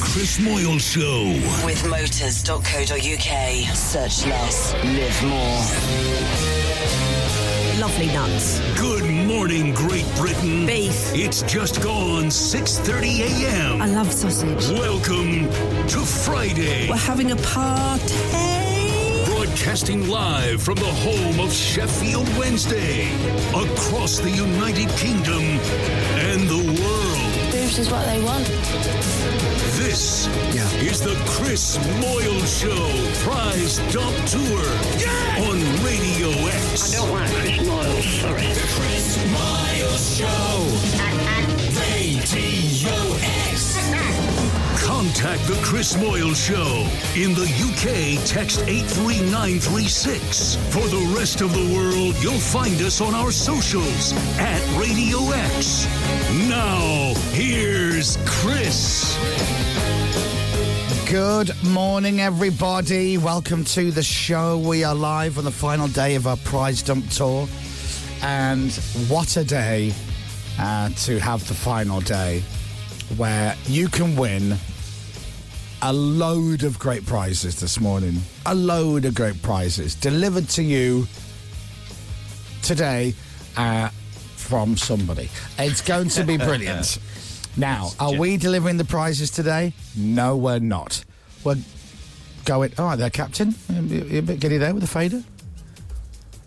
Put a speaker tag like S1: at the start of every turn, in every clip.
S1: Chris Moyle Show.
S2: With motors.co.uk. Search less, live more.
S3: Lovely nuts.
S1: Good morning, Great Britain.
S3: Beef.
S1: It's just gone 6:30 a.m.
S3: I love sausage.
S1: Welcome to Friday.
S3: We're having a party.
S1: Broadcasting live from the home of Sheffield Wednesday, across the United Kingdom and the world.
S4: Boobs is what they want.
S1: This yeah. is the Chris Moyle Show Prize Dump Tour yeah! on Radio
S5: X. I don't want Chris Moyle, sorry.
S6: The Chris Moyle Show at Radio X.
S1: Contact The Chris Moyle Show. In the UK, text 83936. For the rest of the world, you'll find us on our socials at Radio X. Now, here's Chris.
S7: Good morning, everybody. Welcome to the show. We are live on the final day of our prize dump tour. And what a day uh, to have the final day where you can win a load of great prizes this morning. A load of great prizes delivered to you today uh, from somebody. It's going to be brilliant. Now, are we delivering the prizes today? No, we're not. We're going. All right, there, Captain. Um, You, you a bit giddy there with the fader?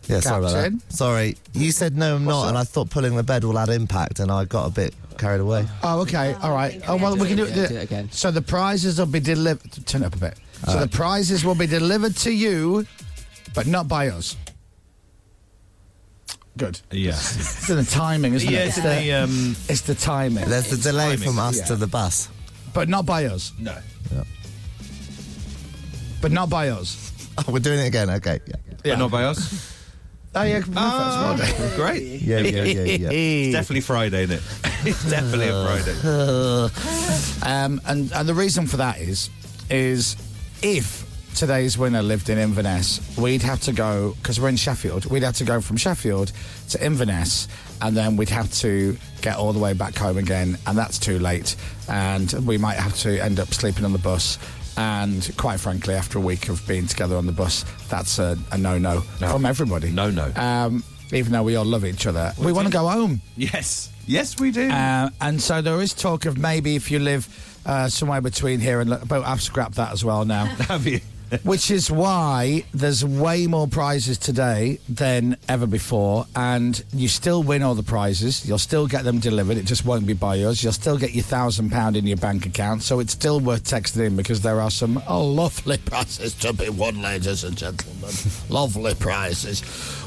S8: Yeah, sorry Captain. about that. Sorry. You said no, I'm What's not, that? and I thought pulling the bed will add impact, and I got a bit carried away.
S7: Oh, okay. All right. Oh, well, we can do it, do it again. So the prizes will be delivered. Turn up a bit. So right. the prizes will be delivered to you, but not by us. Good.
S9: Yeah.
S7: it's the timing, isn't
S9: yeah,
S7: it?
S9: It's, it's the, um,
S7: it's the timing.
S8: There's
S7: the
S8: delay timing. from us yeah. to the bus.
S7: But not by us.
S9: No. Yeah.
S7: But not by us.
S8: Oh, we're doing it again. Okay. Yeah.
S9: yeah. not by us. Ah,
S7: Oh yeah, oh,
S9: great.
S8: Yeah, yeah, yeah, yeah.
S9: it's definitely Friday, isn't it? it's definitely a
S7: Friday. um, and and the reason for that is, is if today's winner lived in Inverness, we'd have to go because we're in Sheffield. We'd have to go from Sheffield to Inverness, and then we'd have to get all the way back home again, and that's too late. And we might have to end up sleeping on the bus. And quite frankly, after a week of being together on the bus, that's a, a no-no no. from everybody.
S9: No, no.
S7: Um, even though we all love each other, we, we want to go home.
S9: Yes, yes, we do.
S7: Uh, and so there is talk of maybe if you live uh, somewhere between here and but I've scrapped that as well now.
S9: have you?
S7: which is why there's way more prizes today than ever before. And you still win all the prizes. You'll still get them delivered. It just won't be by us. You'll still get your thousand pound in your bank account. So it's still worth texting in because there are some oh, lovely prizes to be won, ladies and gentlemen. lovely prizes.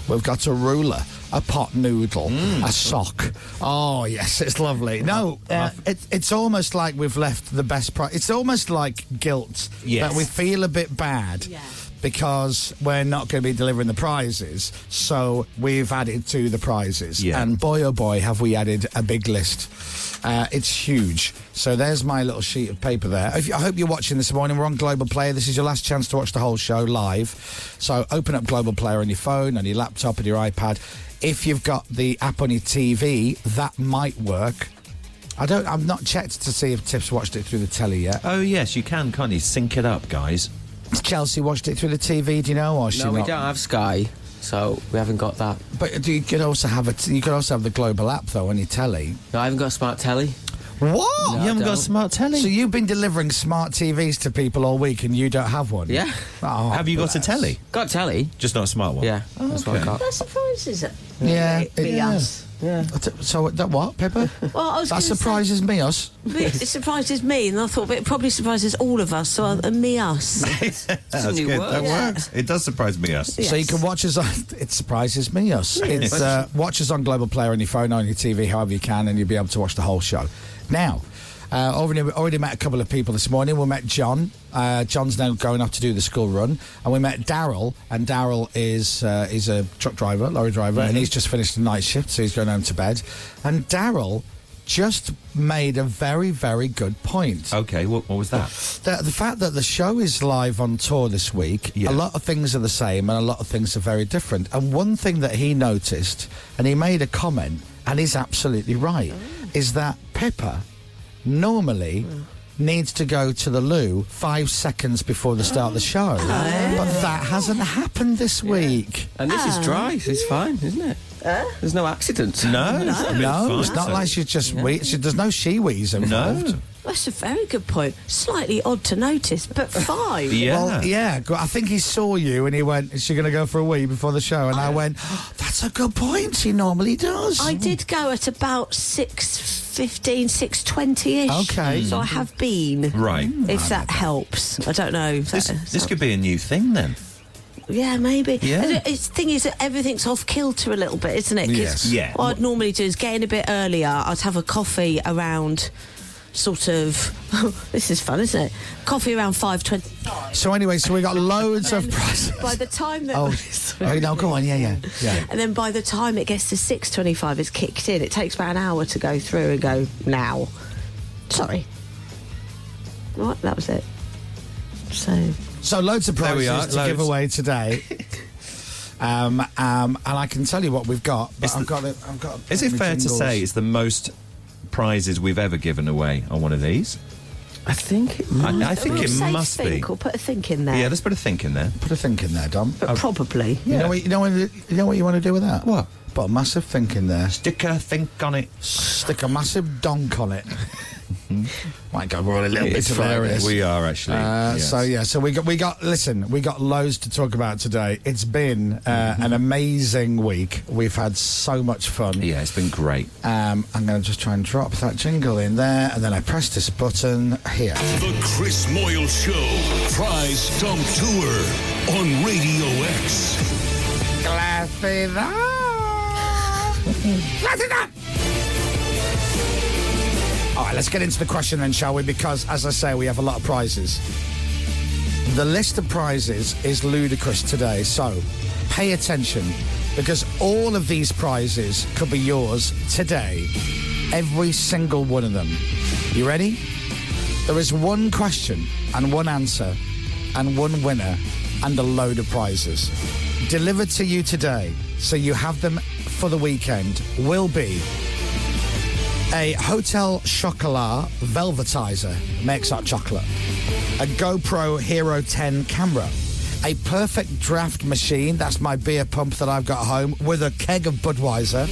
S7: We've got a ruler, a pot noodle, mm. a sock. Oh yes, it's lovely. No, uh, it, it's almost like we've left the best prize. It's almost like guilt yes. that we feel a bit bad. Yeah. Because we're not going to be delivering the prizes, so we've added to the prizes. Yeah. And boy, oh boy, have we added a big list. Uh, it's huge. So there's my little sheet of paper there. You, I hope you're watching this morning. We're on Global Player. This is your last chance to watch the whole show live. So open up Global Player on your phone, on your laptop, and your iPad. If you've got the app on your TV, that might work. I don't. I've not checked to see if Tips watched it through the telly yet.
S9: Oh yes, you can, can't you? Sync it up, guys.
S7: Chelsea watched it through the TV. Do you know, or
S10: no? we not? don't have Sky so we haven't got that.
S7: But you could also have a t- you could also have the global app though on your telly.
S10: No, I haven't got a smart telly.
S7: What?
S10: No,
S7: you
S10: I
S7: haven't
S10: don't.
S7: got a smart telly? So you've been delivering smart TVs to people all week and you don't have one?
S10: Yeah.
S9: Oh, have you bless. got a telly?
S10: Got a telly.
S9: Just not a smart one?
S10: Yeah. Oh, that's okay. what I got.
S4: That surprises it.
S7: Yeah.
S4: It, it,
S7: yeah.
S4: Us.
S7: Yeah. So that what, Pepper?
S4: Well, I was
S7: that surprises
S4: say,
S7: me us.
S4: It surprises me, and I thought but it probably surprises all of us. So uh, me us.
S9: That's good. Word. That yeah. works. It does surprise me us.
S7: Yes. So you can watch us. On, it surprises me us. It's uh, watch us on Global Player on your phone, on your TV, however you can, and you'll be able to watch the whole show. Now. Uh, already, already met a couple of people this morning. We met John. Uh, John's now going off to do the school run, and we met Daryl. And Daryl is uh, is a truck driver, lorry driver, mm-hmm. and he's just finished the night shift, so he's going home to bed. And Daryl just made a very very good point.
S9: Okay, what, what was that?
S7: The, the, fact that the show is live on tour this week. Yeah. A lot of things are the same, and a lot of things are very different. And one thing that he noticed, and he made a comment, and he's absolutely right, oh. is that Pippa normally mm. needs to go to the loo five seconds before the start of the show. But that hasn't happened this week.
S10: And this
S4: Oh.
S10: is dry, so it's fine, isn't it? There's no accidents. No,
S7: No, it's not like she's just wee- she, there's no she wheeze involved.
S4: That's a very good point. Slightly odd to notice, but five.
S7: Well, yeah. go- I think he saw you and he went, Is she going to go for a wee before the show? And I, went, "Oh, That's a good point. She normally does.
S4: I did go at about 6.15, 6.20ish.
S7: Okay.
S4: So I have been.
S9: Right.
S4: If that helps. I don't know. If
S9: This,
S4: that,
S9: this could be a new thing then.
S4: Yeah, maybe.
S9: Yeah.
S4: And it- It's thing is that everything's off kilter a little bit, isn't it? 'Cause
S9: Yes. Yeah.
S4: What I'd normally do is get in a bit earlier. I'd have a coffee around, sort of. this is fun, isn't it? Coffee around five twenty.
S7: So anyway, so we got loads of prizes.
S4: By the time that.
S7: Oh, oh, no, go on. Yeah, yeah, yeah.
S4: And then by the time it gets to six twenty-five, it's kicked in. It takes about an hour to go through and go now. Sorry. What? That was it. So.
S7: So loads of
S9: There we
S7: prizes
S9: are,
S7: to
S9: loads.
S7: give away today. um, um, and I can tell you what we've got. But
S9: Is
S7: I've
S9: the-
S7: got. it- I've got.
S9: Is it
S7: my
S9: fair
S7: jingles.
S9: to say it's the most prizes we've ever given away on one of these?
S10: I think it
S9: I, I think
S4: We'll
S9: it
S4: say
S9: must be.
S4: think or put a think in there.
S9: Yeah, Oh. let's put a think in there.
S7: Put a think in there, Dom.
S4: but probably.
S7: You know what? You know what? You know what you want to do with that? What? Put a massive think in there.
S9: Stick a think on it.
S7: Stick a massive donk on it. My God, we're all a little bit hilarious.
S9: We are actually.
S7: Uh,
S9: yes.
S7: So yeah, so we got we got listen, we got loads to talk about today. It's been uh,
S9: Mm-hmm.
S7: an amazing week. We've had so much fun.
S9: yeah, it's been great.
S7: Um, I'm going to just try and drop that jingle in there, and then I press this button here.
S1: The Chris Moyle Show Prize Dump Tour on Radio X.
S7: Glassy All right, let's get into the question then, shall we? Because, as I say, we have a lot of prizes. The list of prizes is ludicrous today, so pay attention because all of these prizes could be yours today. Every single one of them. You ready? There is one question and one answer and one winner and a load of prizes. Delivered to you today, so you have them for the weekend, will be a Hotel Chocolat Velvetizer makes up chocolate, a GoPro Hero 10 camera, a perfect draft machine, that's my beer pump that I've got at home, with a keg of Budweiser,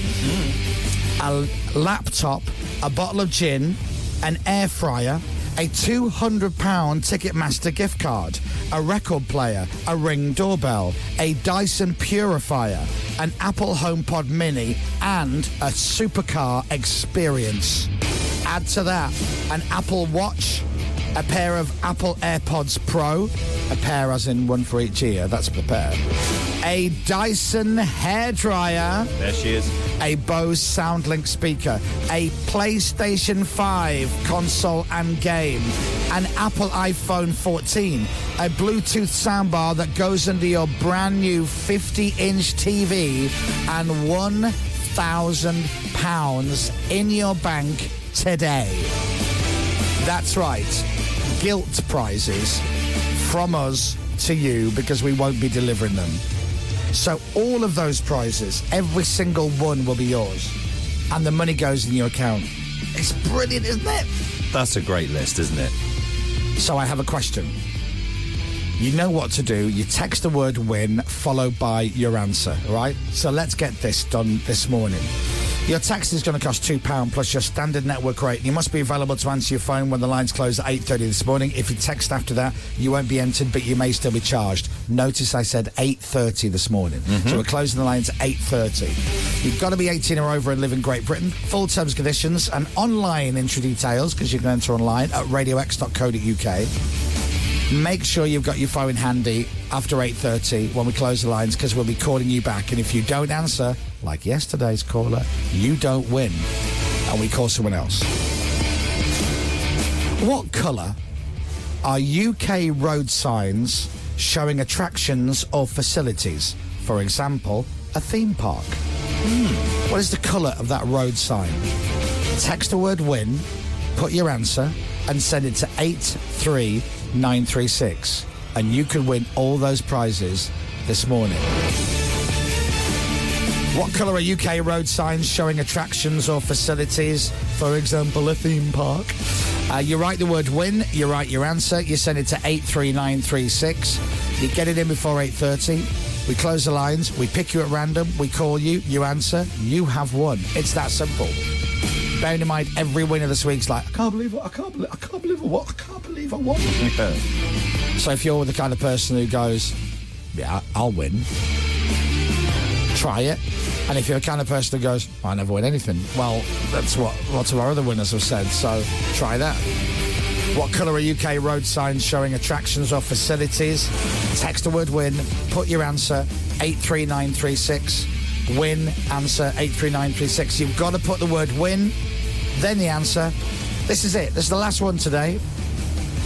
S7: a laptop, a bottle of gin, an air fryer, a £200 Ticketmaster gift card, a record player, a ring doorbell, a Dyson purifier, an Apple HomePod Mini, and a supercar experience. Add to that an Apple Watch, a pair of Apple AirPods Pro, a pair as in one for each ear, that's the pair, a Dyson hairdryer,
S9: There she is.
S7: a Bose SoundLink speaker, a PlayStation 5 console and game, an Apple iPhone 14, a Bluetooth soundbar that goes under your brand new 50-inch TV, and 1,000 pounds in your bank today. That's right. Guilt prizes from us to you because we won't be delivering them. So all of those prizes, every single one will be yours. And the money goes in your account. It's brilliant, isn't it?
S9: That's a great list, isn't it?
S7: So I have a question. You know what to do. You text the word win followed by your answer, all right? So let's get this done this morning. Your text is going to cost £2 plus your standard network rate. You must be available to answer your phone when the lines close at 8.30 this morning. If you text after that, you won't be entered, but you may still be charged. Notice I said 8.30 this morning. So we're closing the lines at 8.30. You've got to be 18 or over and live in Great Britain. Full terms, conditions, and online entry details, because you can enter online at radiox.co.uk make sure you've got your phone handy after 8.30 when we close the lines because we'll be calling you back and if you don't answer like yesterday's caller you don't win and we call someone else what colour are uk road signs showing attractions or facilities for example a theme park Hmm, what is the colour of that road sign text the word win, put your answer, and send it to 83936. And you could win all those prizes this morning. What colour are UK road signs showing attractions or facilities? For example, a theme park. Uh, you write the word win, you write your answer, you send it to 83936. You get it in before 8.30. We close the lines, we pick you at random, we call you, you answer, you have won. It's that simple. Bearing in mind, every winner this week's like, I can't believe what, I can't believe, I can't believe what, I can't believe I won. So if you're the kind of person who goes, yeah, I'll win, try it. And if you're the kind of person who goes, I never win anything, well, that's what lots of our other winners have said. So try that. What colour are UK road signs showing attractions or facilities? Text the word win, put your answer, 83936. Win, answer, 83936. You've got to put the word win, then the answer. This is it. This is the last one today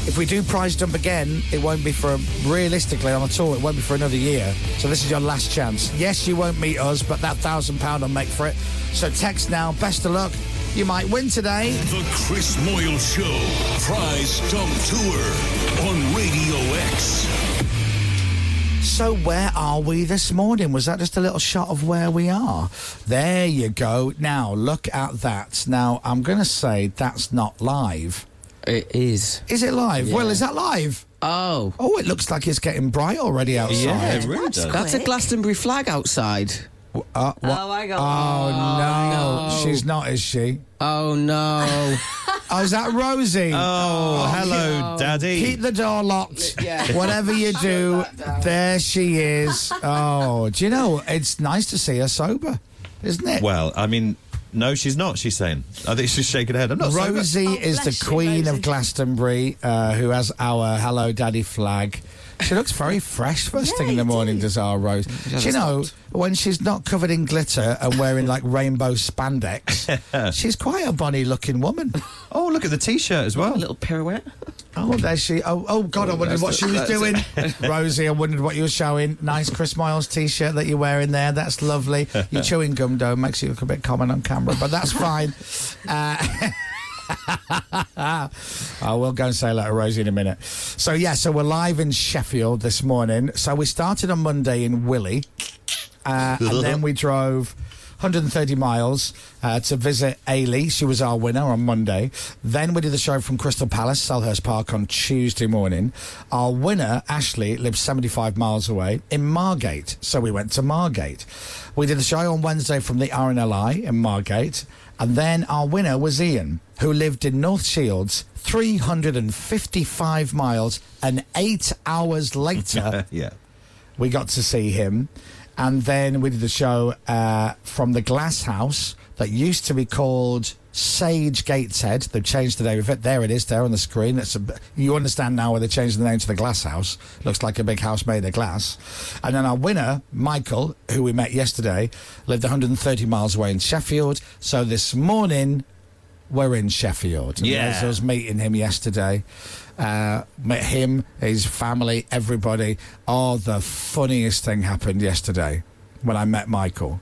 S7: if we do prize dump again, it won't be for realistically on a tour. It won't be for another year. So this is your last chance. Yes, you won't meet us, but that thousand pound will make for it. So text now. Best of luck. You might win today.
S1: The Chris Moyle Show Prize Dump Tour on Radio X.
S7: So where are we this morning? Was that just a little shot of where we are? There you go. Now look at that. Now I'm going to say that's not live.
S10: It is.
S7: Is it live?
S10: Yeah.
S7: Well, is that live?
S10: Oh.
S7: Oh, it looks like it's getting bright already outside.
S10: Yeah, it really does. That's a Glastonbury flag outside.
S7: Uh, what?
S10: Oh, my God.
S7: Oh, no.
S10: no.
S7: She's not, is she?
S10: Oh no.
S7: Oh, is that Rosie?
S9: Oh, hello, Daddy.
S7: Keep the door locked.
S9: Yeah.
S7: Whatever you do, there she is. Oh, do you know, it's nice to see her sober, isn't it?
S9: Well, I mean, no, she's not. She's saying. I think she's shaking her head. I'm not. sober.
S7: Rosie is
S9: Oh, bless
S7: the queen of Glastonbury, uh, who has our Hello Daddy flag. She looks very fresh first thing in the morning, does our Rose. Do you know, when she's not covered in glitter and wearing like rainbow spandex, she's quite a bonny looking woman.
S9: Oh, look at the t-shirt as well. A
S10: little pirouette.
S7: Oh, there she. Oh, oh God! I wondered
S9: that's
S7: what
S9: the-
S7: she was
S9: that's
S7: doing, Rosie. I wondered what you were showing. Nice Chris Miles T-shirt that you're wearing there. That's lovely. You're chewing gum, though, makes you look a bit common on camera, but that's fine. Uh, I will go and say hello to Rosie in a minute. So yeah, so we're live in Sheffield this morning. So we started on Monday in Willie, uh, and then we drove 130 miles uh, to visit Ailey. She was our winner on Monday. Then we did the show from Crystal Palace, Selhurst Park, on Tuesday morning. Our winner, Ashley, lives 75 miles away in Margate, so we went to Margate. We did the show on Wednesday from the RNLI in Margate. And then our winner was Ian, who lived in North Shields, 355 miles, and eight hours later,
S9: yeah.
S7: we got to see him. And then we did the show uh, from the glass house that used to be called Sage Gateshead. They've changed the name of it. There it is, there on the screen. That's a, b- you understand now why they changed the name to the glass house. Looks like a big house made of glass. And then our winner, Michael, who we met yesterday, lived 130 miles away in Sheffield. So this morning, we're in Sheffield. And
S9: Yeah.
S7: there's us meeting him yesterday. Uh, met him, his family, everybody. Oh, the funniest thing happened yesterday when I met Michael.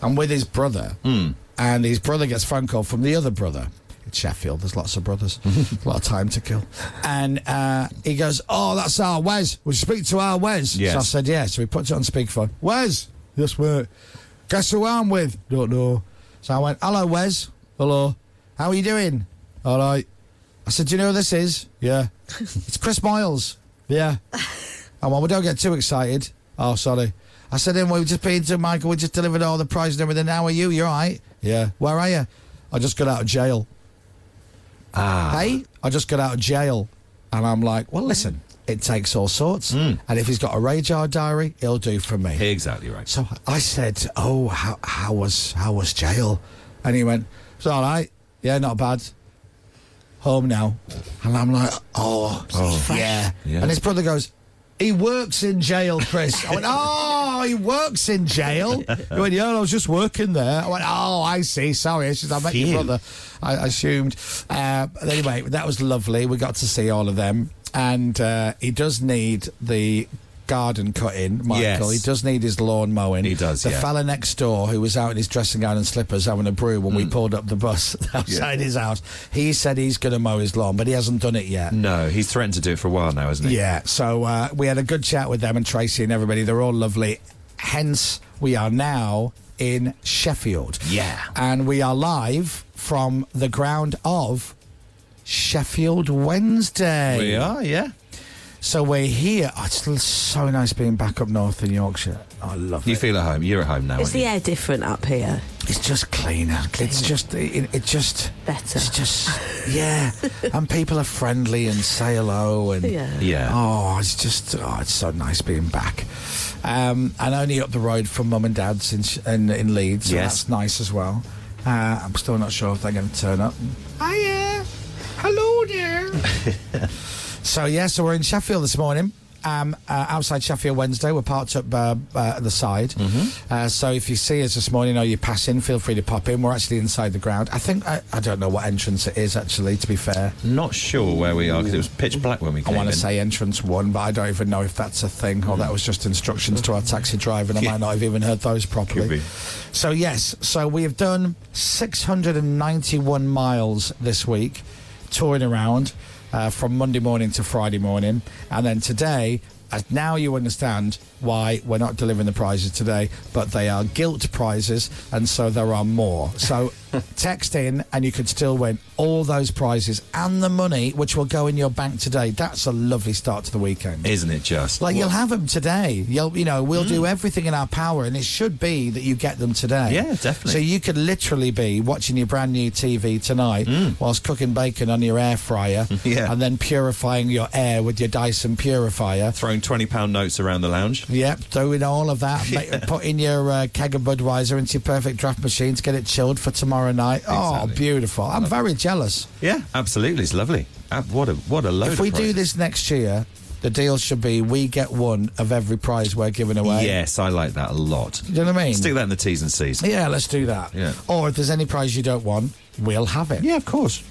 S7: I'm with his brother,
S9: Hmm.
S7: and his brother gets a phone call from the other brother. It's Sheffield. There's lots of brothers, a lot of time to kill. And uh, he goes, "Oh, that's our Wes. We speak to our Wes." So I
S9: Yes.
S7: said, "Yeah." So he puts it on speakerphone. Wes, yes, mate. Guess who I'm with? Don't know. So I went, "Hello, Wes. Hello. How are you doing? All right." I said, "Do you know who this is? Yeah. it's Chris Miles. Yeah. Oh, well, we don't get too excited. Oh, sorry. I said, in, we were just being to Michael, we just delivered all the prizes and everything. How are you? You're all right? Yeah. Where are you? I just got out of jail. Ah. Hey, I just got out of jail. And I'm like, well, listen, it takes all sorts. And if he's got a radar diary, he'll do for me.
S9: Exactly right.
S7: So I said, "Oh, how, how was how was jail?" And he went, "It's all right. Yeah, not bad. Home now." And I'm like, "Oh, yeah.
S9: Yeah.
S7: And his brother goes, "He works in jail, Chris." I went, "Oh, he works in jail." He went, "Yeah, I was just working there." I went, "Oh, I see. Sorry, it's just I met
S9: Phew.
S7: your brother." I assumed. Uh, but anyway, that was lovely. We got to see all of them, and uh, he does need the garden cut in, Michael.
S9: Yes.
S7: He does need his lawn mowing.
S9: He does,
S7: The
S9: yeah.
S7: fella next door who was out in his dressing gown and slippers having a brew when
S9: Hmm.
S7: we pulled up the bus outside his house, he said he's going to mow his lawn, but he hasn't done it yet.
S9: No, he's threatened to do it for a while now, hasn't he?
S7: Yeah, so uh, we had a good chat with them and Tracy and everybody. They're all lovely. Hence, we are now in Sheffield.
S9: Yeah.
S7: And we are live from the ground of Sheffield Wednesday.
S9: We are, yeah.
S7: So we're here. Oh, it's l- so nice being back up north in Yorkshire. I love
S9: You feel at home. You're at home now.
S4: Is
S9: aren't
S4: the air different up here?
S7: It's just cleaner. It's just it, it just
S4: better.
S7: It's just yeah, and people are friendly and say hello and
S4: Yeah.
S9: Yeah.
S7: Oh, it's just oh, it's so nice being back. Um, and only up the road from mum and dad's in Sh- in, in Leeds, so
S9: Yes.
S7: that's nice as well. Uh, I'm still not sure if they're going to turn up. Hiya. Hello there. So yeah, so we're in Sheffield this morning. Um, uh, outside Sheffield Wednesday, we're parked up uh, uh, at the side. Uh, so if you see us this morning or you pass in, feel free to pop in. We're actually inside the ground. I think I, I don't know what entrance it is actually. To be fair,
S9: you? Not sure where we are because it was pitch black when we
S7: I
S9: came
S7: want
S9: in. Mm.
S7: to say entrance one, but I don't even know if that's a thing or that was just instructions to our taxi driver, and I might not have even heard those properly.
S9: Could be.
S7: So yes, so we have done 691 miles this week, touring around uh, from Monday morning to Friday morning, and then today. As now you understand why we're not delivering the prizes today, but they are guilt prizes, and so there are more. So text in, and you could still win all those prizes and the money, which will go in your bank today. That's a lovely start to the weekend.
S9: Isn't it just?
S7: Like you'll have them today. You'll, you know, we'll do everything in our power, and it should be that you get them today.
S9: Mm. Yeah, definitely.
S7: So you could literally be watching your brand new TV tonight whilst cooking bacon on your air fryer,
S9: Mm. Yeah.
S7: and then purifying your air with your Dyson purifier.
S9: throwing twenty pound notes around the lounge.
S7: Yep, doing all of that, make, putting your uh, keg of Budweiser into your perfect draft machine to get it chilled for tomorrow night. Oh,
S9: Exactly.
S7: beautiful! I'm very jealous.
S9: Yeah, absolutely. It's lovely. Ah, What a what a load.
S7: if
S9: of
S7: we do
S9: prizes.
S7: this next year, the deal should be we get one of every prize we're giving away.
S9: yes, I like that a lot.
S7: Do you know what I mean?
S9: Stick that in the T's and C's.
S7: Yeah, let's do that.
S9: Yeah.
S7: Or if there's any prize you don't want, we'll have it.
S9: of course.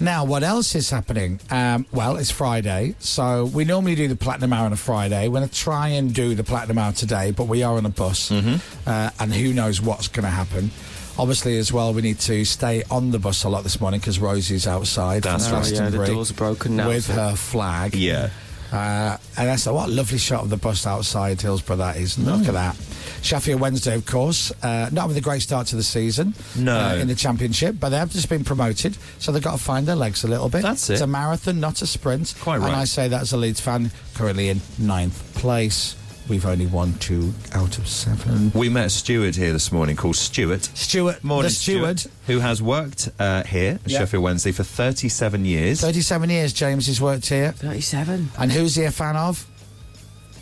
S7: Now, what else is happening? Um, well, it's Friday, so we normally do the Platinum Hour on a Friday. We're going to try and do the Platinum Hour today, but we are on a bus,
S9: Mm-hmm.
S7: uh, and who knows what's going to happen. Obviously, as well, we need to stay on the bus a lot this morning because Rosie's outside.
S9: That's
S7: from
S9: right.
S10: Yeah, the
S7: Glastonbury
S10: doors are broken now,
S7: With
S10: so-
S7: her flag.
S9: Yeah.
S7: Uh, and that's what a lovely shot of the bus outside Hillsborough that is.
S9: Mm.
S7: Look at that. Sheffield Wednesday, of course, uh, not with a great start to the season
S9: No.
S7: uh, in the Championship, but they have just been promoted, so they've got to find their legs a little bit.
S9: That's it.
S7: It's a marathon, not a sprint.
S9: Quite
S7: And
S9: right.
S7: I say that as a Leeds fan, currently in ninth place. We've only won two out of seven.
S9: We met a steward here this morning called Stuart.
S7: Stuart,
S9: Morning,
S7: the steward,
S9: who has worked uh, here at
S7: Yeah.
S9: Sheffield Wednesday for 37 years.
S7: 37 years James has worked here.
S10: 37.
S7: And who's he a fan of?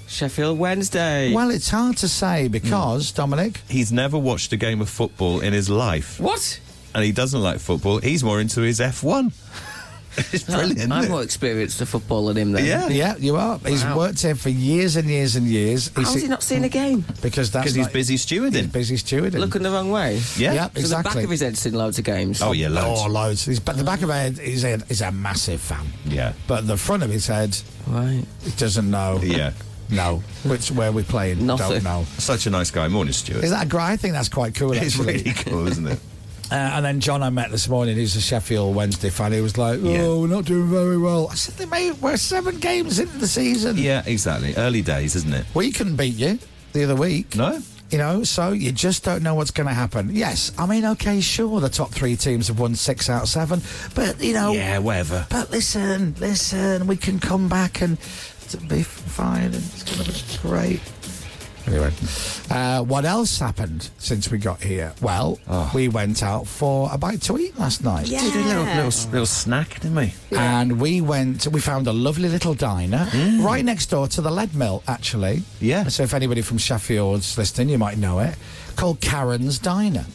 S10: Sheffield Wednesday.
S7: Well, it's hard to say
S9: Mm.
S7: because, Dominic,
S9: He's never watched a game of football in his life,
S10: what?
S9: and he doesn't like football. He's more into his F1. it's brilliant.
S10: I'm
S9: isn't it?
S10: more experienced at football than him then.
S9: Yeah.
S7: yeah, you are. He's
S10: Wow.
S7: worked here for years and years and years. He's
S10: How's he not seen a game?
S7: Because that's
S9: because he's
S7: not-
S9: busy
S7: He's
S9: stewarding.
S7: busy stewarding.
S10: Looking the wrong way.
S9: Yeah.
S7: Yep,
S10: So the
S7: exactly.
S10: back of his head's seen loads of games.
S9: Oh yeah, loads.
S7: Oh, loads. He's, but the back of his head is a, is a massive fan.
S9: Yeah.
S7: But the front of his head,
S10: Right.
S7: he doesn't know.
S9: Yeah.
S7: No. Which where we're playing, don't
S10: Nothing.
S7: know.
S9: Such a nice guy. Morning, Stuart.
S7: Is that great? I think that's quite cool.
S9: it's
S7: actually.
S9: really cool, isn't it?
S7: Uh, and then John, I met this morning, who's a Sheffield Wednesday fan. He was like, "Oh,
S9: Yeah.
S7: we're not doing very well." I said, "Mate, we're seven games into the season.
S9: Yeah, exactly. Early days, isn't it?
S7: We couldn't beat you the other week.
S9: No.
S7: You know, so you just don't know what's going to happen. Yes, I mean, okay, sure, the top three teams have won six out of seven, but you know,
S9: Yeah, whatever.
S7: But listen, listen, we can come back and t- be fine. And it's going to be great. Anyway, uh, what else happened since we got here? Well, we went out for a bite to eat last night.
S4: Yeah.
S9: Ah. Did a little, little, little snack, didn't we?
S7: And we went, we found a lovely little diner right next door to the lead mill, actually.
S9: Yeah.
S7: So if anybody from Sheffield's listening, you might know it, called Karen's Diner.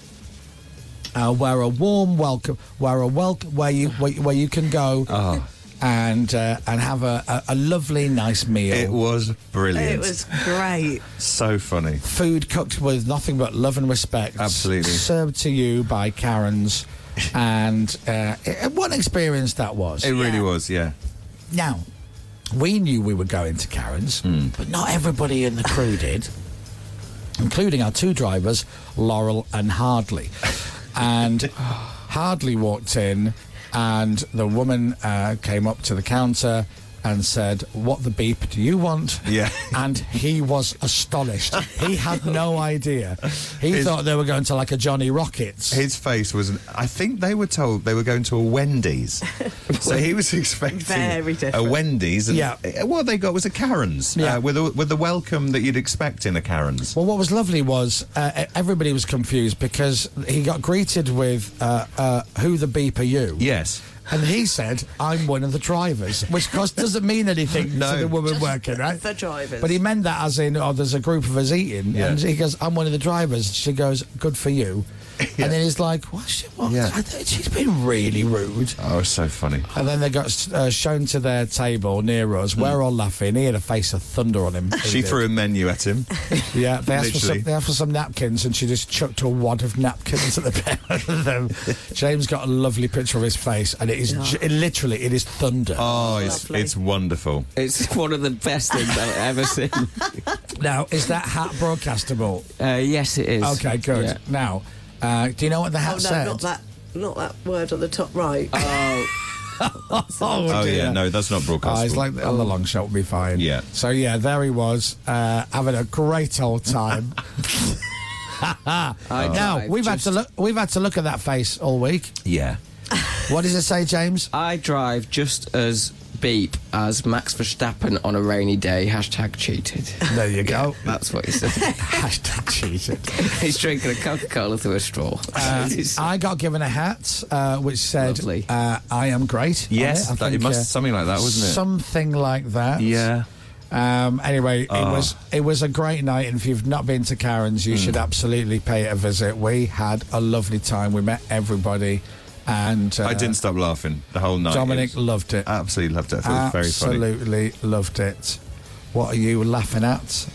S7: Uh, where a warm welcome, where a welcome, where you where, where you can go
S9: Ah.
S7: and uh, and have a, a, a lovely, nice meal.
S9: It was brilliant.
S4: It was great.
S9: so funny.
S7: food cooked with nothing but love and respect.
S9: Absolutely.
S7: Served to you by Karen's. and uh, it, what an experience that was.
S9: It really was, yeah.
S7: Now, we knew we were going to Karen's,
S9: Hmm.
S7: but not everybody in the crew did, including our two drivers, Laurel and Hardley. And Hardley walked in, and the woman uh, came up to the counter. and said, What the beep do you want?
S9: Yeah.
S7: And he was astonished. he had no idea. He thought they were going to like a Johnny Rockets.
S9: His face was. I think they were told they were going to a Wendy's, so he was expecting
S4: Very
S9: a
S4: different.
S9: Wendy's. And
S7: Yeah.
S9: uh, What they got was a Karen's.
S7: Yeah.
S9: Uh, with a, with the welcome that you'd expect in a Karen's.
S7: Well, what was lovely was uh, everybody was confused because he got greeted with, uh, uh, Who the beep are you?
S9: Yes.
S7: And he said, I'm one of the drivers, which of course doesn't mean anything
S9: No.
S7: to the woman working, right?
S4: The drivers.
S7: But he meant that as in, oh, there's a group of us eating.
S9: Yeah.
S7: And he goes, I'm one of the drivers. She goes, good for you. And then he's like, what? She, what?
S9: Yeah.
S7: I thought she's been really rude.
S9: Oh, it's so funny.
S7: And then they got uh, shown to their table near us. We're all laughing. He had a face of thunder on him. He
S9: Hmm. She
S7: did.
S9: threw a menu at him.
S7: Yeah, they asked, for
S9: Literally.
S7: some, they asked for some napkins, and she just chucked a wad of napkins at the pair of them. James got a lovely picture of his face, and it is ju- it literally it is thunder.
S9: Oh, it's
S4: Lovely.
S9: it's wonderful.
S10: It's one of the best things I've ever seen.
S7: Now, is that hat broadcastable?
S10: Uh, yes, it is.
S7: Okay, good.
S10: Yeah.
S7: Now, uh, do you know what the
S4: Oh
S7: hat
S4: no,
S7: said?
S4: not that, not that word on the top right.
S7: Oh,
S9: Oh
S7: dear.
S9: yeah, no, that's not broadcast.
S7: Oh, it's like on the long shot will be fine.
S9: Yeah.
S7: So yeah, there he was, uh, having a great old time.
S10: I
S7: now
S10: drive
S7: we've had
S10: just-
S7: to look. We've had to look at that face all week.
S9: yeah.
S7: What does it say, James?
S10: I drive just as beep as Max Verstappen on a rainy day. Hashtag cheated.
S7: There you go.
S10: That's what he said.
S7: Hashtag cheated.
S10: He's drinking a Coca Cola through a straw.
S7: Uh,
S10: It's-
S7: I got given a hat uh, which said,
S10: Lovely.
S7: uh, "I am great." on
S9: Yes,
S7: I uh,
S9: that- it must- something like that, wasn't it?
S7: Something like that. Um, anyway,
S9: Oh.
S7: it was it was a great night, and if you've not been to Karen's,
S9: Hmm.
S7: you should absolutely pay it a visit. We had a lovely time. We met everybody, and uh,
S9: I didn't stop laughing the whole night.
S7: Dominic
S9: It was-
S7: loved it.
S9: absolutely loved it. I thought it was very funny.
S7: absolutely loved it. What are you laughing at,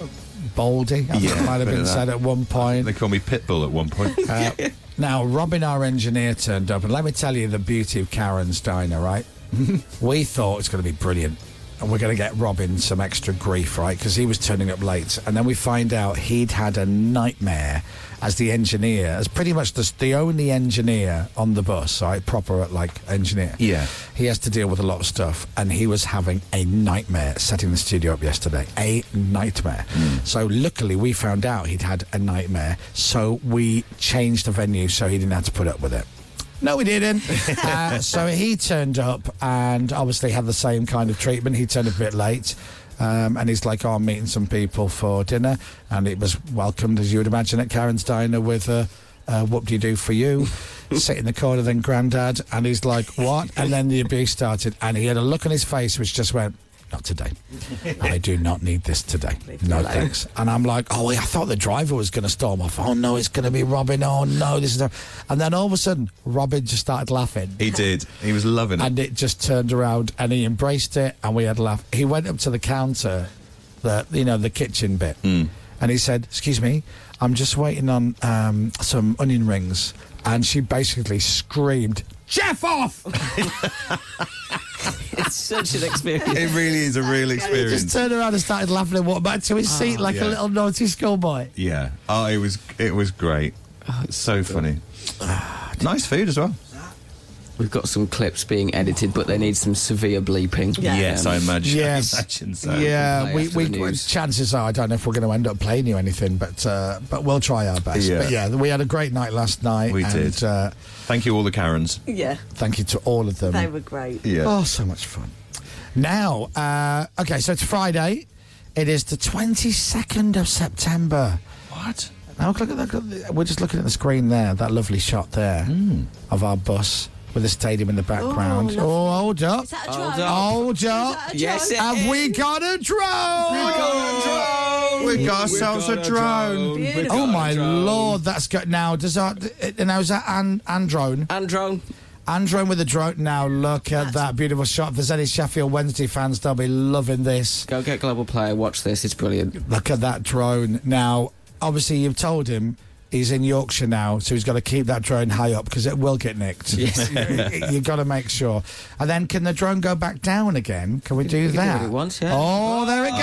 S7: Baldy? I think
S9: Yeah,
S7: it might have
S9: bit of
S7: been
S9: that.
S7: said at one point.
S9: They called me Pitbull at one point.
S7: Uh, now, Robin, our engineer, turned up, and let me tell you the beauty of Karen's Diner, right? we thought it's going to be brilliant, and we're going to get Robin some extra grief, right? Because he was turning up late, and then we find out he'd had a nightmare as the engineer, as pretty much the, the only engineer on the bus, right? Proper, like, engineer.
S9: Yeah.
S7: He has to deal with a lot of stuff, and he was having a nightmare setting the studio up yesterday. A nightmare. So, luckily, we found out he'd had a nightmare, so we changed the venue so he didn't have to put up with it. No, we didn't. uh, so he turned up and obviously had the same kind of treatment. He turned up a bit late. Um, and he's like, oh, I'm meeting some people for dinner. And it was welcomed, as you would imagine, at Karen's Diner with a, uh, what do you do for you? Sit in the corner, then Grandad. And he's like, what? And then the abuse started. And he had a look on his face which just went, not today. I do not need this today.
S4: Leave me
S7: No
S4: alone.
S7: thanks. And I'm like, oh, wait, I thought the driver was going to storm off. Oh, no, it's going to be Robin. Oh, no, this is. a-" And then all of a sudden, Robin just started laughing.
S9: He did. He was loving it.
S7: And it just turned around and he embraced it and we had a laugh. He went up to the counter, the you know, the kitchen bit,
S9: Hmm.
S7: and he said, Excuse me, I'm just waiting on um, some onion rings. And she basically screamed, Jeff off!
S10: it's such an experience.
S9: it really is a real
S7: He just
S9: experience.
S7: turned around and started laughing and walked back to his seat like
S9: yeah.
S7: a little naughty schoolboy.
S9: Yeah. Oh, it was it was great.
S7: Oh,
S9: so funny. nice food as well.
S10: We've got some clips being edited, but they need some severe bleeping. Um,
S4: Yeah.
S9: Yes, I imagine.
S7: Yes.
S9: I imagine so.
S7: yeah,
S10: Play
S7: we,
S10: after
S7: we
S10: the
S7: well,
S10: news.
S7: chances are I don't know if we're going to end up playing you anything, but uh, but we'll try our best.
S9: Yeah.
S7: But yeah, we had a great night last night.
S9: We
S7: and,
S9: did.
S7: Uh,
S9: Thank you, all the Karens.
S4: yeah,
S7: thank you to all of them.
S4: they were great.
S9: Yeah.
S7: Oh, so much fun. Now, uh, okay, so it's Friday. It is the 22nd of September.
S9: What?
S7: Now, look at that- look at the- We're just looking at the screen there, that lovely shot there
S10: Hmm.
S7: of our bus with the stadium in the background.
S4: lovely.
S7: Oh, hold up.
S4: Is that a
S10: Hold
S4: drone?
S10: up.
S7: Hold up.
S4: that a
S10: Yes, it
S4: drone?
S7: Have we
S10: is.
S7: got a drone?
S9: We got ourselves a drone.
S4: Beautiful.
S7: Oh my lord, that's good. Now, does our uh, now is that an, Androne?
S10: And drone.
S7: Androne with a drone. Now look at that beautiful shot. If there's any Sheffield Wednesday fans, they'll be loving this.
S10: Go get Global Player. Watch this. It's brilliant.
S7: Look at that drone. Now, obviously, you've told him He's in Yorkshire now, so he's got to keep that drone high up because it will get nicked.
S10: Yes.
S7: You've got to make sure. And then can the drone go back down again? Can we do
S10: can do
S7: that?
S10: what it wants, yeah.
S7: Oh, there it goes.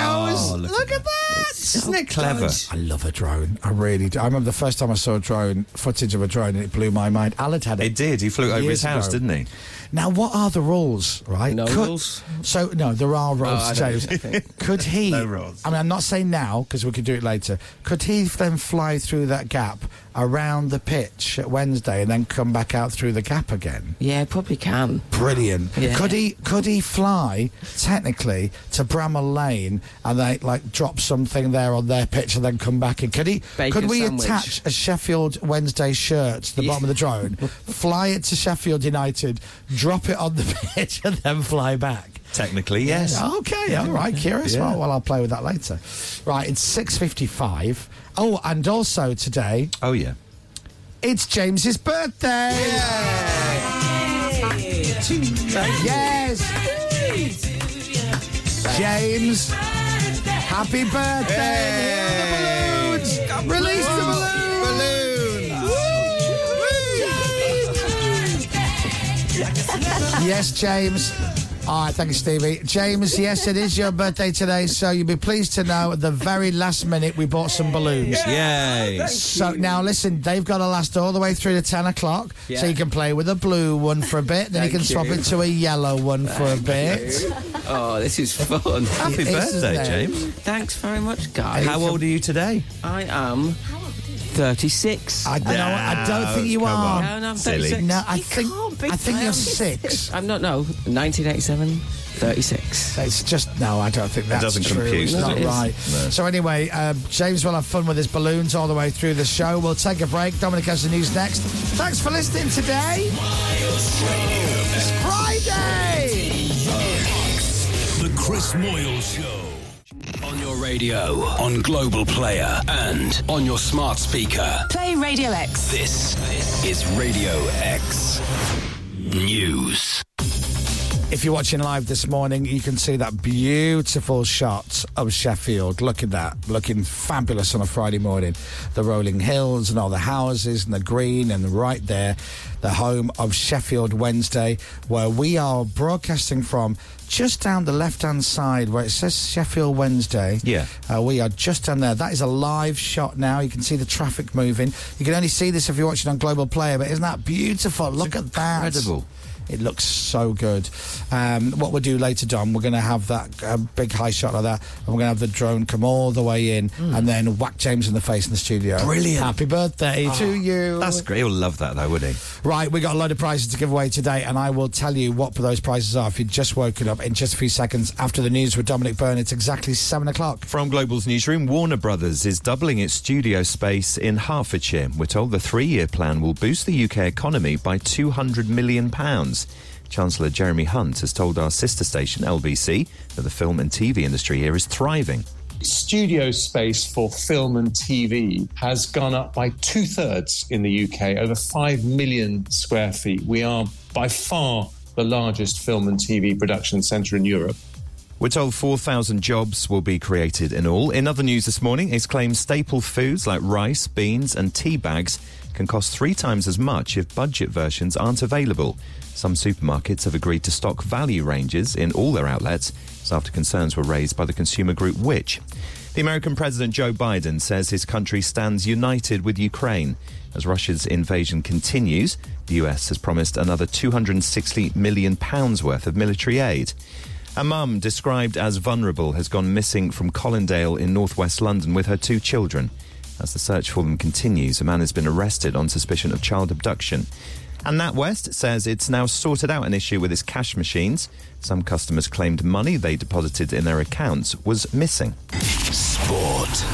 S10: Oh,
S7: look,
S10: look
S7: at that. Isn't it
S9: Oh, clever.
S7: I love a drone. I really do. I remember the first time I saw a drone, footage of a drone, and it blew my mind. Alad had it.
S9: It did. He flew over
S7: Years
S9: his house,
S7: ago.
S9: didn't he?
S7: Now, what are the rules, right?
S10: No
S7: Could-
S10: rules.
S7: So, no, there are rules,
S10: I don't
S7: James.
S10: think-
S7: Could he?
S9: Oh, No rules.
S7: I mean, I'm not saying now because we could do it later. Could he then fly through that gap around the pitch at Wednesday and then come back out through the gap again?
S10: Yeah, probably can.
S7: Brilliant.
S10: Yeah.
S7: Could he? Could he fly technically to Bramall Lane and they like drop something there on their pitch and then come back in? Could he?
S10: Bacon
S7: could we
S10: sandwich.
S7: attach a Sheffield Wednesday shirt to the bottom of the drone, fly it to Sheffield United, drop it on the pitch, and then fly back?
S9: Technically, yes.
S7: Okay, all right, curious.
S9: Yeah.
S7: Well, well, I'll play with that later. Right, it's 6.55. Oh, and also today,
S9: Oh, yeah.
S7: it's James's birthday. Yes. James, happy birthday. Here are the balloons. Release the balloon. Yes, James. All right, thank you, Stevie. James, yes, it is your birthday today, so you'll be pleased to know at the very last minute we bought some balloons.
S9: Yay.
S7: So now listen, they've got to last all the way through to ten o'clock.
S10: Yeah.
S7: So you can play with a blue one for a bit, then you can
S10: Thank
S7: swap
S10: you.
S7: it to a yellow one for a bit.
S10: Oh, this is fun.
S9: Happy
S7: It is, isn't
S9: birthday,
S7: it?
S9: James.
S10: Thanks very much, guys.
S9: How old are you today?
S10: I am 36.
S7: I, no, I don't think you
S9: come
S7: are.
S9: on.
S10: No, no, I'm
S9: Silly.
S10: 36.
S7: No, I
S4: You
S7: think
S4: can't be
S7: I think you're
S4: down.
S7: six.
S10: I'm not, no, 1987, 36.
S7: It's just no, I don't think that's
S9: doesn't
S7: true.
S9: compute,
S7: it's
S9: does
S7: not
S9: it?
S7: right.
S9: No.
S7: So anyway, uh, James will have fun with his balloons all the way through the show. We'll take a break. Dominic has the news next. Thanks for listening today. It's Friday.
S1: The Chris Moyle Show. On your radio, on Global Player, and on your smart speaker.
S3: Play Radio X.
S1: This is Radio X News.
S7: If you're watching live this morning, you can see that beautiful shot of Sheffield. Look at that, looking fabulous on a Friday morning. The rolling hills and all the houses and the green, and right there, the home of Sheffield Wednesday, where we are broadcasting from just down the left hand side where it says Sheffield Wednesday.
S9: Yeah.
S7: Uh, we are just down there. That is a live shot now. You can see the traffic moving. You can only see this if you're watching on Global Player, but isn't that beautiful? Look at that.
S9: incredible.
S7: It looks so good. Um, what we'll do later, Dom, we're going to have that uh, big high shot like that, and we're going to have the drone come all the way in
S9: Hmm.
S7: and then whack James in the face in the studio. Brilliant. Happy birthday to you.
S9: Ah, That's great. He'll love that, though, would he?
S7: Right, we got a load of prizes to give away today, and I will tell you what those prizes are if you've just woken up in just a few seconds after the news with Dominic Byrne. It's exactly seven o'clock.
S9: From Global's newsroom, Warner Brothers is doubling its studio space in Hertfordshire. We're told the three year plan will boost the UK economy by £200 million. Chancellor Jeremy Hunt has told our sister station, LBC, that the film and TV industry here is thriving.
S11: studio space for film and TV has gone up by two thirds in the UK, over 5 million square feet. We are by far the largest film and TV production centre in Europe.
S9: We're told 4,000 jobs will be created in all. In other news this morning, it's claimed staple foods like rice, beans, and tea bags can cost three times as much if budget versions aren't available. Some supermarkets have agreed to stock value ranges in all their outlets it's after concerns were raised by the consumer group Which. The American President Joe Biden says his country stands united with Ukraine. As Russia's invasion continues, the US has promised another £260 million worth of military aid. A mum described as vulnerable has gone missing from Collindale in northwest London with her two children. As the search for them continues, a man has been arrested on suspicion of child abduction. And NatWest says it's now sorted out an issue with its cash machines. Some customers claimed money they deposited in their accounts was missing.
S1: Sport.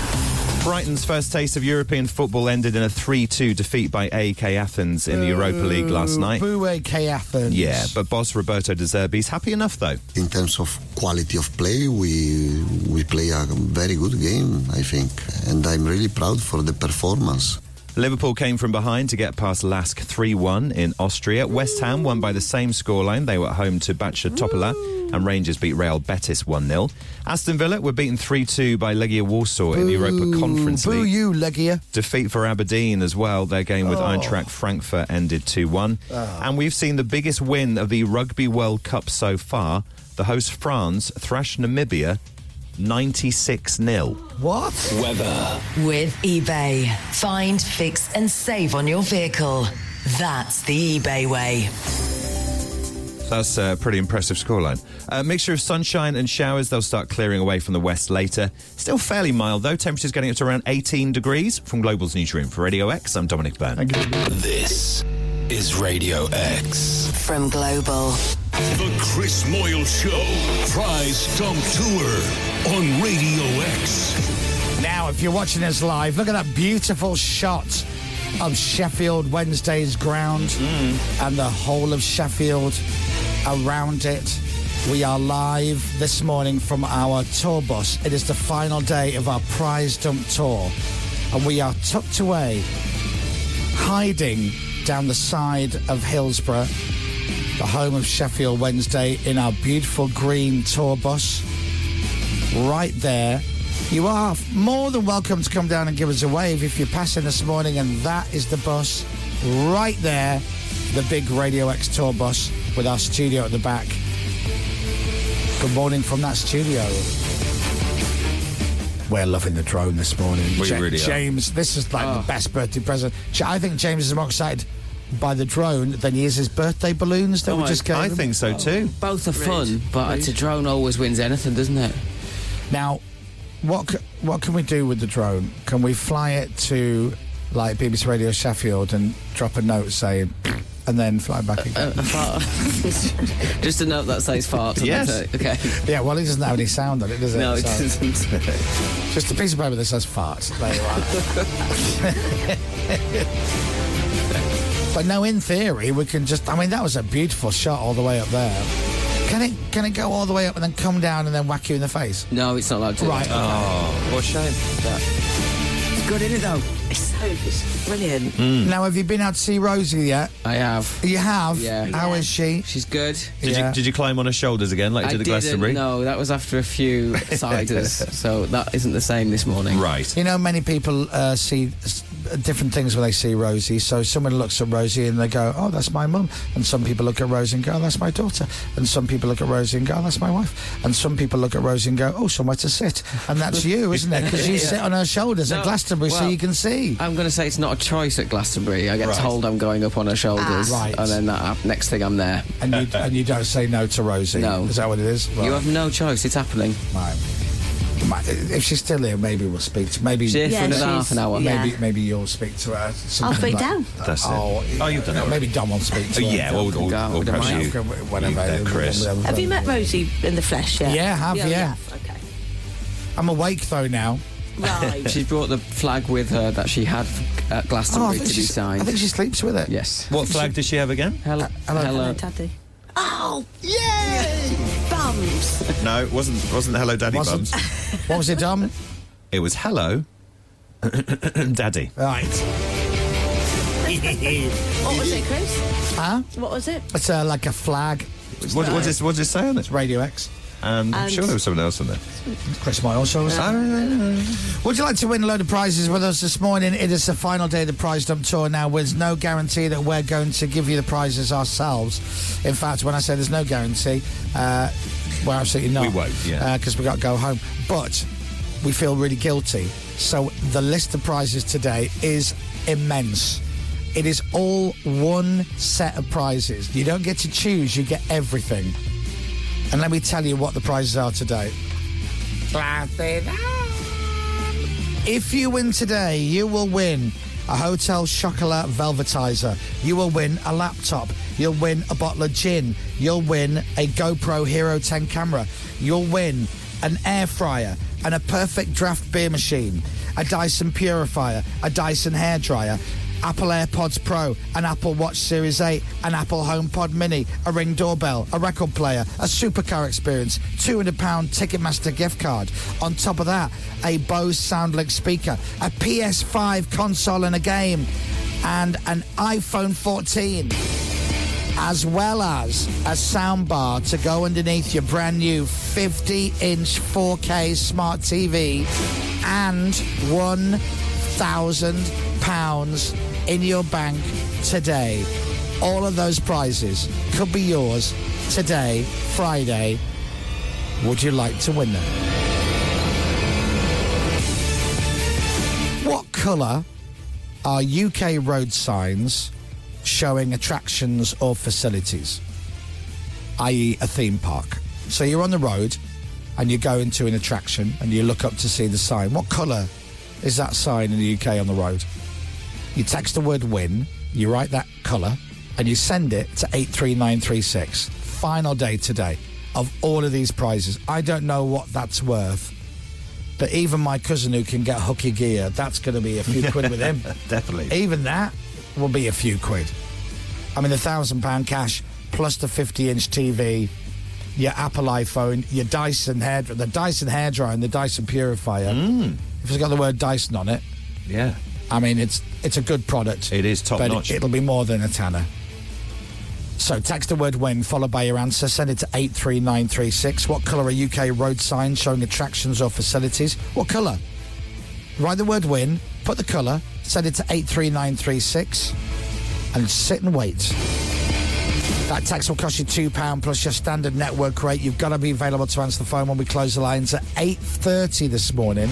S9: Brighton's first taste of European football ended in a 3 2 defeat by AEK Athens in the Europa League last night.
S7: Boo K. Athens.
S9: Yeah, but boss Roberto De Zerbi's happy enough though.
S12: In terms of quality of play, we we play a very good game, I think, and I'm really proud for the performance.
S9: Liverpool came from behind to get past Lask 3 1 in Austria. West Ham won by the same scoreline. They were at home to Bacha Topola. and Rangers beat Real Betis 1 0. Aston Villa were beaten 3 2 by Legia Warsaw in the Europa Conference
S7: Boo
S9: League.
S7: you, Legia.
S9: Defeat for Aberdeen as well. Their game with
S7: Oh. Ah.
S9: Eintracht Frankfurt ended 2 1. And we've seen the biggest win of the Rugby World Cup so far. The host France thrashed Namibia 96 0.
S7: What?
S9: Weather.
S2: With eBay. Find, fix, and save on your vehicle. That's the eBay way.
S9: That's a pretty impressive scoreline. A mixture of sunshine and showers. They'll start clearing away from the west later. Still fairly mild, though. Temperatures getting up to around 18 degrees. From Global's newsroom for Radio X, I'm Dominic Byrne.
S6: This is Radio X.
S2: From Global.
S1: The Chris Moyle Show Prize Dump Tour on Radio X.
S7: Now, if you're watching us live, look at that beautiful shot of Sheffield Wednesday's ground
S9: Mm.
S7: and the whole of Sheffield around it. We are live this morning from our tour bus. It is the final day of our prize dump tour, and we are tucked away, hiding down the side of Hillsborough, the home of Sheffield Wednesday, in our beautiful green tour bus right there. You are more than welcome to come down and give us a wave if you're passing this morning, and that is the bus right there, the big Radio X tour bus with our studio at the back. Good morning from that studio. We're loving the drone this morning.
S9: We
S7: Ja-
S9: really are. Ah.
S7: James, this is like the best birthday present. Ja- I think James is more excited by the drone than he is his birthday balloons
S9: Oh,
S7: that we just gave him.
S10: Both are fun,
S7: Rude.
S10: but
S7: Rude.
S10: a drone always wins anything, doesn't it?
S7: Now, what c- what can we do with the drone? Can we fly it to like BBC Radio Sheffield and drop a note saying, and then fly back again?
S10: Just a note that says fart. Uh, on
S7: Yes.
S10: it. Okay.
S7: yeah, well, it doesn't have any sound on it, does it?
S10: No, it doesn't.
S7: Just a piece of paper that says fart. There you are. but no, in theory, we can just. I mean, that was a beautiful shot all the way up there. Can it can it go all the way up and then come down and then whack you in the face?
S10: No, it's not allowed to.
S7: Right,
S9: Oh, what a shame.
S7: It's good in it though.
S4: It's so it's brilliant.
S7: Now, have you been out to see Rosie yet?
S10: Mm. I have.
S7: You have?
S10: Yeah.
S7: How is she?
S10: She's good.
S9: Did, you, did you climb on her shoulders again, like you did at
S10: I
S9: Glastonbury?
S10: didn't. No, that was after a few ciders, so that isn't the same this morning.
S9: Right.
S7: You know, many people uh, see s- different things when they see Rosie. So someone looks at Rosie and they go, "Oh, that's my mum," and some people look at Rosie and go, oh, "That's my daughter," and some people look at Rosie and go, oh, "That's my wife," and some people look at Rosie and go, "Oh, somewhere to sit," and that's you, isn't it? Because you
S10: Yeah.
S7: sit on her shoulders
S10: No,
S7: at Glastonbury, so
S10: well-
S7: you can see.
S10: I'm going to say it's not a choice at Glastonbury. I get
S7: Right.
S10: told I'm going up on her shoulders,
S7: Ah. Right.
S10: and then that hap- next thing I'm there.
S7: And you, and you don't say no to Rosie.
S10: No.
S7: is that what it is?
S10: You
S7: Right.
S10: have no choice. It's happening.
S7: Right. Might- If she's still here, maybe we'll speak to maybe
S10: She's here for Yeah, another half an she's- hour.
S7: Maybe
S10: yeah.
S7: maybe you'll speak to her. something
S4: speak
S7: like-
S4: down.
S9: That's it.
S7: oh,
S9: Oh, you've done it.
S7: Maybe Dom will speak
S9: Oh,
S7: to her.
S9: yeah,
S7: Dom
S9: or-
S7: can
S9: or-
S7: go.
S9: or perhaps
S7: Dom
S9: you-
S7: can- whatever.
S9: you there, Chris.
S4: Have you met Rosie in the flesh yet?
S7: Yeah, have,
S4: you
S7: yeah.
S4: have? Okay.
S7: I'm awake though now.
S4: Right.
S10: She's brought the flag with her that she had at
S7: Oh, I
S10: Glastonbury
S7: think
S10: to be
S7: she's-
S10: signed.
S7: I think she sleeps with it.
S10: Yes.
S9: What flag does she have again?
S10: Hello.
S7: hello.
S10: Hello.
S4: Daddy. Oh, yay! Bums.
S9: No, it wasn't, wasn't Hello Daddy
S7: Wasn't.
S9: Bums.
S7: What was it, Dom?
S9: It was Hello Daddy.
S7: Right.
S4: what was it, Chris?
S7: Huh?
S4: What was it?
S7: It's uh, like a flag.
S9: What, what, does, what does it say on it? It's
S7: Radio X.
S9: And I'm
S7: And-
S9: sure there was someone else on there.
S7: Chris Moyle show us. Would you like to win a load of prizes with us this morning? It is the final day of the prize dump tour now. There's no guarantee that we're going to give you the prizes ourselves. In fact, when I say there's no guarantee, uh, we're absolutely not.
S9: We won't, yeah.
S7: Because we've got to go home. But we feel really guilty. So the list of prizes today is immense. It is all one set of prizes. You don't get to choose, you get everything. And let me tell you what the prizes are today. If you win today, you will win a hotel chocolate velvetizer. You will win a laptop. You'll win a bottle of gin. You'll win a GoPro Hero 10 camera. You'll win an air fryer and a perfect draft beer machine, a Dyson purifier, a Dyson hairdryer, Apple AirPods Pro, an Apple Watch Series 8, an Apple HomePod Mini, a Ring doorbell, a record player, a supercar experience, £200 Ticketmaster gift card. On top of that, a Bose SoundLink speaker, a PS5 console and a game, and an iPhone 14. as well as a soundbar to go underneath your brand new 50 inch 4K smart TV and £1,000 in your bank today. All of those prizes could be yours today, Friday. Would you like to win them? What colour are UK road signs showing attractions or facilities, i.e., a theme park? So you're on the road and you go into an attraction and you look up to see the sign. What colour is that sign in the UK on the road? You text the word win, you write that colour, and you send it to 83936. Final day today of all of these prizes. I don't know what that's worth. But even my cousin who can get hooky gear, that's going to be a few quid with him.
S9: Definitely.
S7: Even that will be a few quid. I mean, the thousand pound cash plus the 50 inch TV, your Apple iPhone, your Dyson hair, the Dyson hairdryer and the Dyson purifier. If it's got the word Dyson on it,
S9: Hmm. Yeah.
S7: I mean, it's it's a good product.
S9: It is top
S7: but
S9: notch.
S7: It, will be more than a tanner. So text the word when followed by your answer. Send it to 83936. What colour are UK road signs showing attractions or facilities? What colour? Write the word win, put the colour, send it to 83936, and sit and wait. That text will cost you £2 plus your standard network rate. You've got to be available to answer the phone when we close the lines at 8.30 this morning.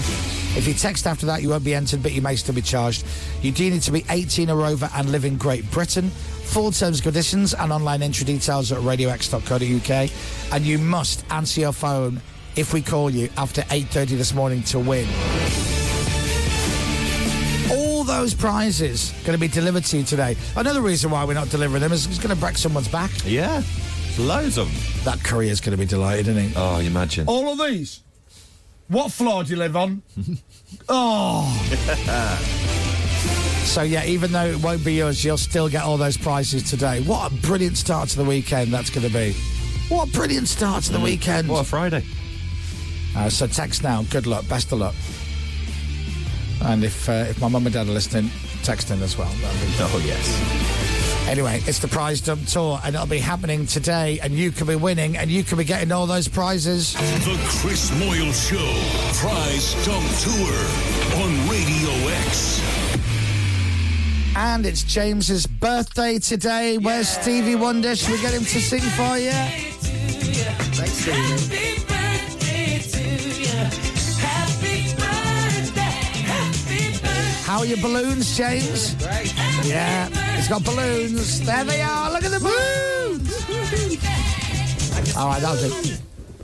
S7: If you text after that, you won't be entered, but you may still be charged. You do need to be 18 or over and live in Great Britain. Full terms, conditions, and online entry details at radiox.co.uk. And you must answer your phone if we call you after 8.30 this morning to win. All those prizes going to be delivered to you today. Another reason why we're not delivering them is it's going to break someone's back.
S9: Yeah. Loads of them.
S7: That courier's going to be delighted, isn't he?
S9: Oh, you imagine.
S7: All of these. What floor do you live on?
S9: Ah.
S7: oh. so, yeah, even though it won't be yours, you'll still get all those prizes today. What a brilliant start to the weekend that's going to be. What a brilliant start to the weekend. What a
S9: Mm. Friday.
S7: Uh, so, text now. Good luck. Best of luck. And if, uh, if my mum and dad are listening, text in as well. That'll be-
S9: Oh, yes.
S7: Anyway, it's the prize dump tour, and it'll be happening today. And you could be winning, and you could be getting all those prizes.
S1: The Chris Moyle Show Prize Dump Tour on Radio X.
S7: And it's James's birthday today. Where's Stevie Wonder? Should we get him to sing for you? How are your balloons, James? Yeah, it's got balloons. There they are. Look at the balloons. All right, that'll do.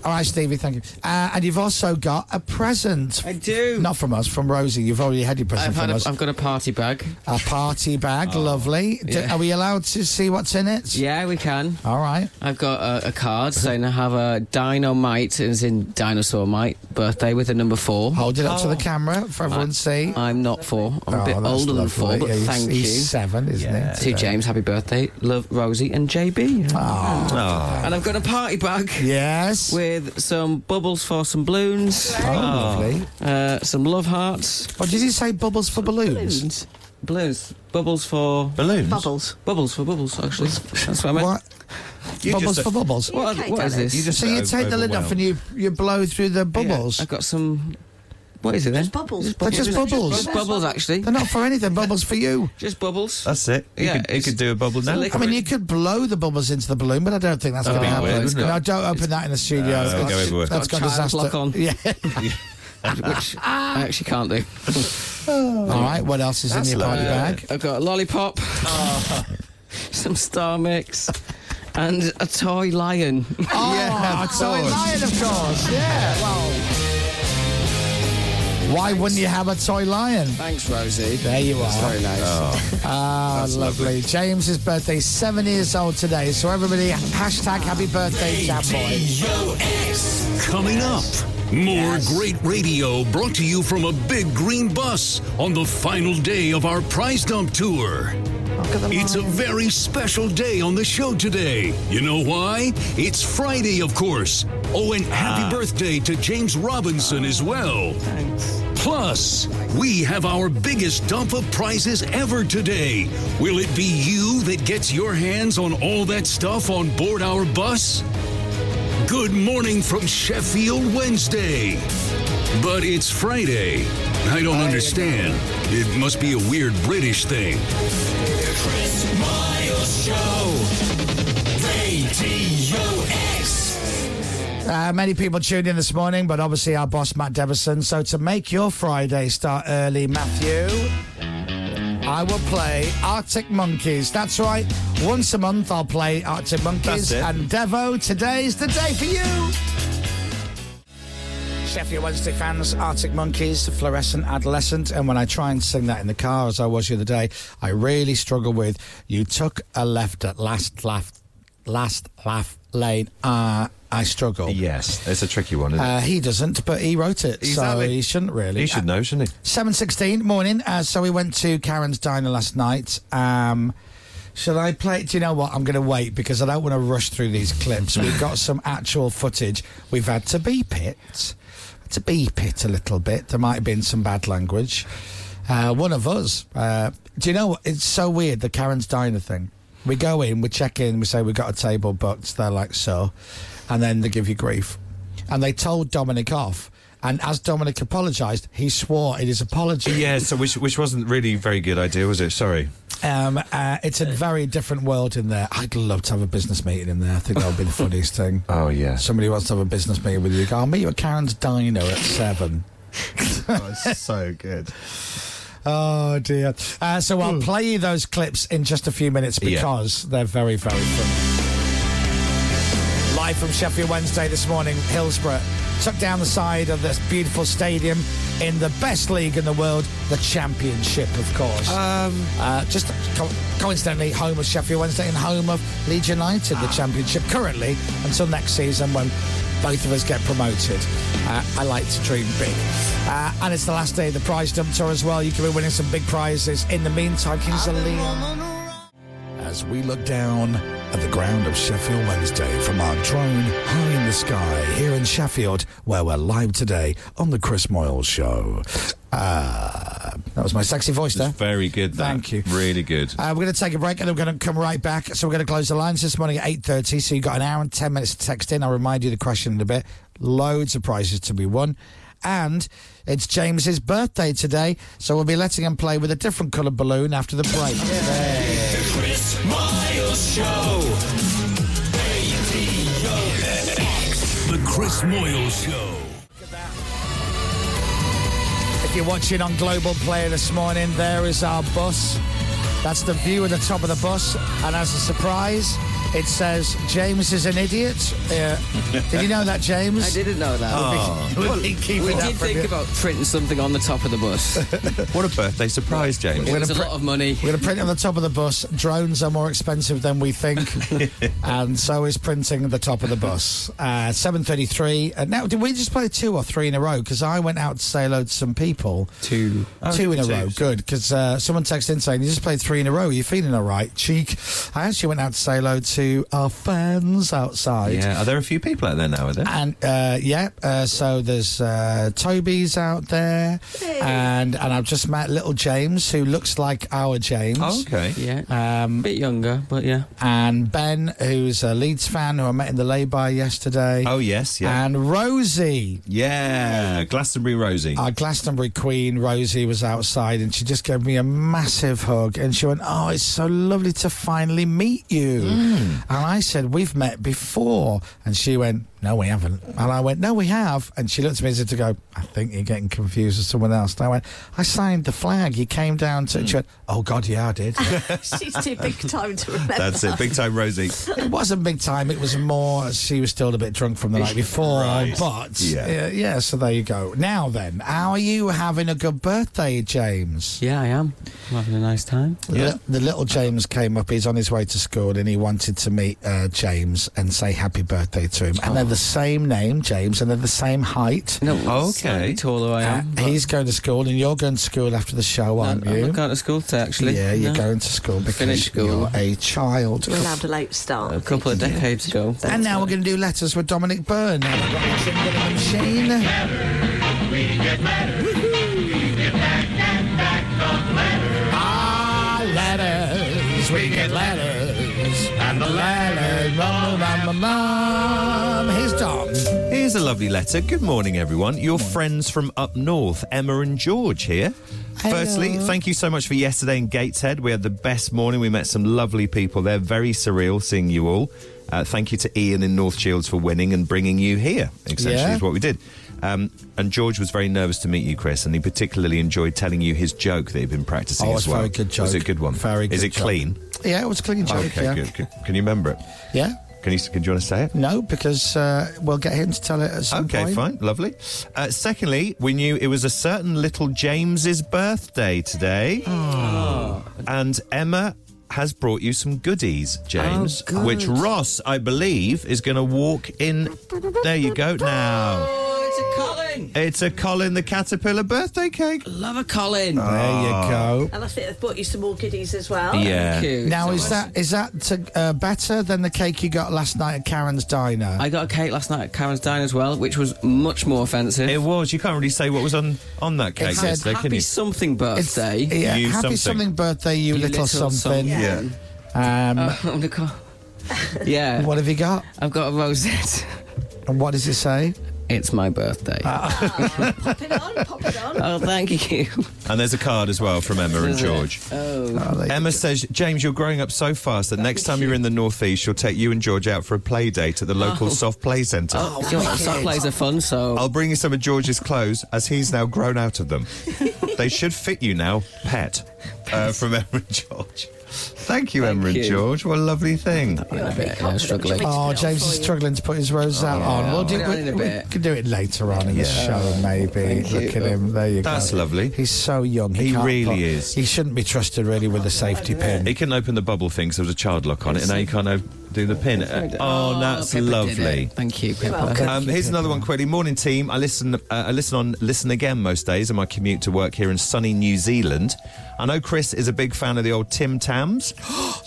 S7: All right, Stevie, thank you. Uh, and you've also got a present. I do. Not from us, from Rosie. You've already had your present
S10: I've,
S7: from
S10: had a,
S7: us.
S10: I've got a party bag. Oh.
S7: A party bag, lovely. Do-
S10: yeah.
S7: Are we allowed to see what's in it?
S10: Yeah, we can.
S7: All right.
S10: I've got a, a card saying I have a Dynamite, as in Dinosaur Mite, birthday with a number four.
S7: Hold it up
S10: Oh.
S7: to the camera for everyone to see.
S10: I'm not four. I'm a
S7: Oh,
S10: bit
S7: that's
S10: older than
S7: lovely.
S10: four, but
S7: Yeah, he's-
S10: thank
S7: he's
S10: you.
S7: seven, isn't he,
S10: To
S7: today?
S10: James, happy birthday. Love Rosie and JB. And I've got a party bag.
S7: Yes.
S10: With some bubbles for some balloons. Oh,
S7: lovely.
S10: Uh, some love hearts.
S7: Or did you say bubbles for balloons?
S10: Balloons. Balloons. Bubbles for.
S9: Balloons?
S10: Bubbles. Bubbles for bubbles, actually. That's what I meant.
S7: What? bubbles for bubbles.
S10: Uh, What, what is this?
S7: so you take the lid off and you you blow through the bubbles.
S10: I've got some. What is it then? Just bubbles.
S7: They're just bubbles.
S10: Just bubbles, actually.
S7: They're not for anything. Bubbles for you.
S10: Just bubbles.
S9: That's it. You,
S10: Yeah,
S9: could, you
S10: it's-
S9: could do a bubble
S10: it's
S9: now.
S10: a
S7: I mean, you could blow the bubbles into the balloon, but I don't think that's
S9: That'd
S7: going to
S9: be
S7: happen.
S9: weird, wouldn't it?
S7: No, don't open that in the studio.
S9: No, it'll go
S7: that's
S9: everywhere.
S7: that's
S10: Got
S7: got
S10: a child
S7: disaster.
S10: lock on.
S7: Yeah.
S10: Which I actually can't do.
S7: All right. What else is in your party bag?
S10: I've got a lollipop, some star mix, and a toy lion.
S7: Oh, so a lion, of course. Yeah. Why wouldn't you have a toy lion?
S10: Thanks, Rosie.
S7: There you
S10: That's
S7: are.
S10: very nice.
S7: Ah,
S10: That's
S7: lovely.
S10: lovely.
S7: James's birthday, seven years old today. So everybody, hashtag happy birthday, Jamboy.
S1: Coming up, more great radio brought to you from a big green bus on the final day of our prize dump tour. It's a very special day on the show today. You know why? It's Friday, of course. Oh, and happy birthday to James Robinson as well. Thanks. Plus, we have our biggest dump of prizes ever today. Will it be you that gets your hands on all that stuff on board our bus? Good morning from Sheffield Wednesday. But it's Friday. I don't understand. It must be a weird British thing.
S3: Chris Miles Show. Radio X.
S7: Uh, many people tuned in this morning, but obviously our boss, Matt Devison. So to make your Friday start early, Matthew, I will play Arctic Monkeys. That's right. Once a month, I'll play Arctic Monkeys.
S3: That's it.
S7: And Devo, today's the day for you. Sheffield Wednesday fans, Arctic Monkeys, Fluorescent Adolescent. And when I try and sing that in the car, as I was the other day, I really struggle with You Took a Left at Last Laugh, Last Laugh Lane. Ah, I struggle.
S9: Yes, it's a tricky one, isn't
S7: Uh,
S9: it?
S7: he doesn't, but he wrote it, so he shouldn't really.
S9: He should know, shouldn't he?
S7: Seven sixteen morning. Uh, so we went to Karen's diner last night. Um, should I play? Do you know what? I'm going to wait because I don't want to rush through these clips. We've got some actual footage. We've had to beep it, to beep it a little bit. There might have been some bad language. Uh, one of us. Uh, do you know what? It's so weird the Karen's diner thing. We go in, we check in, we say we've got a table booked. They're like so, and then they give you grief and they told Dominic off. And as Dominic apologised, he swore in his apology.
S9: Yeah, so which which wasn't really a very good idea, was it? Sorry.
S7: Um, uh, it's a very different world in there. I'd love to have a business meeting in there. I think that would be the funniest thing.
S9: Oh yeah.
S7: Somebody wants to have a business meeting with you. Go, I'll meet you at Karen's Diner at seven.
S8: so good.
S7: Oh dear. Uh, so I'll play you those clips in just a few minutes
S9: Yeah.
S7: because they're very, very funny. Live from Sheffield Wednesday this morning, Hillsborough took down the side of this beautiful stadium in the best league in the world, the Championship, of course. Um, uh, just co- coincidentally, home of Sheffield Wednesday and home of Leeds United, the Championship currently until next season when both of us get promoted. Uh, I like to dream big. Uh, and it's the last day of the prize dump tour as well. You could be winning some big prizes. In the meantime, Kings of Leon.
S13: As we look down at the ground of Sheffield Wednesday from our drone high in the sky here in Sheffield, where we're live today on The Chris Moyle Show.
S7: Uh, that was my sexy voice there.
S9: Very good. That. Thank you. Really good.
S7: Uh, we're going to take a break and then we're going to come right back. So we're going to close the lines this morning at 8.30. So you've got an hour and 10 minutes to text in. I'll remind you of the question in a bit. Loads of prizes to be won. And it's James's birthday today. So we'll be letting him play with a different coloured balloon after the break.
S3: The Chris Miles Show. Radio X.
S1: The Chris Moyle Show.
S7: If you're watching on Global Player this morning, there is our bus. That's the view of the top of the bus. And as a surprise, it says, James is an idiot. Uh, did you know that, James?
S10: I didn't know that.
S7: Oh.
S10: We-
S7: Well,
S10: we
S7: keep
S10: we
S7: it up
S10: did
S7: from
S10: think
S7: you.
S10: about printing something on the top of the bus.
S9: what a birthday surprise, James.
S10: It was a lot of money.
S7: We're going to print on the top of the bus. Drones are more expensive than we think, and so is printing the top of the bus. Uh, Seven thirty-three. And now, did we just play two or three in a row? Because I went out to say hello to some people.
S10: Two,
S7: two in a row. Good, because uh, someone texted in saying you just played three in a row. Are you feeling all right, cheek? I actually went out to say hello to our fans outside.
S9: Yeah. Are there a few people out there now? Are there?
S7: And uh, yeah, uh, so there's uh, Toby's out there, and and I've just met little James, who looks like our James.
S10: Oh, okay. Yeah.
S7: um,
S10: bit younger, but yeah.
S7: And Ben, who's a Leeds fan, who I met in the lay-by yesterday.
S9: Oh yes, yeah.
S7: And Rosie,
S9: yeah, Glastonbury Rosie.
S7: our Glastonbury Queen, Rosie was outside, and she just gave me a massive hug, and she went, "Oh, it's so lovely to finally meet you." And I said, "We've met before," and she went, "No, we haven't." And I went, "No, we have." And she looked at me as if to go, "I think you're getting confused with someone else." And I went, "I signed the flag. You came down to." and She went, "Oh God, yeah, I did."
S4: She's too big time to remember.
S9: That's it. Big time Rosie.
S7: it wasn't big time. It was more she was still a bit drunk from the night before.
S9: Right.
S7: But
S9: Yeah.
S7: yeah. yeah, so there you go. Now then, how are you having a good birthday, James?
S10: Yeah, I am. I'm having a nice time.
S7: Yeah. The little James came up. He's on his way to school, and he wanted to meet uh, James and say happy birthday to him. And they're the same name, James, and they're the same height.
S10: Oh. No, okay. Slightly taller I am.
S7: Uh, he's going to school, and you're going to school after the show, aren't
S10: I'm
S7: you?
S10: not going to school today, actually.
S7: Yeah, you're
S10: No.
S7: going to school because
S10: Finish school.
S7: you're a child.
S4: We're allowed a late start.
S10: A couple of decades ago.
S7: And now we're going to do letters with Dominic Byrne. Now we've got the Jim Gilligan machine.
S3: We get mad. Woohoo!
S13: we get letters, and the letters roll round my mum. Here's Dom.
S9: Here's a lovely letter. Good morning, everyone. Your friends from up north, Emma and George here. Firstly, thank you so much for yesterday in Gateshead. We had the best morning. We met some lovely people there. Very surreal seeing you all. Uh, thank you to Ian in North Shields for winning and bringing you here. Essentially,
S7: Yeah.
S9: is what we did. Um, and George was very nervous to meet you, Chris, and he particularly enjoyed telling you his joke that he'd been practicing
S7: Oh,
S9: as
S7: it's
S9: well.
S7: very good
S9: Was it a
S7: joke.
S9: good one?
S7: Very
S9: Is
S7: good
S9: it
S7: joke.
S9: clean?
S7: Yeah, it was a clean joke.
S9: okay,
S7: yeah.
S9: good, good. Can you remember it?
S7: Yeah.
S9: Can you? Can do you want to say it?
S7: No, because uh, we'll get him to tell it at some
S9: Okay,
S7: point.
S9: fine, lovely. Uh, secondly, we knew it was a certain little James's birthday today,
S10: Oh.
S9: and Emma has brought you some goodies, James,
S10: Oh,
S3: good.
S9: which Ross, I believe, is going to walk in. There you go now.
S10: Oh, it's a Colin.
S9: It's a Colin the Caterpillar birthday cake.
S10: Love a Colin.
S9: Oh.
S4: And I think they've bought you some more goodies as well.
S9: Yeah.
S7: Now is that is that to, uh, better than the cake you got last night at Karen's diner?
S10: I got a cake last night at Karen's Dine as well, which was much more offensive. It
S9: was. You can't really say what was on on that
S10: it
S9: cake
S10: said,
S9: yesterday, can
S10: happy
S9: you?
S10: something birthday.
S7: yeah, happy something. birthday, you,
S10: You
S7: little,
S10: little
S7: something.
S10: something. Yeah.
S7: Um,
S10: Oh, Nicole. yeah.
S7: What have you got?
S10: I've got a rosette.
S7: And what does it say? Ah.
S10: It's my birthday. oh, thank you.
S9: And there's a card as well from Emma and
S10: Is it?
S9: George.
S10: Oh.
S9: Emma says, James, you're growing up so fast that next time you're in the Northeast, she'll take you and George out for a play date at the local
S10: Oh.
S9: soft play centre.
S10: Oh, you know, soft plays are fun, so.
S9: I'll bring you some of George's clothes as he's now grown out of them. they should fit you now, pet, uh, from Emma and George. Thank you, Emma and
S7: you.
S9: George. What a lovely thing. struggling.
S7: Oh, James is struggling to put his rose out on. We'll do
S9: we'll do it in a
S7: we, we
S9: bit.
S7: can do it later on in the
S9: Yeah.
S7: show, maybe.
S9: Thank you.
S7: Look at him. There you go.
S9: That's lovely.
S7: He's so young. He,
S9: He
S7: can't
S9: really
S7: put-
S9: is.
S7: He shouldn't be trusted really with a safety pin.
S9: He can open the bubble thing, so there's a child lock on it, and now you can't o- do the pin. Uh, Oh, that's
S10: Pippa did
S9: lovely.
S10: it. Thank you, Pippa.
S9: Um, here's another one quickly. Morning team. I listen. Uh, I listen on listen again most days on my commute to work here in sunny New Zealand. I know Chris is a big fan of the old Tim Tams,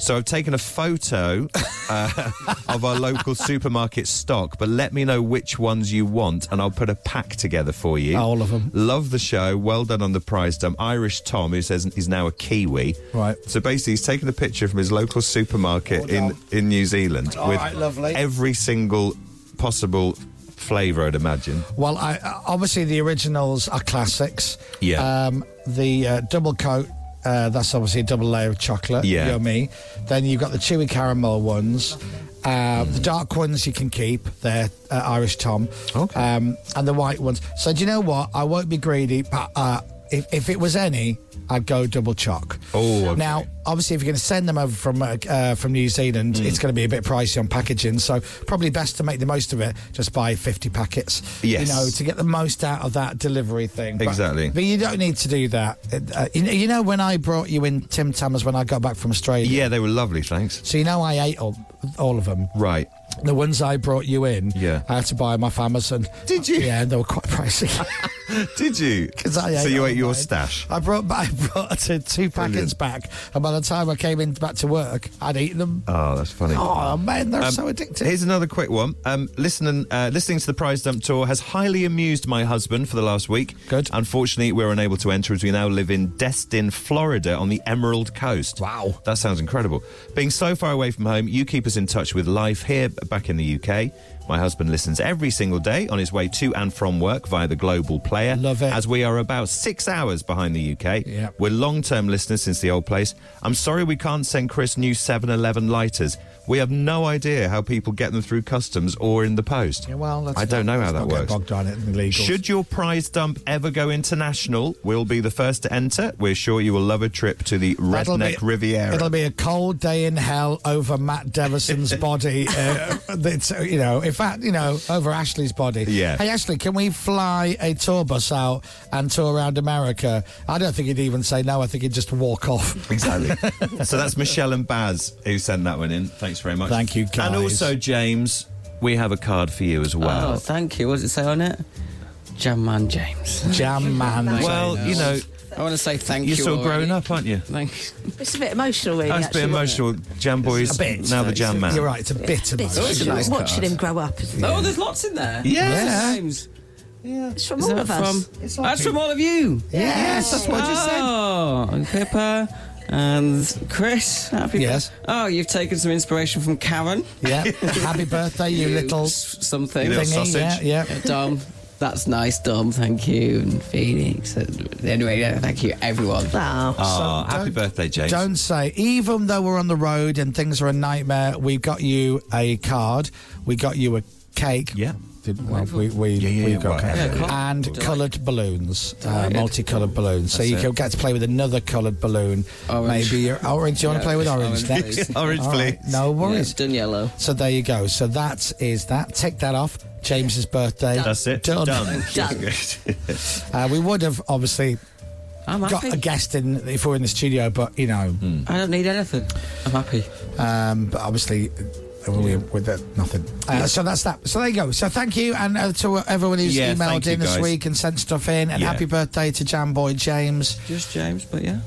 S9: so I've taken a photo uh, of our local supermarket stock. But let me know which ones you want, and I'll put a pack together for you.
S7: All of 'em.
S9: Love the show. Well done on the prize dump. Irish Tom, who says he's now a Kiwi.
S7: Right.
S9: So basically, he's taken a picture from his local supermarket in in New Zealand
S7: All
S9: with
S7: right, lovely.
S9: every single possible flavour, I'd imagine.
S7: Well, I, I- obviously the originals are classics.
S9: Yeah.
S7: Um, the uh, double coat. Uh, that's obviously a double layer of chocolate.
S9: Yeah.
S7: Yummy. Then you've got the chewy caramel ones. Uh,
S9: Hmm.
S7: The dark ones you can keep. They're uh, Irish Tom. Okay. Um, and the white ones. So do you know what? I won't be greedy, but uh, if, if it was any, I'd go double choc.
S9: Oh, okay.
S7: Now, obviously, if you're going to send them over from uh, uh, from New Zealand,
S9: Hmm.
S7: it's going to be a bit pricey on packaging. So probably best to make the most of it. Just buy 50 packets.
S9: Yes.
S7: You know, to get the most out of that delivery thing. But-
S9: Exactly.
S7: But, you don't need to do that. It- Uh, you, you know, when I brought you in Tim Tams when I got back from Australia.
S9: Yeah, they were lovely, thanks.
S7: So you know, I ate all, all of them.
S9: Right.
S7: The ones I brought you in,
S9: Yeah.
S7: I had to buy them off Amazon. Did you? Yeah, and they were quite pricey.
S9: Did you?
S7: 'Cause I
S9: so
S7: ate
S9: you
S7: all
S9: ate your
S7: mine.
S9: stash.
S7: I brought I brought two, two packets back, and by the time I came in back to work, I'd eaten them.
S9: Oh, that's funny.
S7: Oh man, they're
S9: Um,
S7: so addictive.
S9: Here's another quick one. Um, listening, uh, listening to the prize dump tour has highly amused my husband for the last week. Good. Unfortunately, we are unable to enter as we now live in Destin, Florida, on the Emerald Coast. Wow, that sounds incredible. Being so far away from home, you keep us in touch with life here back in the UK. My husband listens every single day on his way to and from work via the Global Player. Love it. As we are about six hours behind the UK.
S7: Yeah.
S9: We're long term listeners since the old place. I'm sorry we can't send Chris new 7 Eleven lighters. We have no idea how people get them through customs or in the post.
S7: Yeah, well, let's
S9: I don't
S7: not-
S9: know
S7: let's
S9: how that
S7: not get
S9: works.
S7: bogged down in the legals.
S9: Should your prize dump ever go international, we'll be the first to enter. We're sure you will love a trip to the
S7: That'll
S9: Redneck
S7: be-
S9: Riviera.
S7: It'll be a cold day in hell over Matt Devison's body. Uh, that's, uh, you know, in fact, you know, over Ashley's body.
S9: Yeah.
S7: Hey, Ashley, can we fly a tour bus out and tour around America? I don't think he'd even say no. I think he'd just walk off.
S9: Exactly. so that's Michelle and Baz who sent that one in. Thanks very much.
S7: Thank you,
S9: And
S7: guys.
S9: also, James, we have a card for you as well.
S10: Oh, thank you. What does it say on it? Jam Man James.
S7: Jam Man
S9: Well, you know,
S10: I want to say thank
S9: you're
S10: you.
S9: still growing
S10: already.
S9: up, aren't you?
S10: Thanks.
S4: It's a bit emotional, really.
S9: That's a bit
S4: actually, wasn't
S9: emotional. Jam Boy's
S4: A bit.
S9: now the Jam Man.
S7: You're right. It's a bit
S4: it? Bit
S7: emotional.
S4: emotional. Watching him grow up. isn't it?
S10: Oh, there's lots in there.
S7: Yeah.
S10: Lots of names.
S4: It's from
S10: Is
S4: all
S10: that
S4: of us.
S10: from- That's from all of you.
S4: Yes,
S10: that's what I just said. Oh, and Pippa
S14: And Chris, happy
S7: Yes.
S14: bir- Oh, you've taken some inspiration from Karen.
S7: Yeah. happy birthday, you little
S14: s- something.
S7: You little thingy, sausage. yeah, yeah.
S14: Dom, that's nice, Dom. Thank you, and Phoenix. and- Anyway, yeah, thank you, everyone.
S9: Oh, happy
S7: don't-
S9: birthday, James.
S7: Don't say, even though we're on the road and things are a nightmare, we got you a card, we got you a cake. Yeah. Did, well, we we, we got
S9: well, yeah,
S7: cake.
S9: cool.
S7: and coloured balloons, uh, multicoloured balloons. so
S9: That's
S7: you
S9: it.
S7: can get to play with another coloured balloon.
S9: Orange.
S7: Maybe your orange. Do you want to
S9: Yeah,
S7: play with
S9: orange,
S7: orange,
S9: please.
S7: next?
S9: Orange,
S7: All right,
S9: please.
S7: No worries.
S14: Yeah, done yellow.
S7: So there you go. So that is that. Tick that off. James's birthday.
S9: That's it.
S7: Done.
S9: Done.
S7: Uh, we would have obviously
S14: I'm
S7: got
S14: happy.
S7: a guest in if we were in the studio, but you know,
S14: I don't need anything. I'm happy.
S7: Um, but obviously, uh, we, with that, nothing. Uh,
S14: Yeah.
S7: So that's that. So there you go. So thank you, and uh, to everyone who's
S14: Yeah,
S7: emailed
S14: thank you,
S7: in this
S14: guys.
S7: week and sent stuff in, and
S14: Yeah.
S7: happy birthday to Jamboy James.
S14: Just James, but yeah.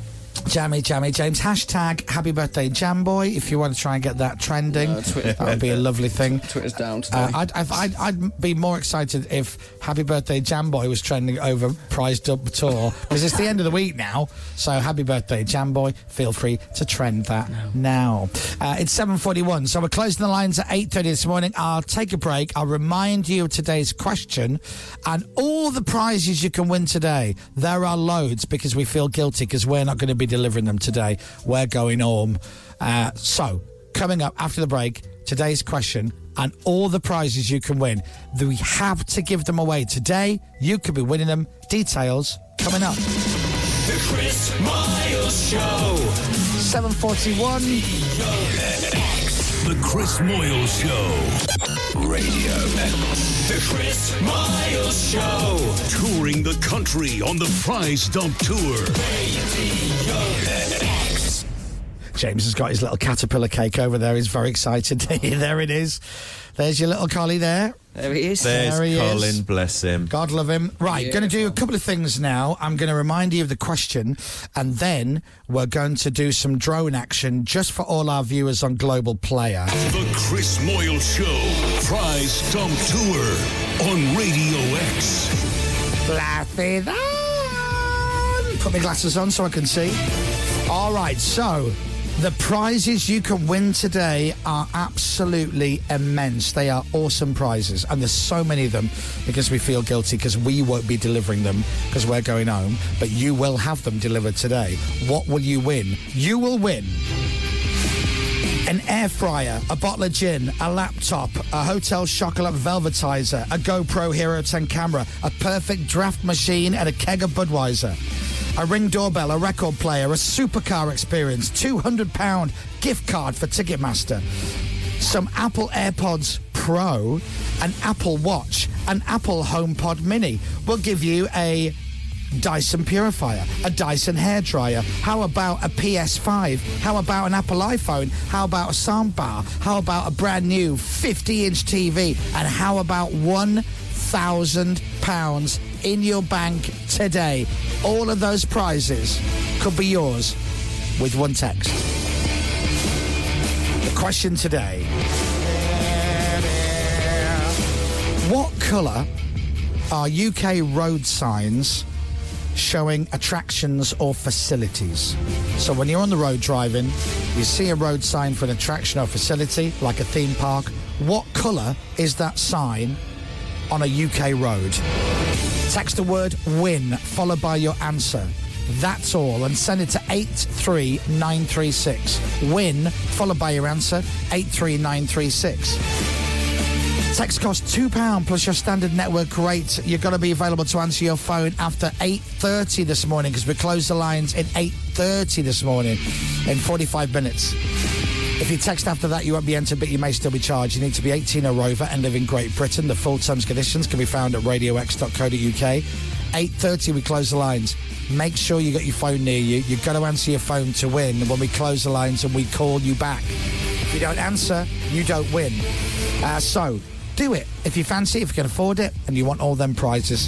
S7: Jammy, Jammy, James. Hashtag happy birthday, Jamboy. If you want to try and get that trending,
S14: No, Twitter-
S7: that would be a lovely thing.
S14: Twitter's down today.
S7: Uh, I'd, I'd, I'd, I'd be more excited if Happy Birthday Jamboy was trending over Prized Up Tour because it's the end of the week now. So Happy Birthday Jamboy, feel free to trend that now. Uh, it's 7:41, so we're closing the lines at 8:30 this morning. I'll take a break. I'll remind you of today's question and all the prizes you can win today. There are loads because we feel guilty because we're not going to be delivering them today. We're going home. Uh, so coming up after the break, today's question and all the prizes you can win. Th- We have to give them away today. You could be winning them. Details coming up.
S3: The Chris Miles Show.
S7: 741.
S1: The Chris Moyle Show. Radio X.
S3: The Chris Miles Show.
S1: Touring the country on the prize dump tour.
S7: James has got his little caterpillar cake over there. He's very excited. there it is. There's your little collie there.
S14: There he is.
S9: There's
S7: There he
S9: Colin,
S7: is.
S9: bless him.
S7: God love him. Right, going to do a couple of things now. I'm going to remind you of the question, and then we're going to do some drone action just for all our viewers on Global Player.
S1: The Chris Moyle Show. Prize dump tour on Radio X.
S7: Laugh it on. Put my glasses on so I can see. All right, so the prizes you can win today are absolutely immense. They are awesome prizes, and there's so many of them because we feel guilty because we won't be delivering them because we're going home, but you will have them delivered today. What will you win? You will win an air fryer, a bottle of gin, a laptop, a hotel chocolate velvetizer, a GoPro Hero 10 camera, a perfect draft machine, and a keg of Budweiser. A ring doorbell, a record player, a supercar experience, £200 gift card for Ticketmaster, some Apple AirPods Pro, an Apple Watch, an Apple HomePod Mini. We'll give you a Dyson purifier, a Dyson hairdryer. How about a PS5? How about an Apple iPhone? How about a soundbar? How about a brand new 50 inch TV? And how about £1,000 in your bank today? All of those prizes could be yours with one text. The question today What colour are UK road signs showing attractions or facilities? So when you're on the road driving, you see a road sign for an attraction or facility, like a theme park. What colour is that sign on a UK road? Text the word win followed by your answer. That's all, and send it to 83936. Win followed by your answer 83936. Text costs two pound plus your standard network rate. You've got to be available to answer your phone after eight thirty this morning because we close the lines at eight thirty this morning in forty five minutes. If you text after that, you won't be entered, but you may still be charged. You need to be 18 or over and live in Great Britain. The full terms and conditions can be found at radiox.co.uk. 8.30, we close the lines. Make sure you got your phone near you. You've got to answer your phone to win when we close the lines and we call you back. If you don't answer, you don't win. Uh, so, do it. If you fancy, it, if you can afford it, and you want all them prizes.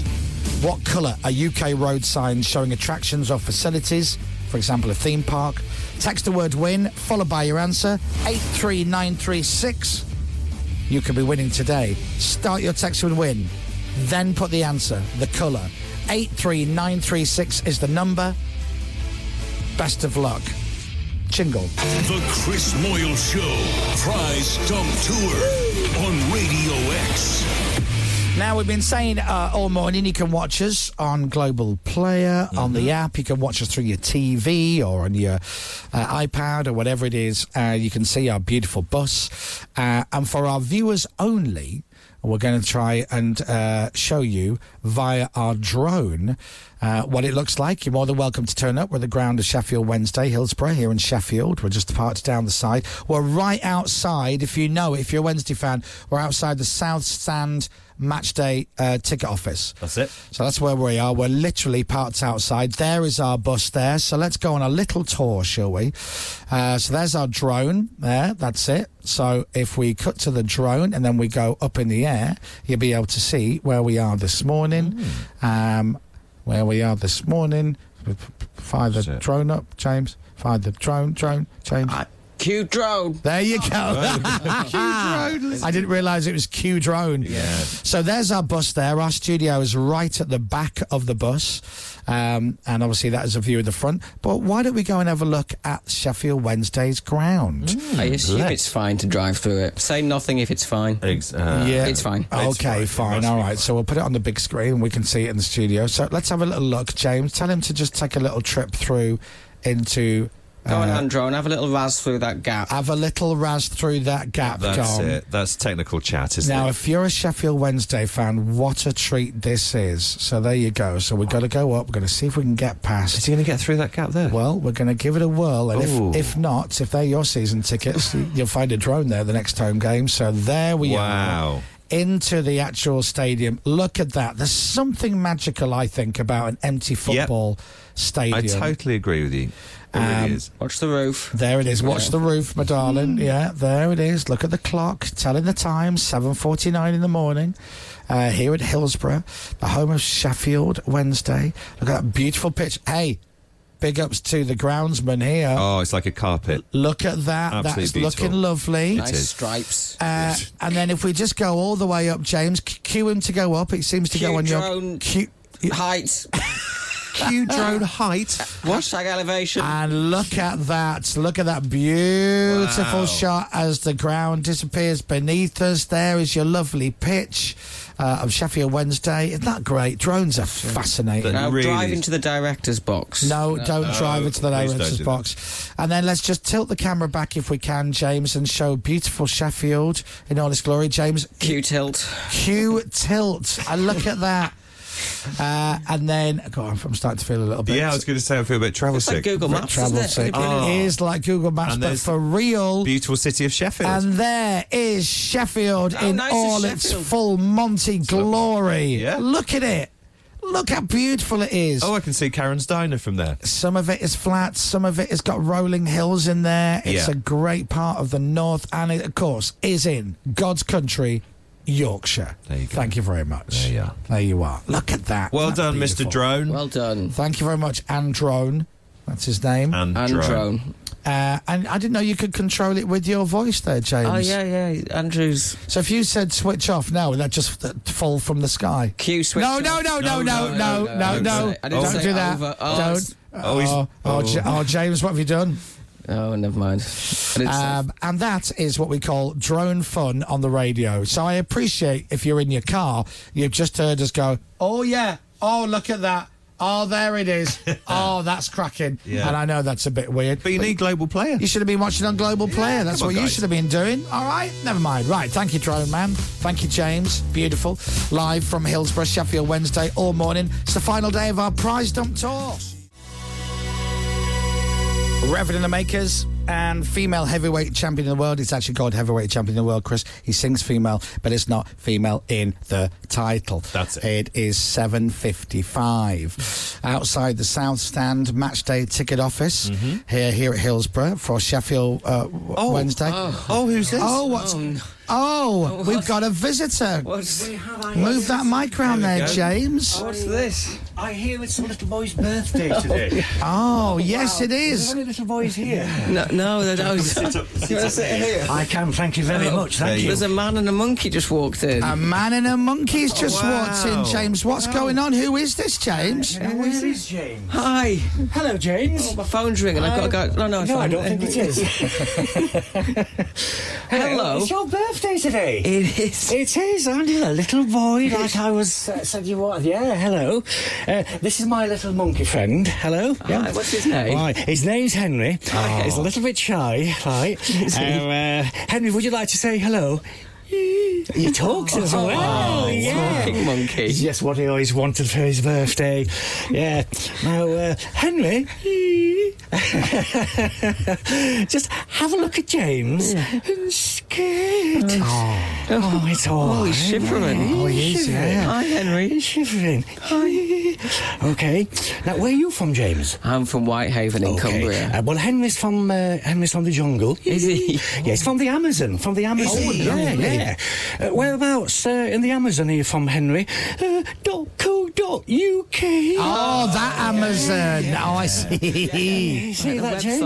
S7: What colour are UK road signs showing attractions or facilities? For example, a theme park. Text the word win, followed by your answer, 83936. You could be winning today. Start your text with win, then put the answer, the colour. 83936 is the number. Best of luck. Chingle.
S1: The Chris Moyle Show Prize Dump Tour on Radio X.
S7: Now, we've been saying uh, all morning you can watch us on Global Player, on the app. You can watch us through your TV or on your uh, iPad or whatever it is. Uh, you can see our beautiful bus. Uh, and for our viewers only, we're going to try and uh, show you via our drone uh, what it looks like. You're more than welcome to turn up. We're at the ground of Sheffield Wednesday, Hillsborough, here in Sheffield. We're just parked down the side. We're right outside, if you know, if you're a Wednesday fan, we're outside the South Stand match day uh, ticket office.
S9: That's it.
S7: So that's where we are. We're literally parked outside. There is our bus there. So let's go on a little tour, shall we? Uh, so there's our drone there. That's it. So if we cut to the drone and then we go up in the air, you'll be able to see where we are this morning.
S9: Mm.
S7: Um, where we are this morning. F- f- Fire the drone up, James. Fire the drone, drone, James.
S14: Q drone.
S7: There you go.
S14: drone.
S7: I didn't realise it was Q drone. Yeah. So there's our bus there. Our studio is right at the back of the bus. Um, and obviously that is a view of the front. But why don't we go and have a look at Sheffield Wednesday's ground?
S10: I assume it's fine to drive through it. Say nothing if it's fine.
S7: yeah.
S10: Mm. It's fine.
S7: Okay, fine. All right. So we'll put it on the big screen and we can see it in the studio. So let's have a little look, James. Tell him to just take a little trip through into.
S10: Go on,
S7: uh,
S10: Andro, and have a little razz through that gap.
S7: Have a little razz through that gap,
S9: That's
S7: Dom.
S9: it. That's technical chat, isn't
S7: Now,
S9: it?
S7: if you're a Sheffield Wednesday fan, what a treat this is. So there you go. So we've got to go up. We're going to see if we can get past. Is he
S9: going to get through that gap there?
S7: Well, we're going to give it a whirl. And
S9: Ooh.
S7: if, if not, if they're your season tickets, you'll find a drone there the next home game. So there we are.
S9: Wow.
S7: Into the actual stadium. Look at that. There's something magical, I think, about an empty football
S9: I
S7: stadium.
S9: totally agree with you. It really
S7: Um,
S9: is.
S10: Watch the roof.
S7: There it is. Watch
S9: Yeah. Mm.
S7: the roof, my darling. Yeah, there it is. Look at the clock, telling the time, seven forty-nine in the morning. Uh, here at Hillsborough, the home of Sheffield Wednesday. Look at that beautiful pitch. Hey, big ups to the groundsman here.
S9: Oh, it's like a carpet.
S7: Look at that. that
S9: Absolutely
S7: is
S9: beautiful.
S7: looking lovely.
S9: It Nice is.
S10: stripes.
S7: Uh, and then if we just go all the way up, James, c- cue him to go up. It seems to go on your cue,
S10: height.
S7: Q drone height.
S10: Hashtag elevation.
S7: And look at that. Look at that beautiful
S10: Wow.
S7: shot as the ground disappears beneath us. There is your lovely pitch uh, of Sheffield Wednesday. Isn't that great? Drones are fascinating.
S10: now drive into the director's box.
S7: No, don't drive into the
S10: please don't
S7: director's
S10: do that.
S7: box. And then let's just tilt the camera back if we can, James, and show beautiful Sheffield in all its glory. James.
S10: Q tilt.
S7: Q tilt. And look at that. Uh, and then, God, I'm starting to feel a little bit.
S9: Yeah, I was going to say I feel a bit travel sick.
S7: travel sick.
S9: Oh.
S7: It is like Google Maps,
S9: And
S7: but
S9: there's
S7: for real.
S9: Beautiful city of Sheffield.
S7: And there is Sheffield
S9: How
S7: in
S9: nice is
S7: all its
S9: Sheffield?
S7: full Monty glory.
S9: Yeah.
S7: Look at it. Look how beautiful it is.
S9: oh, I can see Karen's diner from there.
S7: Some of it is flat, some of it has got rolling hills in there. It's
S9: Yeah.
S7: a great part of the north, and it, of course, is in God's country, Yorkshire. There you go. Thank you very much. There you are. There you are. Look at that.
S9: Well
S7: That's
S9: done,
S7: beautiful.
S9: Mr. Drone.
S10: Well done.
S7: Thank you very much, Androne. That's his name.
S10: Androne.
S7: Uh, and I didn't know you could control it with your voice there, James.
S10: Oh, yeah, yeah. Andrew's.
S7: So if you said switch off now, would that just uh, fall from the sky?
S10: Q switch
S7: No,
S10: off.
S7: no, no, no, no, no, no, no.
S10: I didn't
S7: Don't
S10: say
S7: do that.
S10: over. Oh,
S7: Don't.
S10: it's-
S7: Oh, oh, Ja- oh, James, what have you done?
S10: Oh, never mind. I didn't say-
S7: Um, and that is what we call drone fun on the radio. So I appreciate if you're in your car, you've just heard us go, oh, yeah, oh, look at that. Oh, there it is. Oh, that's cracking.
S9: Yeah.
S7: And I know that's a bit weird. But
S9: you need Global Player.
S7: You should have been watching on Global Player. That's
S9: come
S7: what
S9: on,
S7: you
S9: guys.
S7: should have been doing. All right, never mind. Right, thank you, Drone Man. Thank you, James. Beautiful. Live from Hillsborough, Sheffield Wednesday, all morning. It's the final day of our prize dump tour. Reverend and the Makers and female heavyweight champion of the world. It's actually called heavyweight champion of the world, Chris. He sings female, but it's not female in the title. That's it. It is 7.55. Outside the South Stand match day ticket office here here at Hillsborough for Sheffield uh, w- Wednesday. Mm-hmm. Oh.
S9: who's this?
S7: Oh, what's... Oh, we've got a visitor.
S10: What's...
S7: Move that mic round there,
S9: go.
S7: James.
S10: Oh, What's this?
S15: I hear it's the little boy's birthday today.
S7: Oh, yes, it
S15: There's
S7: is.
S15: only little boys here.
S10: No, no, they
S15: Do you
S10: don't.
S15: wanna sit up-
S10: You
S15: sit
S10: wanna
S15: up
S10: sit
S15: here?
S10: here?
S15: I can, thank you very much, thank you.
S10: There's a man and a monkey just walked in.
S7: A man and a monkey's
S15: Oh,
S7: just walked in, James. What's going on? Who is this, James?
S15: Who is this, James?
S10: Hi.
S15: Hello, James.
S10: Oh, my phone's ringing. I've got to go. No, no, it's
S15: no, I
S10: fine.
S15: don't think it is.
S10: Hello.
S15: It's your birthday today.
S10: It is.
S15: It is, aren't you? The little boy that I was uh, said you were. Yeah, hello. Uh, this is my little monkey friend. Hello. yeah.
S10: what's his name?
S15: Right. His name's Henry.
S10: Oh.
S15: He's a little bit shy, right?
S10: Is he?
S15: Um, uh, Henry, would you like to say hello? He talks as
S10: Oh,
S15: well. yeah.
S10: talking monkey.
S15: It's just what he always wanted for his birthday. Yeah. Now, uh, Henry, just have a look at James and scared. Oh, it's all.
S10: Oh, he's
S15: right.
S10: shivering.
S15: Oh, he is,
S10: Shivering.
S15: yeah.
S10: Hi, Henry.
S15: He's shivering. Hi. okay. Now, where are you from, James?
S10: I'm from Whitehaven in Cumbria.
S15: Uh, well, Henry's from uh, Henry's from the jungle.
S10: Is he?
S15: Yeah, he's from the Amazon. From the Amazon.
S10: he?
S15: Yeah,
S10: Lovely.
S15: yeah. Oh, Uh, whereabouts uh, in the Amazon are you from, Henry? Uh, dot co dot uk.
S7: Oh, that Amazon. Oh, I see.
S15: See that, James?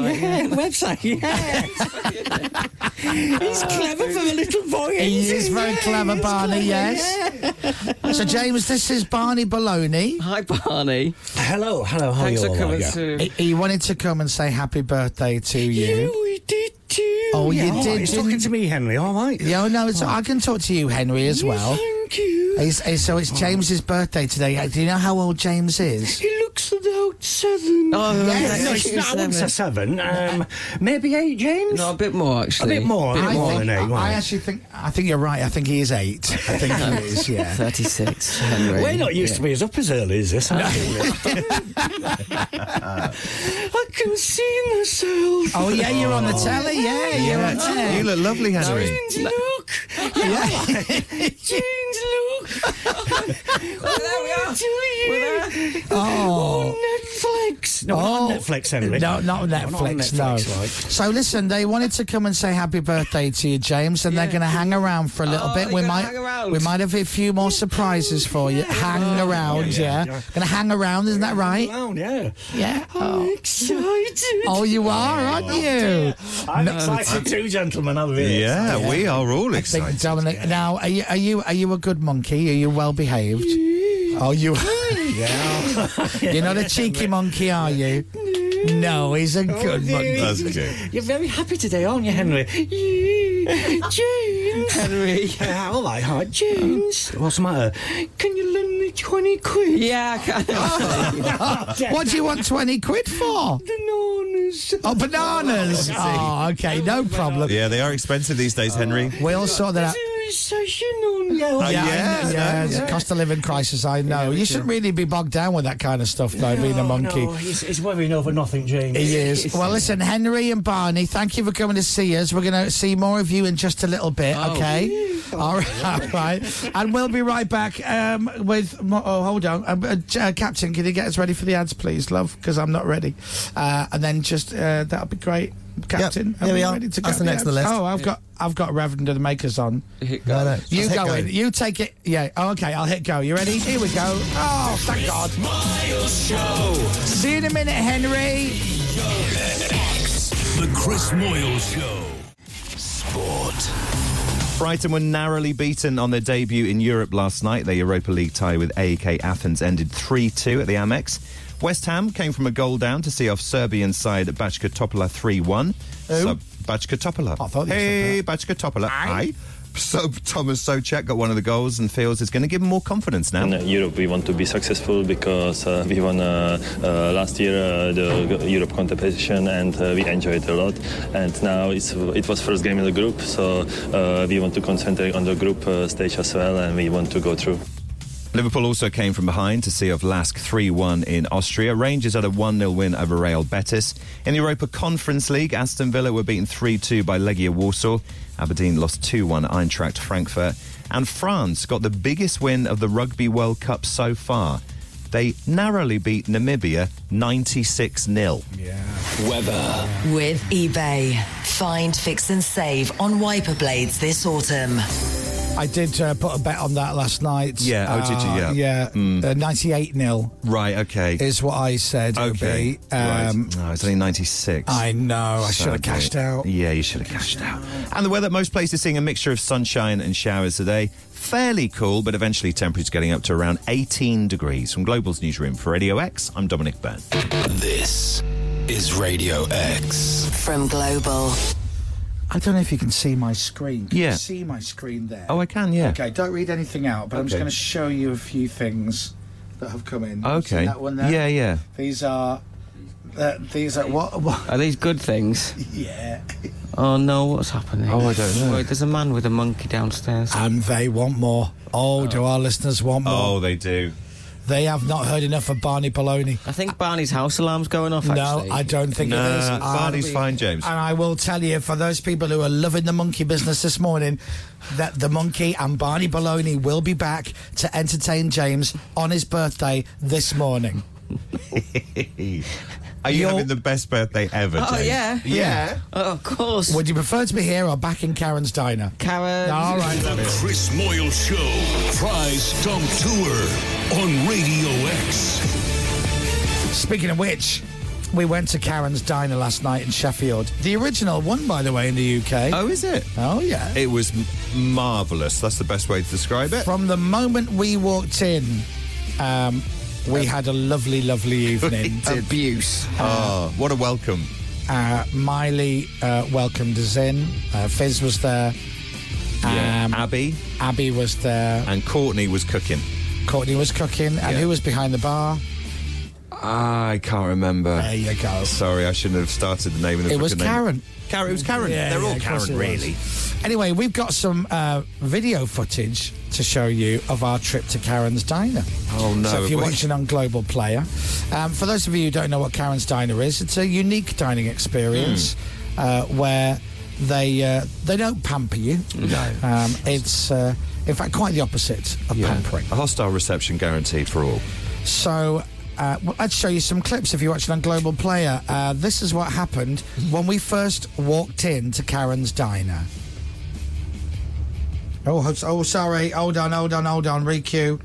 S7: website,
S15: Yeah, website. Yeah. he's clever for a little boy.
S7: He
S15: isn't
S7: is very clever,
S15: He's
S7: Barney,
S15: clever,
S7: yes.
S15: yeah.
S7: So, James, this is Barney Baloney.
S10: Hi, Barney.
S15: Hello, hello. How
S10: Thanks
S15: are you
S10: for
S15: all
S10: coming
S15: right? Yeah.
S10: to.
S7: He, he wanted to come and say happy birthday to you.
S15: You did too.
S7: Oh,
S15: yeah,
S7: you
S15: all
S7: did,
S15: right, He's talking
S7: didn't-
S15: to me, Henry. All right.
S7: Yeah, no, it's, I can talk to you, Henry, as well.
S15: Thank you.
S7: It's- it's- so it's James's birthday today. Uh, Do you know how old James is?
S15: He looks about seven.
S10: Oh,
S15: yes.
S10: right.
S15: no, it's not. I wouldn't say seven. Um, maybe eight, James.
S10: No, a bit more
S15: a
S10: actually.
S15: bit more. A bit
S7: I,
S15: more
S7: think,
S15: than eight.
S7: I- I
S15: right.
S7: actually think I think you're right. I think he is eight. I think he is. Yeah.
S10: 36, Henry.
S15: We're not used to be as up as early as this, are
S7: Oh.
S15: we? I can see myself.
S7: Oh yeah, you're on the telly. Yeah, you're on telly.
S9: You look lovely, Henry.
S15: James, look. James, look. well, there we are.
S10: We're there.
S7: Oh.
S15: Netflix. No,
S7: Oh.
S15: not Netflix, Henry.
S7: No, not
S15: on
S7: Netflix. No.
S15: Netflix, right.
S7: So listen, they wanted to come and say happy birthday to you, James, and they're going to hang around for a little
S10: Oh,
S7: bit.
S10: they're
S7: We
S10: gonna
S7: might,
S10: hang around.
S7: we might have a few more surprises for you. Hang around, yeah. Going to hang around, isn't that right?
S15: Down, yeah.
S7: Yeah.
S15: I'm
S7: Oh,
S15: excited.
S7: Oh, you are, aren't you?
S15: I'm excited too, gentlemen. I really
S9: Yeah,
S15: excited.
S9: we are all
S7: I think
S9: excited.
S7: Dominic. Now, are you, are you are you a good monkey? Are you well behaved? Oh, you.
S15: Yeah.
S7: You're not a cheeky monkey, are you? No, he's a good
S15: Oh, dear.
S7: monkey.
S9: That's good.
S15: You're very happy today, aren't you, Henry? James.
S10: Henry.
S15: Yeah, all right, hi. James. What's the matter? Can you lend me 20 quid?
S10: Yeah, I can.
S7: What do you want twenty quid for?
S15: Bananas.
S7: Oh, bananas. Oh, okay, no problem.
S9: Yeah, they are expensive these days, Henry.
S7: We'll sort that out.
S15: Recession on your
S9: Oh,
S7: I
S9: yeah,
S7: know,
S9: yeah,
S7: Uh, yeah, it's a cost of living crisis. I know. you shouldn't really be bogged down with that kind of stuff, though. being a monkey.
S15: No, he's, he's worrying over nothing, James.
S7: He is. Well, listen, Henry and Barney, thank you for coming to see us. We're going to see more of you in just a little bit,
S10: Oh.
S7: okay? All right, all right. And we'll be right back um, with. Mo- oh, hold on. Um, uh, J- uh, Captain, can you get us ready for the ads, please, love? Because I'm not ready. Uh, and then just, uh, that'll be great. Captain,
S16: here we
S7: we
S16: are.
S7: ready to
S16: That's
S7: go
S16: the next on the
S7: ads?
S16: list.
S7: Oh, I've got I've got Reverend of the Makers on.
S10: Hit
S16: No,
S10: go.
S16: no.
S7: You
S16: Just hit
S7: go, in. You take it. Yeah. Oh, okay. I'll hit go. You ready? Here we go. Oh, thank God.
S17: Miles Show.
S7: See you in a minute, Henry.
S1: The Chris Moyle Show.
S18: Sport.
S9: Brighton were narrowly beaten on their debut in Europe last night. Their Europa League tie with AEK Athens ended 3 2 at the Amex. West Ham came from a goal down to see off Serbian side Bachka Topola 3 1. Sub Bachka Topola.
S7: I thought you said
S9: Hey, Bachka Topola. Aye. Sub Thomas Socek got one of the goals and feels it's going to give him more confidence now.
S19: In Europe, we want to be successful because uh, we won uh, uh, last year uh, the Europe competition and uh, we enjoyed it a lot. And now it's, it was first game in the group, so uh, we want to concentrate on the group uh, stage as well, and we want to go through.
S9: Liverpool also came from behind to see off Lask 3 1 in Austria. Rangers had a 1 0 win over Real Betis. In the Europa Conference League, Aston Villa were beaten 3 2 by Legia Warsaw. Aberdeen lost 2 1 Eintracht Frankfurt. And France got the biggest win of the Rugby World Cup so far. They narrowly beat Namibia 96 0.
S18: Weather.
S2: With eBay. Find, fix, and save on wiper blades this autumn.
S7: I did uh, put a bet on that last night.
S9: Yeah, oh, did you? Yeah.
S7: Yeah.
S16: Mm.
S7: Uh, 98 nil
S9: Right, okay.
S7: is what I said. it would
S9: okay.
S7: be. Um,
S9: right. No, it's only 96.
S7: I know. I
S9: So
S7: should have
S9: great.
S7: cashed out.
S9: Yeah, you should have cashed out. And the weather at most places seeing a mixture of sunshine and showers today. Fairly cool, but eventually temperatures getting up to around 18 degrees. From Global's newsroom for Radio X, I'm Dominic Byrne.
S6: This is Radio X.
S2: From Global.
S7: I don't know if you can see my screen. Can
S6: Yeah.
S7: you see my screen there?
S9: Oh, I can, yeah.
S7: Okay, don't read anything out, but I'm just
S9: Okay.
S7: going to show you a few things that have come in. You seen
S9: Okay.
S7: that one there?
S9: Yeah, yeah. Uh,
S7: These are. Uh, these are what? what?
S10: Are these good things?
S7: Yeah.
S10: Oh no, what's happening?
S7: Oh, I don't know.
S10: Wait, there's a man with a monkey downstairs.
S7: And they want more. Oh, do our listeners want more?
S9: Oh, they do.
S7: They have not heard enough of Barney Baloney.
S10: I think Barney's house alarm's going off.
S7: No,
S10: actually.
S7: I don't think
S9: Nah,
S7: it is.
S9: Barney's
S7: I-
S9: fine, James.
S7: And I will tell you, for those people who are loving the monkey business this morning, that the monkey and Barney Baloney will be back to entertain James on his birthday this morning.
S9: Are you having the best birthday ever,
S10: Oh
S9: James?
S10: yeah, Oh, of course.
S7: Would you prefer to be here or back in Karen's diner?
S10: Karen.
S7: All right.
S1: The Chris Moyle Show Prize Dump Tour on Radio X.
S7: Speaking of which, we went to Karen's diner last night in Sheffield. The original one, by the way, in the UK.
S9: Oh, is it?
S7: Oh, yeah.
S9: It was marvellous. That's the best way to describe it.
S7: From the moment we walked in, um, we
S9: Uh,
S7: had a lovely, lovely evening.
S10: Abuse.
S9: oh, what a welcome.
S7: Uh, Miley uh, welcomed us in. Uh, Fizz was there. Um,
S9: Yeah. Abby
S7: Abby was there.
S9: and Courtney was cooking.
S7: Courtney was cooking. And who was behind the bar?
S9: I can't remember.
S7: There you go.
S9: Sorry, I shouldn't have started the name of the
S7: It was
S9: fucking name.
S7: Karen.
S9: Karen. It was Karen.
S7: Yeah,
S9: They're
S7: yeah,
S9: all
S7: of course
S9: Karen,
S7: it was.
S9: really.
S7: Anyway, we've got some uh, video footage to show you of our trip to Karen's Diner.
S9: Oh, no,
S7: So if
S9: have
S7: you're
S9: we?
S7: watching on Global Player, um, for those of you who don't know what Karen's Diner is, it's a unique dining experience
S9: Hmm.
S7: uh, where they uh, they don't pamper you.
S9: No.
S7: Um, it's uh, in fact quite the opposite of pampering.
S9: A hostile reception guaranteed for all.
S7: So. Uh, well, I'd show you some clips if you're watching on Global Player. Uh, this is what happened when we first walked in to Karen's Diner. Oh, ho- oh, sorry. Hold on, hold on, hold on. Requeue.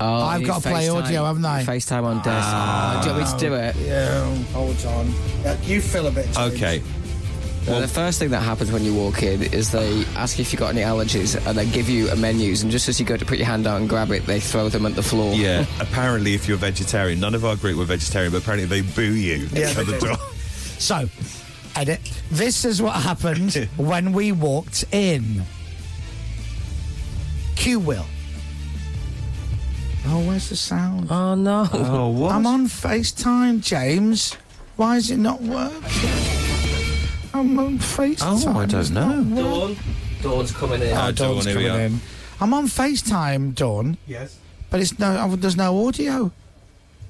S10: Oh,
S7: I've
S10: you
S7: got to play
S10: FaceTime-
S7: audio, haven't I? Ah.
S10: FaceTime on desk. Oh, do you want me to do it?
S7: Yeah, hold on. Uh, you fill a bit. James.
S9: Okay.
S10: Well, the first thing that happens when you walk in is they ask you if you've got any allergies and they give you a menus and just as you go to put your hand out and grab it, they throw them at the floor.
S9: Yeah. apparently, if you're vegetarian, none of our group were vegetarian, but apparently they boo you
S7: Yeah,
S9: at
S7: they
S9: the
S7: do.
S9: door.
S7: So, edit. This is what happened when we walked in. Q Will. Oh, where's the sound?
S10: Oh, no.
S9: Oh, what?
S7: I'm on FaceTime, James. Why is it not working? I'm on FaceTime.
S9: Oh, I don't
S7: It's
S9: know.
S7: not working.
S10: Dawn. Dawn's coming in.
S9: Oh, Dawn, here we
S7: coming
S9: are.
S7: in. I'm on FaceTime, Dawn,
S20: Yes.
S7: but it's no. oh, There's no audio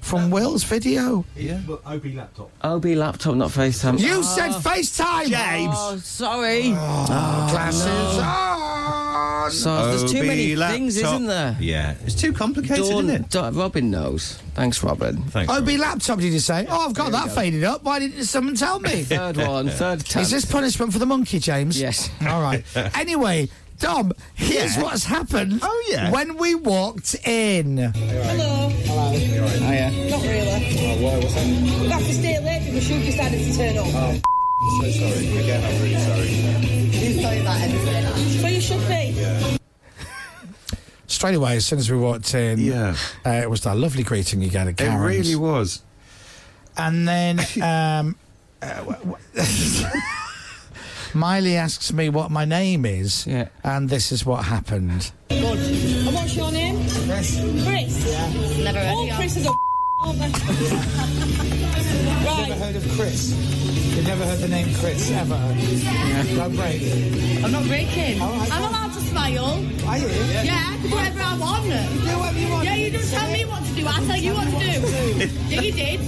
S7: from Will's video.
S20: Yeah. Well, OB laptop.
S10: OB laptop, not
S9: Um,
S10: FaceTime.
S7: You said
S10: Ah.
S7: FaceTime, James.
S10: Oh, sorry.
S9: Oh,
S7: Glasses. Oh,
S10: Ah. So there's too many
S9: OB
S10: things,
S9: laptop.
S10: isn't there?
S9: Yeah. It's too complicated,
S10: Dawn,
S9: isn't it?
S10: Da- Robin knows. Thanks, Robin.
S9: Thanks.
S7: OB laptop, did you say? Oh, I've got that faded up. Why didn't someone tell me?
S10: Third one, third time.
S7: Is this punishment for the monkey, James?
S10: Yes.
S7: All right. Anyway, Dom, here's what's happened.
S9: Oh, yeah.
S7: When we walked in.
S21: Hello. Hello.
S10: Hiya.
S21: Not really.
S20: Oh, why was that?
S21: We'll have to stay late because she decided to turn up.
S20: Oh, so sorry. Again, I'm really sorry.
S21: You say that every day. So you should be.
S7: Straight away, as soon as we walked in,
S9: Yeah.
S7: uh, it was that lovely greeting you get at
S9: It
S7: Karen's.
S9: really was.
S7: And then um, uh, w- w- Miley asks me what my name is,
S10: Yeah.
S7: and this is what happened.
S21: And what's your name? Chris. Chris? Yeah. Never heard All Chris is a aren't they?
S20: Never
S21: right.
S20: heard of Chris. You've never heard the name Chris ever. Don't break.
S22: I'm not breaking.
S20: I
S22: I'm allowed to smile.
S20: Are you?
S22: Yeah, I can do whatever I want.
S20: Do whatever you want.
S22: Yeah, you don't tell me what to do. I tell you what to do. yeah, you did.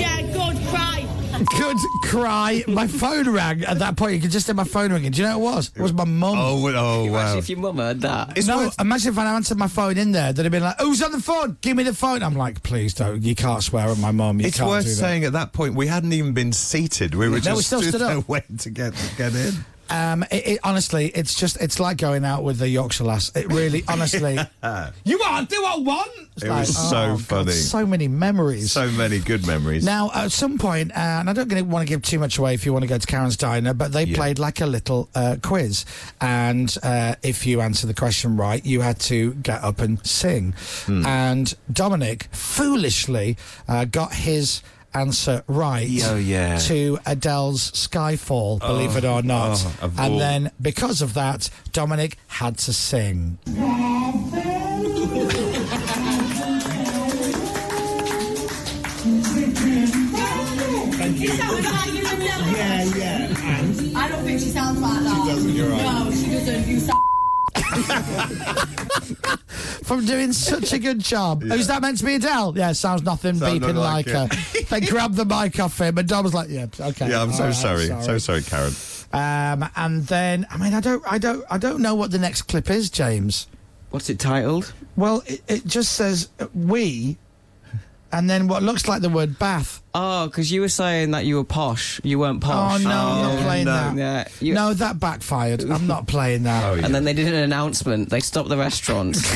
S22: Yeah, good. Cry.
S7: Good cry. My phone rang at that point. You could just hear my phone ringing. Do you know what it was? It was my mum.
S9: Oh, well, oh
S10: Actually,
S9: wow.
S10: if your mum heard that.
S7: no, imagine if I answered my phone in there, they'd have been like, "Who's on the phone? Give me the phone." I'm like, "Please don't. You can't swear at my mum. You
S9: It's
S7: can't
S9: worth
S7: do that."
S9: saying at that point we hadn't even been seated. We were
S7: No,
S9: just
S7: we still stood
S9: there
S7: up.
S9: waiting to get, get in.
S7: Um, it, it, honestly, it's just it's like going out with the Yorkshire lass. It really, honestly,
S22: Ah.
S7: you want do what I want. It's
S9: It
S7: like,
S9: was
S7: oh,
S9: so
S7: God,
S9: funny.
S7: so many memories.
S9: So many good memories.
S7: Now, at some point, uh, and I don't gonna want to give too much away if you want to go to Karen's Diner, but they played like a little uh, quiz. And uh, if you answer the question right, you had to get up and sing.
S9: Hmm.
S7: And Dominic foolishly uh, got his answer right
S9: Oh, yeah.
S7: to Adele's Skyfall, believe
S9: Oh,
S7: it or not.
S9: oh, of
S7: and
S9: all-
S7: then because of that, Dominic had to sing.
S22: She sounds like you can tell
S20: Yeah, yeah.
S22: her. I don't think she sounds like that.
S20: She doesn't, you're right.
S22: No, she doesn't. You sound.
S7: from doing such a good job. Oh, is that meant to be Adele? Yeah, sounds nothing
S9: Sounded
S7: beeping like,
S9: like
S7: her.
S9: it.
S7: they grabbed the mic off him, and Dom was like, "Yeah, okay."
S9: yeah, I'm
S7: all
S9: so
S7: right,
S9: sorry. So sorry, Karen.
S7: Um, and then, I mean, I don't, I don't, I don't know what the next clip is, James.
S10: What's it titled?
S7: Well, it, it just says uh, "we," and then what looks like the word "bath."
S10: Oh, because you were saying that you were posh. You weren't posh.
S7: Oh no, I'm not
S10: Yeah.
S7: playing that.
S10: Yeah, you-
S7: No, that backfired. I'm not playing that.
S9: Oh,
S10: And then they did an announcement. They stopped the restaurants.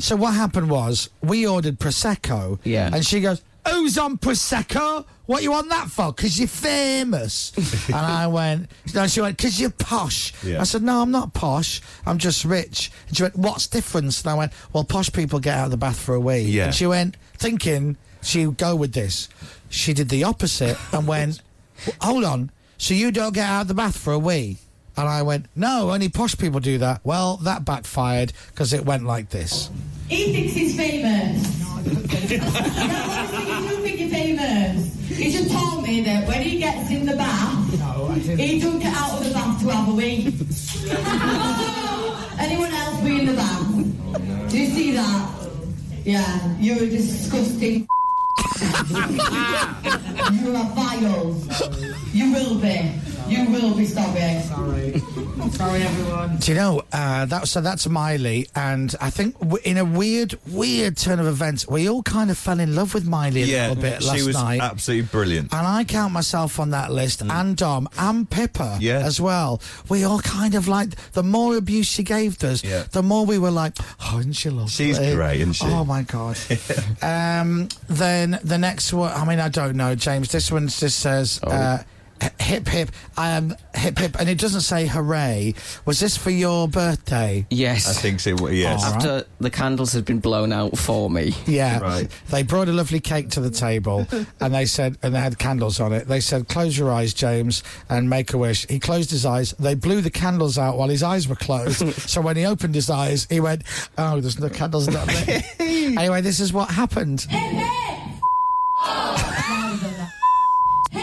S7: So what happened was we ordered prosecco. Yeah. And she goes, "Who's on prosecco? What you on that for? Because you're famous." and I went, "No." She went, "Because you're posh."
S20: Yeah.
S7: I said, "No, I'm not posh. I'm just rich." And she went, "What's difference?" And I went, "Well, posh people get out of the bath for a week."
S20: Yeah.
S7: And she went, thinking she'd go with this. She did the opposite and went, "W- "Hold on. So you don't get out of the bath for a wee?" And I went, no, only posh people do that. Well, that backfired because it went like this.
S22: He thinks he's famous. No, I don't think you do think you're famous. He just told me that when he gets in the bath, he don't get out of the bath to have a wee. Anyone else be in the bath? Do you see that? Yeah, you're a disgusting. you are vile. You will be. You will be. Sorry. Sorry. Sorry, everyone.
S7: Do you know uh, that? So that's Miley, and I think w- in a weird, weird turn of events, we all kind of fell in love with Miley a
S9: yeah,
S7: little bit
S9: she
S7: last
S9: was
S7: night.
S9: absolutely brilliant.
S7: and I count myself on that list, and Dom, and Pippa
S9: Mm. Yeah.
S7: as well. We all kind of like the more abuse she gave us,
S9: Yeah.
S7: the more we were like, "Oh, isn't she lovely?"
S9: She's great, isn't she?
S7: Oh my god. um, then the next one. I mean, I don't know, James. This one just says. Uh, h- Hip hip, I am hip hip, and it doesn't say hooray. Was this for your birthday?
S10: yes.
S9: I think so. Yes.
S10: After the candles had been blown out for me.
S7: Yeah.
S10: Right.
S7: They brought a lovely cake to the table and they said, and they had candles on it. They said, close your eyes, James, and make a wish. He closed his eyes. They blew the candles out while his eyes were closed. so when he opened his eyes, he went, oh, there's no candles not lit. anyway, this is what happened.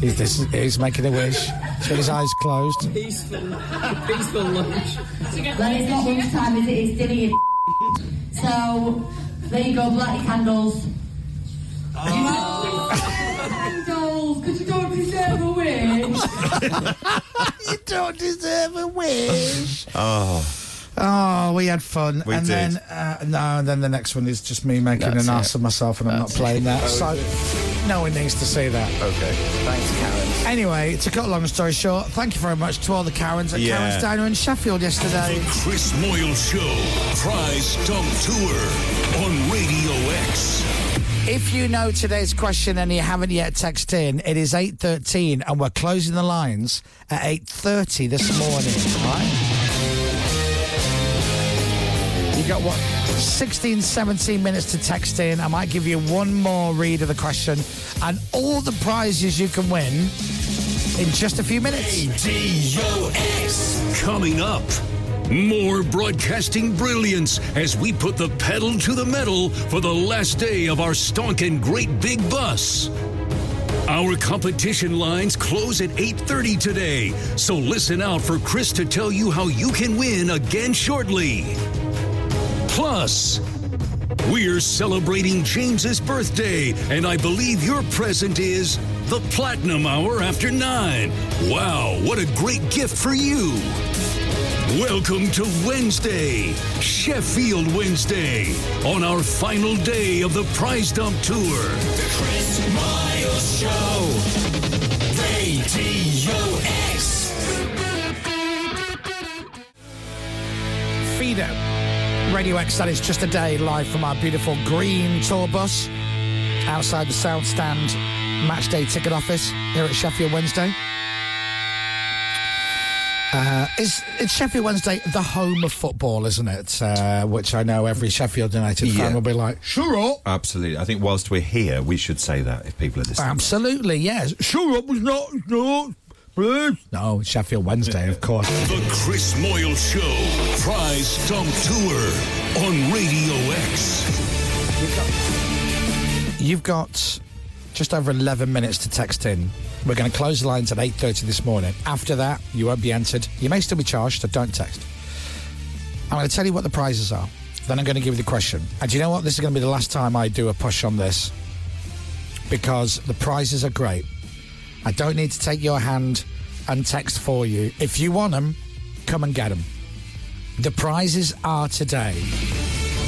S7: He's, this, he's making a wish. So his eyes closed.
S20: Peaceful. Peaceful lunch.
S22: That is not lunchtime, is it? It's dinner. you so there you go, black candles. Candles, because you don't deserve a wish.
S7: you don't deserve a wish.
S9: Oh.
S7: Oh, we had fun.
S9: We
S7: and
S9: did.
S7: then, uh, no, and then the next one is just me making
S9: That's
S7: an
S9: it.
S7: ass of myself and I'm not
S9: That's
S7: playing
S9: it.
S7: that.
S9: Oh,
S7: So no one needs to see that.
S9: Okay. Thanks, Karen.
S7: Anyway, to cut a long story short, thank you very much to all the Karens at
S1: Yeah.
S7: Karen's Diner in Sheffield yesterday.
S1: Chris Moyle Show Prize Dump Tour on Radio X.
S7: If you know today's question and you haven't yet texted in, it is 8.13 and we're closing the lines at 8.30 this morning, all right? You got what? 16, 17 minutes to text in. I might give you one more read of the question and all the prizes you can win in just a few minutes.
S1: D-O-X. Coming up, more broadcasting brilliance as we put the pedal to the metal for the last day of our stonking great big bus. Our competition lines close at 8:30 today, so listen out for Chris to tell you how you can win again shortly. Plus, we're celebrating James's birthday, and I believe your present is the Platinum Hour after nine. Wow, what a great gift for you! Welcome to Wednesday, Sheffield Wednesday, on our final day of the Prize Dump Tour.
S3: The Chris Miles Show. Radio X.
S7: Fido. Radio X, that is just a day live from our beautiful green tour bus outside the South Stand match day ticket office here at Sheffield Wednesday. Uh, is it's Sheffield Wednesday the home of football, isn't it? Uh, which I know every Sheffield United fan
S9: Yeah.
S7: will be like, sure up.
S9: Absolutely. I think whilst we're here, we should say that if people are listening.
S7: Absolutely, yes. Sure up was not, no, please. No, it's Sheffield Wednesday, of course.
S1: The Chris Moyle Show, Prize Dump Tour on Radio X.
S7: You've got just over 11 minutes to text in. We're going to close the lines at 8.30 this morning. After that, you won't be entered. You may still be charged, so don't text. I'm going to tell you what the prizes are. Then I'm going to give you the question. And do you know what? This is going to be the last time I do a push on this because the prizes are great. I don't need to take your hand and text for you. If you want them, come and get them. The prizes are today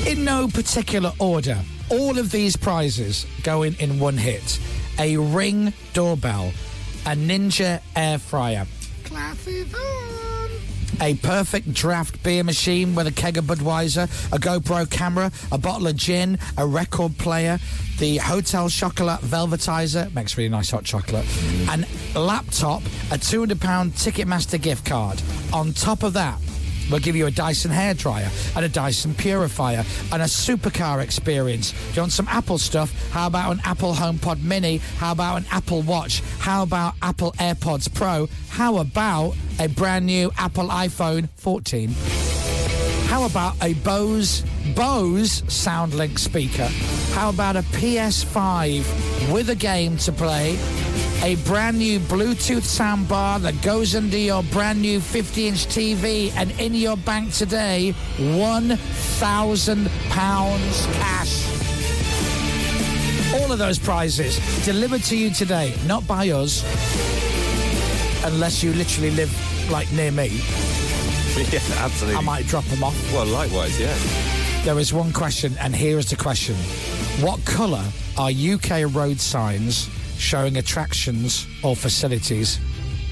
S7: in no particular order. All of these prizes going in one hit a ring doorbell, a ninja air fryer,
S3: Classy
S7: a perfect draft beer machine with a keg of Budweiser, a GoPro camera, a bottle of gin, a record player, the hotel chocolate velvetizer, makes really nice hot chocolate, an laptop, a £200 Ticketmaster gift card. On top of that, We'll give you a Dyson hairdryer and a Dyson purifier and a supercar experience. Do you want some Apple stuff? How about an Apple HomePod Mini? How about an Apple Watch? How about Apple AirPods Pro? How about a brand new Apple iPhone 14? How about a Bose Bose SoundLink speaker? How about a PS5 with a game to play? A brand new Bluetooth soundbar that goes under your brand new 50-inch TV and in your bank today, one thousand pounds cash. All of those prizes delivered to you today, not by us, unless you literally live like near me.
S9: yeah, absolutely.
S7: I might drop them off.
S9: Well, likewise, yeah.
S7: There is one question, and here is the question. What colour are UK road signs showing attractions or facilities,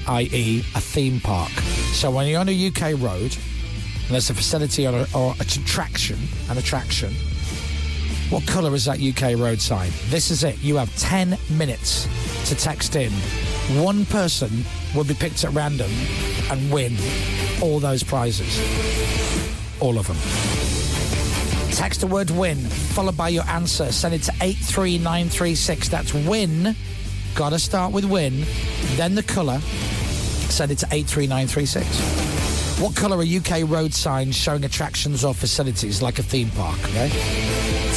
S7: i.e., a theme park? So when you're on a UK road, and there's a facility or, a, or an attraction, an attraction, what colour is that UK road sign? This is it. You have 10 minutes to text in. One person will be picked at random and win all those prizes. All of them. Text the word win, followed by your answer. Send it to 83936. That's win. Gotta start with win, then the colour. Send it to 83936. What colour are UK road signs showing attractions or facilities like a theme park? Okay.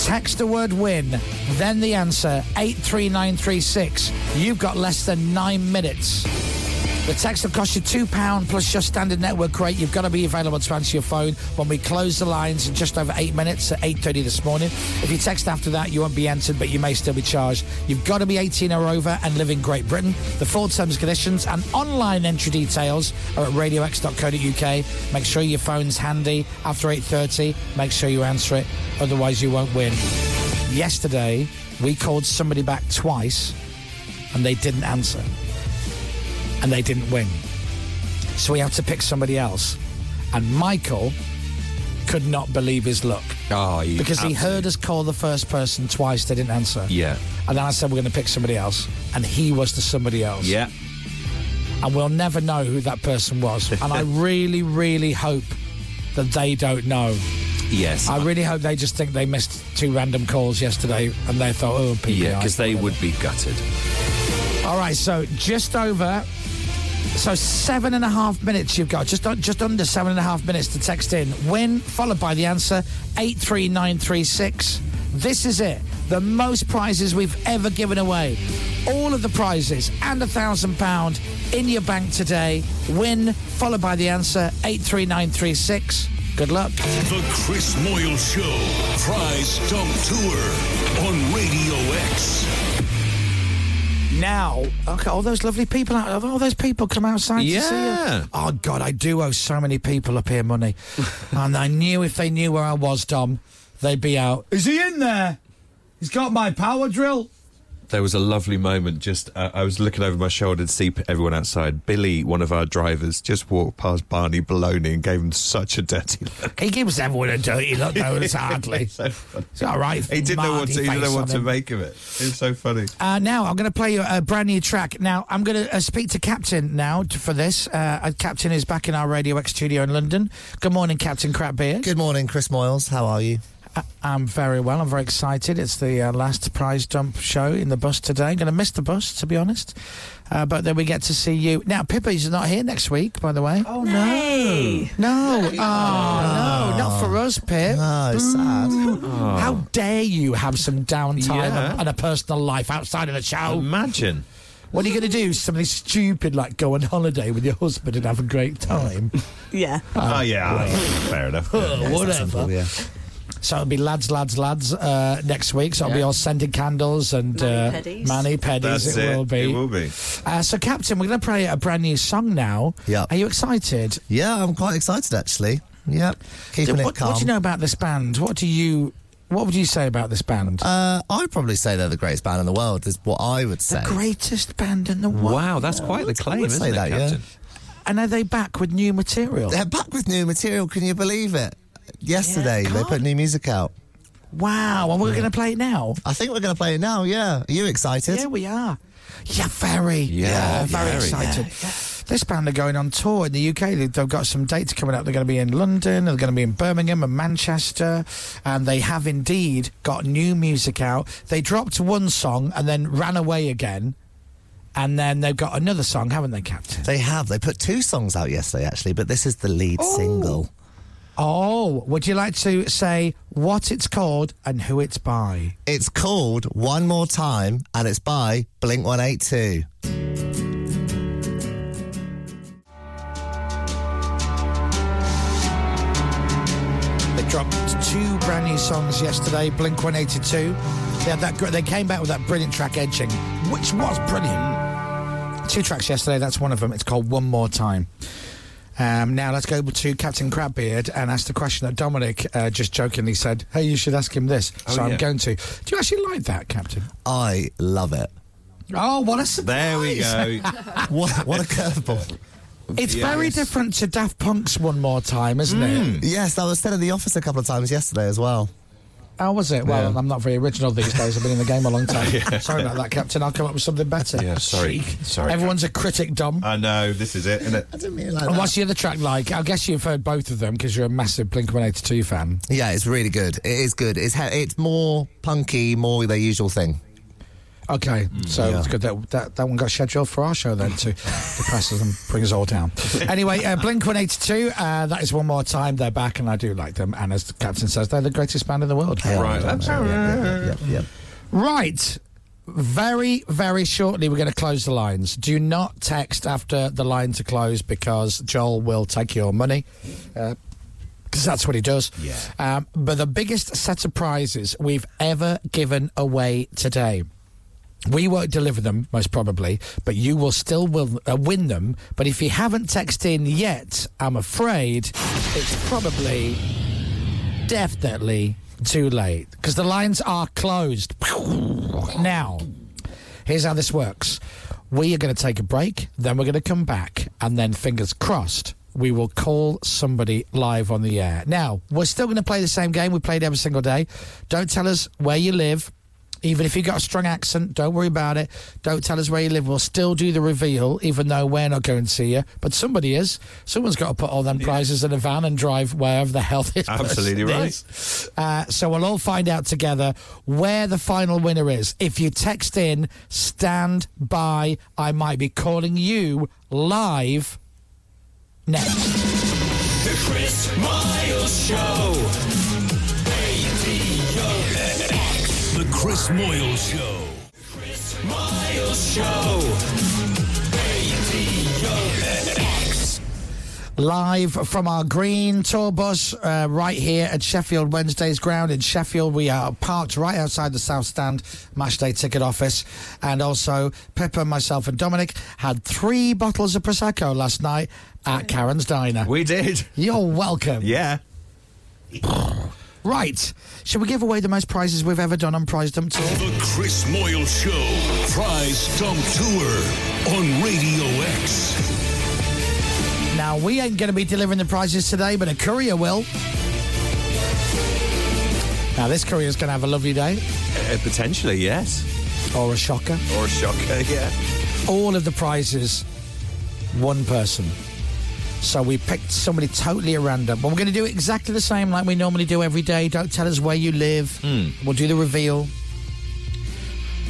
S7: Text the word win, then the answer 83936. You've got less than nine minutes. The text will cost you £2 plus your standard network rate. You've got to be available to answer your phone when we close the lines in just over eight minutes at 8.30 this morning. If you text after that, you won't be entered, but you may still be charged. You've got to be 18 or over and live in Great Britain. The full terms, conditions and online entry details are at radiox.co.uk. Make sure your phone's handy after 8.30. Make sure you answer it, otherwise you won't win. Yesterday, we called somebody back twice and they didn't answer and they didn't win. So we had to pick somebody else. And Michael could not believe his luck.
S9: Oh, you
S7: because he
S9: absolutely-
S7: heard us call the first person twice, they didn't answer.
S9: Yeah.
S7: And then I said, we're going to pick somebody else. And he was the somebody else.
S9: Yeah.
S7: And we'll never know who that person was. and I really, really hope that they don't know.
S9: Yes.
S7: I really hope they just think they missed two random calls yesterday and they thought, oh, PPI.
S9: Yeah, because they would be gutted.
S7: All right, so just over, so seven and a half minutes you've got, just un- just under seven and a half minutes to text in. Win followed by the answer eight three nine three six. This is it, the most prizes we've ever given away. All of the prizes and a thousand pound in your bank today. Win followed by the answer eight three nine three six. Good luck.
S1: The Chris Moyle Show, Prize Dump Tour on Radio X.
S7: Now, okay, all those lovely people out, all those people come outside to see
S13: Yeah.
S7: you. Oh God, I do owe so many people up here money, and I knew if they knew where I was, Dom, they'd be out. Is he in there? He's got my power drill.
S9: There was a lovely moment. Just uh, I was looking over my shoulder to see p- everyone outside. Billy, one of our drivers, just walked past Barney Baloney and gave him such a dirty look.
S7: He gives everyone a dirty look, though. It's hardly.
S9: so funny.
S7: It's all right.
S9: He didn't know what
S7: Mardy
S9: to, he didn't
S7: face
S9: know
S7: on
S9: what to
S7: him.
S9: make of it. It was so funny.
S7: Uh, now I'm going to play you a brand new track. Now I'm going to uh, speak to Captain now t- for this. Uh, uh, Captain is back in our Radio X studio in London. Good morning, Captain Crapbeard. Good morning, Chris Moyles. How are you? I- I'm very well. I'm very excited. It's the uh, last prize dump show in the bus today. I'm going to miss the bus, to be honest. Uh, but then we get to see you. Now, Pippi's not here next week, by the way. Oh, no. No. Oh, no. Not for us, Pip. No, sad. How dare you have some downtime
S9: Yeah.
S7: and a personal life outside of the show?
S9: Imagine.
S7: What are you going to do? Something stupid like go on holiday with your husband and have a great time?
S4: Yeah.
S9: Oh, yeah, fair enough.
S7: Uh, whatever. So it'll be lads, lads, lads uh, next week. So it'll be all scented candles and uh,
S9: pedis.
S7: mani pedis.
S9: That's
S7: it,
S9: it.
S7: will be.
S9: It will be.
S7: Uh, so, Captain, we're going to play a brand new song now. Yeah. Are you excited?
S8: Yeah, I'm quite excited actually. Yep. Keeping
S7: So
S8: it
S7: what,
S8: calm.
S7: What do you know about this band? What do you? What would you say about this band?
S8: Uh, I'd probably say they're the greatest band in the world. Is what I would say.
S7: the greatest band in the world.
S8: Wow, that's quite the claim, isn't it, Captain?
S7: And are they back with new material?
S8: They're back with new material. Can you believe it? Yesterday they put new music out.
S7: Wow, and we're going to play it now.
S8: I think we're going to play it now. Yeah. Are you excited?
S7: Yeah, we are. Yeah, very.
S8: Yeah,
S7: very,
S8: very,
S7: excited. This band are going on tour in the UK. They- They've got some dates coming up. They're going to be in London. They're going to be in Birmingham and Manchester. And they have indeed got new music out. They dropped one song and then ran away again. And then they've got another song, haven't they, Captain?
S8: They have. They put two songs out yesterday actually, but this is the lead single.
S7: Oh, would you like to say what it's called and who it's by?
S8: It's called One More Time and it's by Blink 182.
S7: They dropped two brand new songs yesterday. Blink 182. They had that. gr- They came back with that brilliant track "Edging," which was brilliant. Two tracks yesterday. That's one of them. It's called "One More Time." Um, now let's go to Captain Crabbeard and ask the question that Dominic uh, just jokingly said. Hey, you should ask him this.
S8: Oh,
S7: so I'm
S8: yeah.
S7: going to. Do you actually like that, Captain?
S8: I love it.
S7: Oh, what a surprise!
S8: There we go. what, what a curveball.
S7: It's very different to Daft Punk's "One More Time," isn't it?
S8: Hmm. Yes, I was said at the office a couple of times yesterday as well.
S7: How was it? Well,
S8: Yeah.
S7: I'm not very original these days. I've been in the game a long time. Sorry about that, Captain. I'll come up with something better.
S9: Yeah, sorry. Sorry.
S7: Everyone's a critic, Dom.
S9: I know, this is it, isn't it?
S7: and what's the other track like? I guess you've heard both of them because you're a massive Blink 182 fan.
S8: Yeah, it's really good. It is good. It's he- it's more punky, more their usual thing.
S7: Okay, so it's good that, that that one got scheduled for our show then to depress us and bring us all down. anyway, uh, Blink 182, uh, that is one more time. They're back and I do like them. And as the captain says, they're the greatest band in the world.
S8: Right.
S7: Right. Very, very shortly, we're going to close the lines. Do not text after the lines are closed because Joel will take your money. Uh, Because that's what he does. Yeah. Um, but the biggest set of prizes we've ever given away today. We won't deliver them, most probably, but you will still will, uh, win them. But if you haven't texted in yet, I'm afraid it's probably definitely too late because the lines are closed. Now, here's how this works we are going to take a break, then we're going to come back, and then fingers crossed. We will call somebody live on the air. Now, we're still going to play the same game we played every single day. Don't tell us where you live. Even if you've got a strong accent, don't worry about it. Don't tell us where you live. We'll still do the reveal, even though we're not going to see you. But somebody is. Someone's got to put all them prizes in a van and drive wherever the hell this
S9: Absolutely
S7: person
S9: right.
S7: is. Uh, so we'll all find out together where the final winner is. If you text in, stand by. I might be calling you live next.
S3: The Chris Miles Show. Radio X.
S1: The Chris Moyle Show.
S3: Miles Show. Radio X.
S7: live from our green tour bus uh, right here at Sheffield Wednesday's ground in Sheffield. We are parked right outside the South Stand match day ticket office. And also, Pippa, myself, and Dominic had three bottles of Prosecco last night at Karen's Diner.
S9: We did.
S7: You're welcome.
S9: Yeah.
S7: Right. Shall we give away the most prizes we've ever done on Prize Dump Tour?
S1: The Chris Moyle Show Prize Dump Tour on Radio X.
S7: Now, we ain't going to be delivering the prizes today, but a courier will. Now, this courier's going to have a lovely day
S9: Uh, potentially, yes.
S7: or a shocker.
S9: Or a shocker, yeah.
S7: All of the prizes, one person. So we picked somebody totally at random. But we're going to do it exactly the same like we normally do every day. Don't tell us where you live. We'll do the reveal.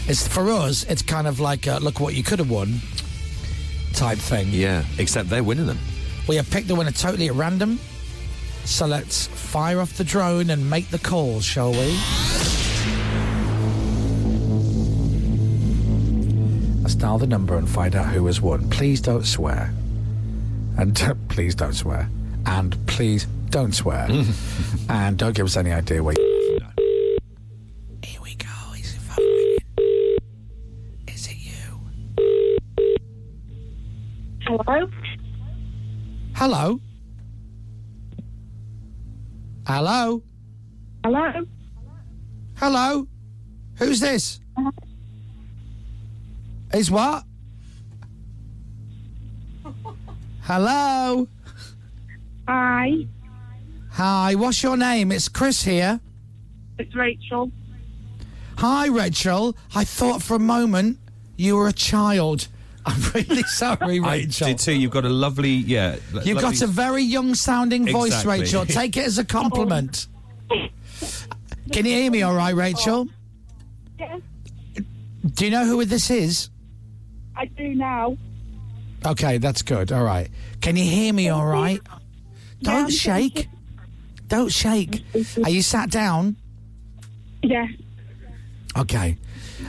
S7: It's for us. It's kind of like a, look what you could have won type thing.
S9: Yeah, except they're winning them.
S7: We have picked the winner totally at random. So let's fire off the drone and make the call, shall we? Let's dial the number and find out who has won. Please don't swear. And please don't swear. And please don't swear. and don't give us any idea where you.
S17: Hello?
S7: Hello? Hello?
S17: Hello?
S7: Hello? Who's this? Is what? Hello?
S17: Hi.
S7: Hi, what's your name? It's Chris here.
S17: It's Rachel.
S7: Hi, Rachel. I thought for a moment you were a child. I'm really sorry, Rachel.
S9: I did too. You've got a lovely, yeah. l-
S7: You've got
S9: lovely-
S7: a very young sounding voice,
S9: Exactly.
S7: Rachel. Take it as a compliment. Can you hear me all right, Rachel?
S17: Yes,
S7: Do you know who this is?
S17: I do now.
S7: Okay, that's good. All right. Can you hear me all right? Don't shake. Don't shake. Are you sat down?
S17: Yeah.
S7: Okay.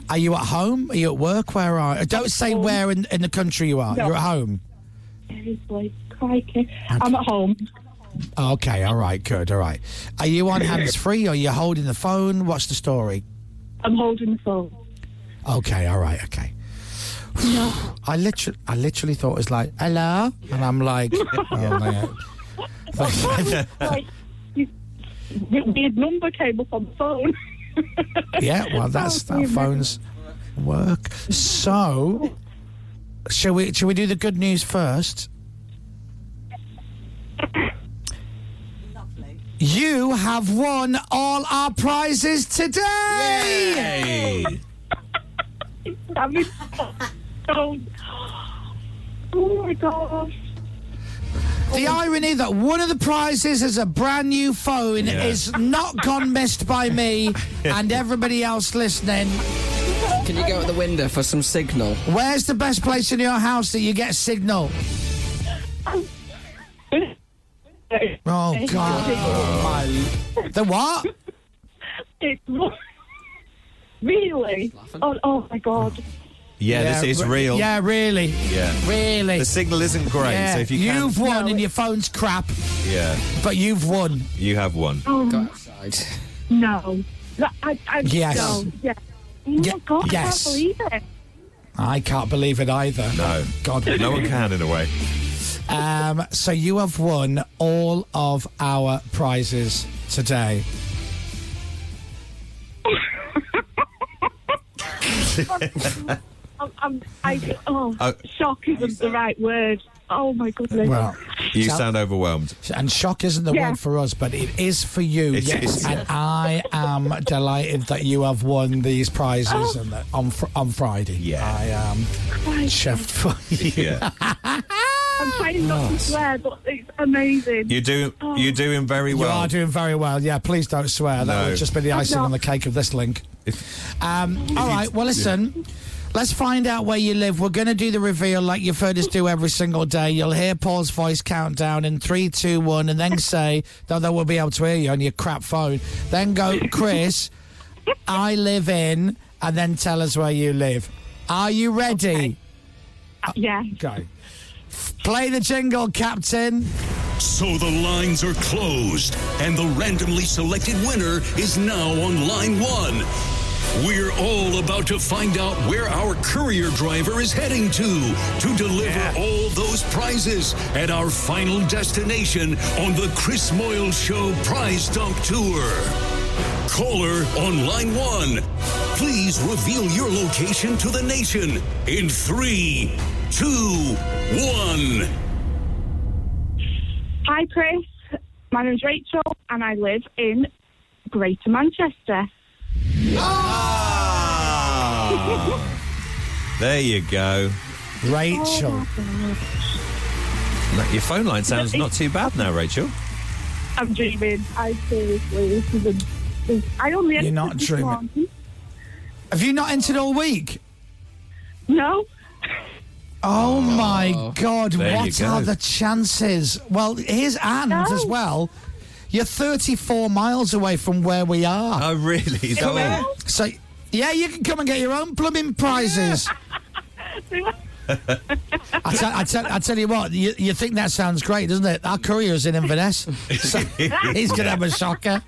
S7: Are you at home? Are you at work? Where are uh, Don't say where in, in the country you are.
S17: No.
S7: You're at home.
S17: Seriously. Crikey. I'm at home.
S7: Okay, all right, good, all right. Are you on hands free? Are you holding the phone? What's the story?
S17: I'm holding the phone.
S7: Okay, all right, okay.
S17: No.
S7: I literally, I literally thought it was like hello, and I'm like, oh man.
S17: like, you- the weird number came up on the phone.
S7: yeah, well, that's that phone's work. So, shall we? Shall we do the good news first? You have won all our prizes today.
S17: I mean, oh, oh my gosh.
S7: The
S9: Oh.
S7: irony that one of the prizes is a brand new phone
S17: Yeah.
S7: is not gone missed by me and everybody else listening.
S10: Can you go out the window for some signal?
S7: Where's the best place in your house that you get signal? Oh God! my. Oh. The what?
S17: It's really. Oh, oh my god.
S9: Yeah, this
S7: Yeah,
S9: is
S7: re-
S9: real.
S7: yeah, really.
S9: Yeah.
S7: Really.
S9: The signal isn't great,
S7: Yeah,
S9: so if you can.
S7: have won and your phone's crap,
S9: Yeah,
S7: but you've won.
S9: you have one.
S17: Um, no. That- I, I,
S7: Yes.
S17: No. Yeah. Oh my god,
S7: yes.
S17: I can't believe it.
S7: I can't believe it either.
S9: No.
S7: God.
S9: No one can, in a way.
S7: Um, so you have won all of our prizes today.
S17: I'm, I'm, I, oh,
S9: Oh.
S17: shock isn't the right word. Oh my goodness.
S7: Well,
S9: You
S7: So-
S9: sound overwhelmed.
S7: and shock isn't the
S17: Yeah.
S7: word for us, but it is for you.
S9: It
S7: yes,
S9: is.
S7: and I am delighted that you have won these prizes and that on fr- on Friday. Yeah, I am chuffed for you.
S9: Yeah.
S17: I'm trying not to
S7: Nice.
S17: swear, but it's amazing.
S9: You do.
S17: Oh.
S9: You're doing very
S7: You
S9: well.
S7: are doing very well. Yeah, please don't swear. That
S9: No.
S7: would just be the
S9: I'm
S7: icing on the
S9: not.
S7: cake of this link. Um, all right. Well, listen. Let's find out where you live. We're going to do the reveal like you've heard us do every single day. You'll hear Paul's voice countdown in three, two, one, and then say, though they will be able to hear you on your crap phone. Then go, Chris, I live in, and then tell us where you live. Are you ready?
S17: Yeah.
S9: Uh,
S7: Okay. Play the jingle, Captain.
S1: So the lines are closed, and the randomly selected winner is now on line one. We're all about to find out where our courier driver is heading to to deliver all those prizes at our final destination on the Chris Moyle Show Prize Dump Tour. Caller on line one, please reveal your location to the nation in three, two, one.
S17: Hi, Chris. My name's Rachel, and I live in Greater Manchester.
S9: Ah. There you go.
S17: Oh,
S7: Rachel.
S9: No, Your phone line sounds not too bad now, Rachel.
S17: I'm dreaming. I seriously, this is a. This, I only.
S7: You're not dreaming. Have you not entered all week?
S17: No.
S7: Oh, my God!
S9: There you
S7: What
S9: go.
S7: are the chances? Well, here's and as well. You're 34 miles away from where we are.
S9: Oh, really? Is that all?
S7: So, yeah, you can come and get your own plumbing prizes. I, tell, I, tell, I tell you what, you, you think that sounds great, doesn't it? Our courier's in Inverness. So he's going to have a shocker.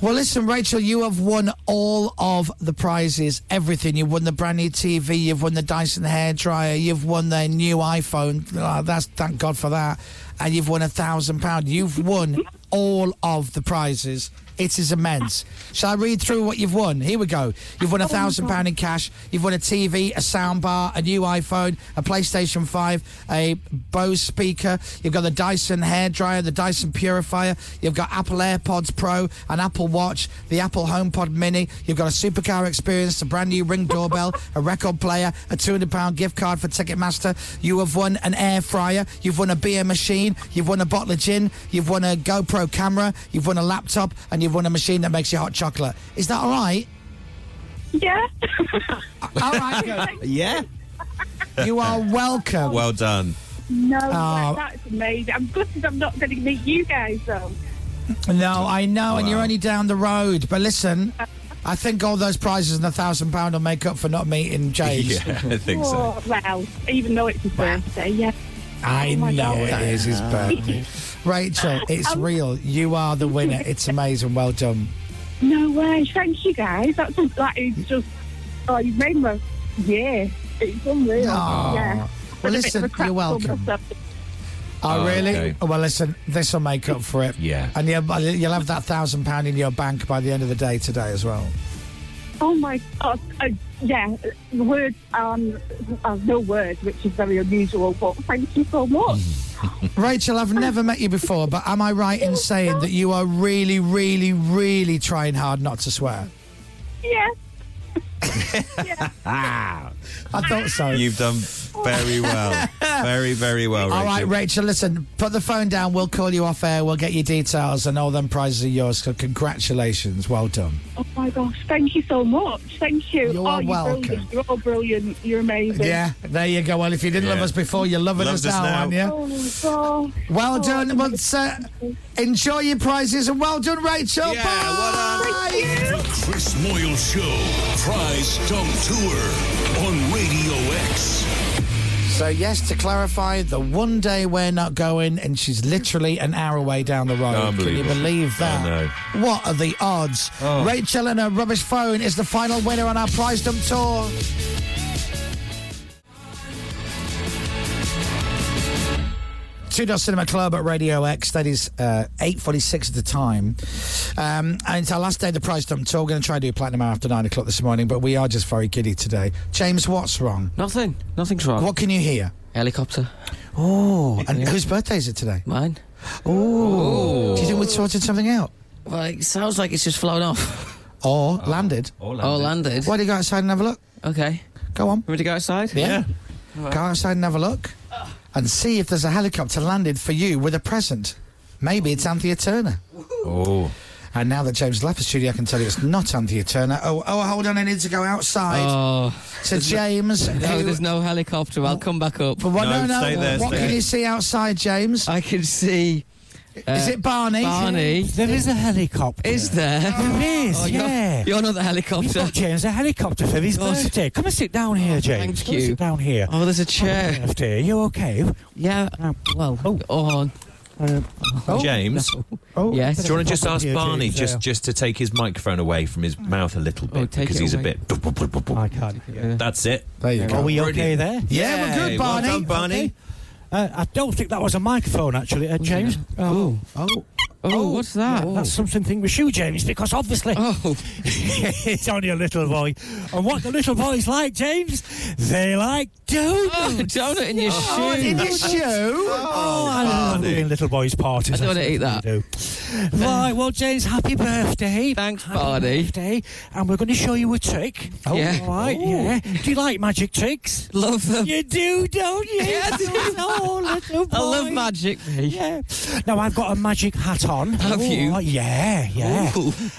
S7: Well, listen, Rachel, you have won all of the prizes, everything. You've won the brand new TV, you've won the Dyson hairdryer, you've won their new iPhone. Ah, that's thank God for that. And you've won a thousand pound. You've won all of the prizes. It is immense. Shall I read through what you've won? Here we go. You've won a thousand pound in cash. You've won a TV, a soundbar, a new iPhone, a PlayStation 5, a Bose speaker. You've got the Dyson hairdryer, the Dyson purifier. You've got Apple AirPods Pro, an Apple Watch, the Apple HomePod Mini. You've got a supercar experience, a brand new ring doorbell, a record player, a £200 gift card for Ticketmaster. You have won an air fryer. You've won a beer machine. You've won a bottle of gin. You've won a GoPro camera. You've won a laptop. And you've won a machine that makes you hot chocolate. Is that all right?
S17: Yeah.
S7: all right, good.
S9: Yeah.
S7: You are welcome.
S9: Well done.
S17: No,
S7: Oh.
S17: way, that's amazing. I'm gutted I'm not going to meet you guys, though.
S7: No, I know, and you're only down the road. But listen, I think all those prizes and the thousand pound will make up for not meeting James.
S9: Yeah, I think so.
S17: Oh, well, even though it's his birthday, yeah.
S7: I
S17: Oh my
S7: know
S17: God. Um,
S7: it is his birthday. Rachel, it's real. You are the winner. It's amazing. Well done.
S17: No way. Thank you, guys. That's a, that is just. Oh, you've made my year. It's unreal.
S7: Aw.
S17: Yeah.
S7: Well, listen, you're welcome. Oh,
S9: Oh,
S7: really?
S9: okay.
S7: Well, listen, this will make up for it.
S9: Yeah.
S7: And you'll, uh, you'll have that thousand pound in your bank by the end of the day today as well.
S17: Oh my god! Uh, yeah, the words um, uh, no words, which is very unusual. But thank you so much.
S7: Mm. Rachel, I've never met you before, but am I right in saying that you are really, really, really trying hard not to swear?
S17: yeah.
S9: Ah.
S7: I thought so.
S9: You've done very well. Very, very well, Oh, Rachel.
S7: All right, Rachel, listen, put the phone down. We'll call you off air. We'll get your details, and all them prizes are yours. So, congratulations. Well done.
S17: Oh my gosh! Thank you so much. Thank you.
S7: You're
S17: oh, you're
S7: welcome.
S17: Brilliant. You're all brilliant. You're amazing.
S7: Yeah, there you go. Well, if you didn't love
S9: Yeah.
S7: us before, you're loving
S9: Loves
S7: us
S9: us
S7: now,
S9: now.
S7: aren't you?
S17: Oh my god! Oh,
S7: Well done. Well, uh, enjoy your prizes, and well done, Rachel.
S1: Yeah,
S7: Bye.
S1: The Chris Moyle Show Prize Dump Tour on Radio X.
S7: So, yes, to clarify, the one day we're not going, and she's literally an hour away down the road. Can you
S9: Unbelievable.
S7: believe that?
S9: I know. Oh.
S7: What are the odds? Rachel and her rubbish phone is the final winner on our prize dump tour. Two Dot Cinema Club at Radio X. That is uh, eight forty-six at the time, um, and it's our last day of the prize dump tour. We're going to try and do a platinum hour after nine o'clock this morning, but we are just very giddy today. James, what's wrong?
S14: Nothing. Nothing's wrong.
S7: What can you hear?
S14: Helicopter.
S7: Oh, and whose birthday is it today?
S14: Mine.
S7: Oh,
S14: Ooh.
S7: do you think we sorted something out?
S14: Well, it sounds like it's just flown off.
S7: Or landed?
S14: Or landed. Or landed.
S7: Why do you go outside and have a look?
S14: Okay.
S7: Go on.
S14: Want me to go outside?
S7: Yeah. Go outside and have a look and see if there's a helicopter landed for you with a present. Maybe it's Anthea Turner.
S9: Oh.
S7: And now that James left the studio, I can tell you it's not Anthea Turner. Oh, oh, hold on, I need to go outside.
S14: Oh.
S7: to James.
S14: No,
S7: who-
S14: there's no helicopter. I'll come back up.
S7: But what, no, no, what can you see outside, James?
S14: I can see.
S7: is it Barney?
S14: Uh, Barney.
S15: There is a helicopter.
S14: Is there?
S15: There is,
S14: Oh, you're-
S15: yeah.
S14: You're not the
S15: We've
S14: helicopter.
S15: got James a helicopter for his
S14: God.
S15: birthday. Come and sit down here, James.
S14: Thank
S15: Come and
S14: you.
S15: sit down here.
S14: Oh, there's a chair.
S15: Uh, Birthday. Are you okay?
S14: Yeah. Well, oh. on.
S9: James.
S15: Uh, Oh,
S9: Do
S15: yes.
S9: you want to just ask
S15: Here,
S9: Barney
S15: James,
S9: just,
S15: yeah.
S9: just to take his microphone away from his mouth a little bit
S15: Oh, take
S9: because
S15: it
S9: he's
S15: away.
S9: a bit. I can't. That's it.
S7: There
S15: you go. Are we okay
S9: Brilliant.
S15: there?
S9: Yeah, we're
S15: Yay,
S9: good,
S15: well
S9: Barney.
S15: done,
S9: Barney.
S15: Uh, I don't think that was a microphone, actually, uh, James. Oh. Oh. oh. what's that? Oh. That's something thing with you, James, because obviously it's only a little boy. And what the little boys like, James, they like donuts. Oh, donut in
S14: your
S7: Oh, shoe. in your shoe?
S15: Oh, I love doing little boys' parties.
S14: I don't wanna eat
S15: that. Right, well, James, happy birthday. Thanks, happy
S14: Barney.
S15: birthday. And we're going to show you a trick.
S14: Oh. Yeah.
S15: All right, yeah. Do you like magic tricks? Love them. You do, don't you?
S14: Yes.
S15: oh, little boy.
S14: I love magic.
S15: Yeah. Now I've got a magic hat on.
S14: Have you?
S15: Oh, Yeah, yeah.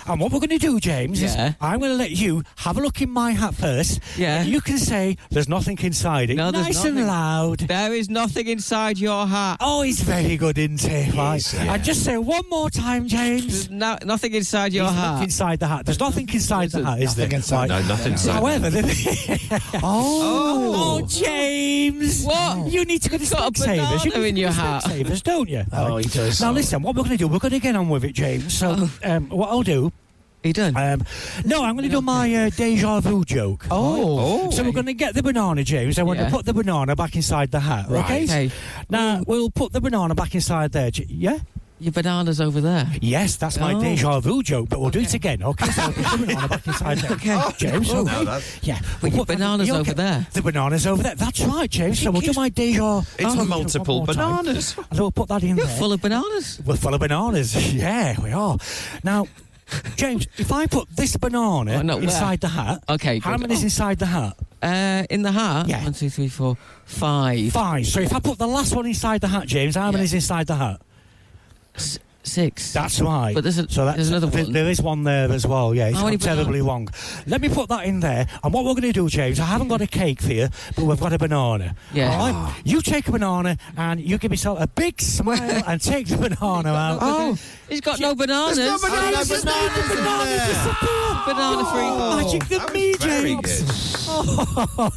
S15: And what we're going to do, James,
S14: Yeah.
S15: is I'm going to let you have a look in my hat first. Yeah. you can say there's nothing inside it.
S14: No, there's
S15: nice
S14: nothing.
S15: and loud. There is nothing inside your hat. Oh, he's very good, isn't he? Right. And just say one more time, James. There's no, nothing inside
S14: your
S15: there's
S14: hat.
S15: Nothing inside the hat. There's nothing inside the hat, is there? Right.
S9: No, nothing inside.
S15: However, the- oh. oh, James, what? You need to go to Specsavers. You
S14: banana
S15: need
S14: in
S15: to
S14: your
S15: go to
S14: hat.
S15: Specsavers, don't you?
S14: Oh, he does.
S15: Now listen, what we're going to do, we're going to get on with it, James. So,
S14: Oh.
S15: um, what I'll do. Are you done? Um, no, I'm going to do my uh, deja vu joke. Oh. So we're going to get the banana, James. I want
S14: Yeah.
S15: to put the banana back inside the hat,
S14: Right.
S15: okay?
S14: Okay. Mm.
S15: Now, we'll put the banana back inside there, J- yeah?
S14: Your banana's over there.
S15: Yes, that's my
S14: Oh.
S15: deja vu joke, but we'll do it again, okay? So we'll put the banana back inside there.
S14: Okay.
S15: James,
S14: Oh,
S15: okay?
S14: now that's-
S15: Yeah.
S14: But your
S15: What-
S14: banana's
S15: yeah,
S14: over
S15: okay.
S14: there.
S15: The banana's over there. That's right, James. So we'll do my deja
S9: It's
S15: vu
S9: multiple
S15: one more time.
S9: bananas.
S15: And we'll put that in
S14: You're
S15: there.
S14: full of bananas.
S15: We're full of bananas. Yeah, we are. Now, James, if I put this banana
S14: Oh, no, where?
S15: inside the hat,
S14: Okay,
S15: how
S14: good.
S15: many's
S14: Oh.
S15: inside the hat?
S14: Uh, in the hat.
S15: Yeah.
S14: One, two, three, four, five.
S15: Five. So if I put the last one inside the hat, James, how many's inside the hat?
S14: Six.
S15: That's right.
S14: But there's, a,
S15: So that's,
S14: there's another
S15: there-
S14: one.
S15: There is one there as well. Yeah, it's
S14: How many
S15: gone terribly wrong. Let me put that in there. And what we're going to do, James, I haven't got a cake for you, but we've got a banana.
S14: Yeah. Ah.
S15: All right? You take a banana and you give yourself a big smile and take the banana out.
S14: Oh, he's got no bananas.
S15: There's no bananas. There's no bananas.
S14: Banana free. Oh,
S15: Magic the me, James. Oh,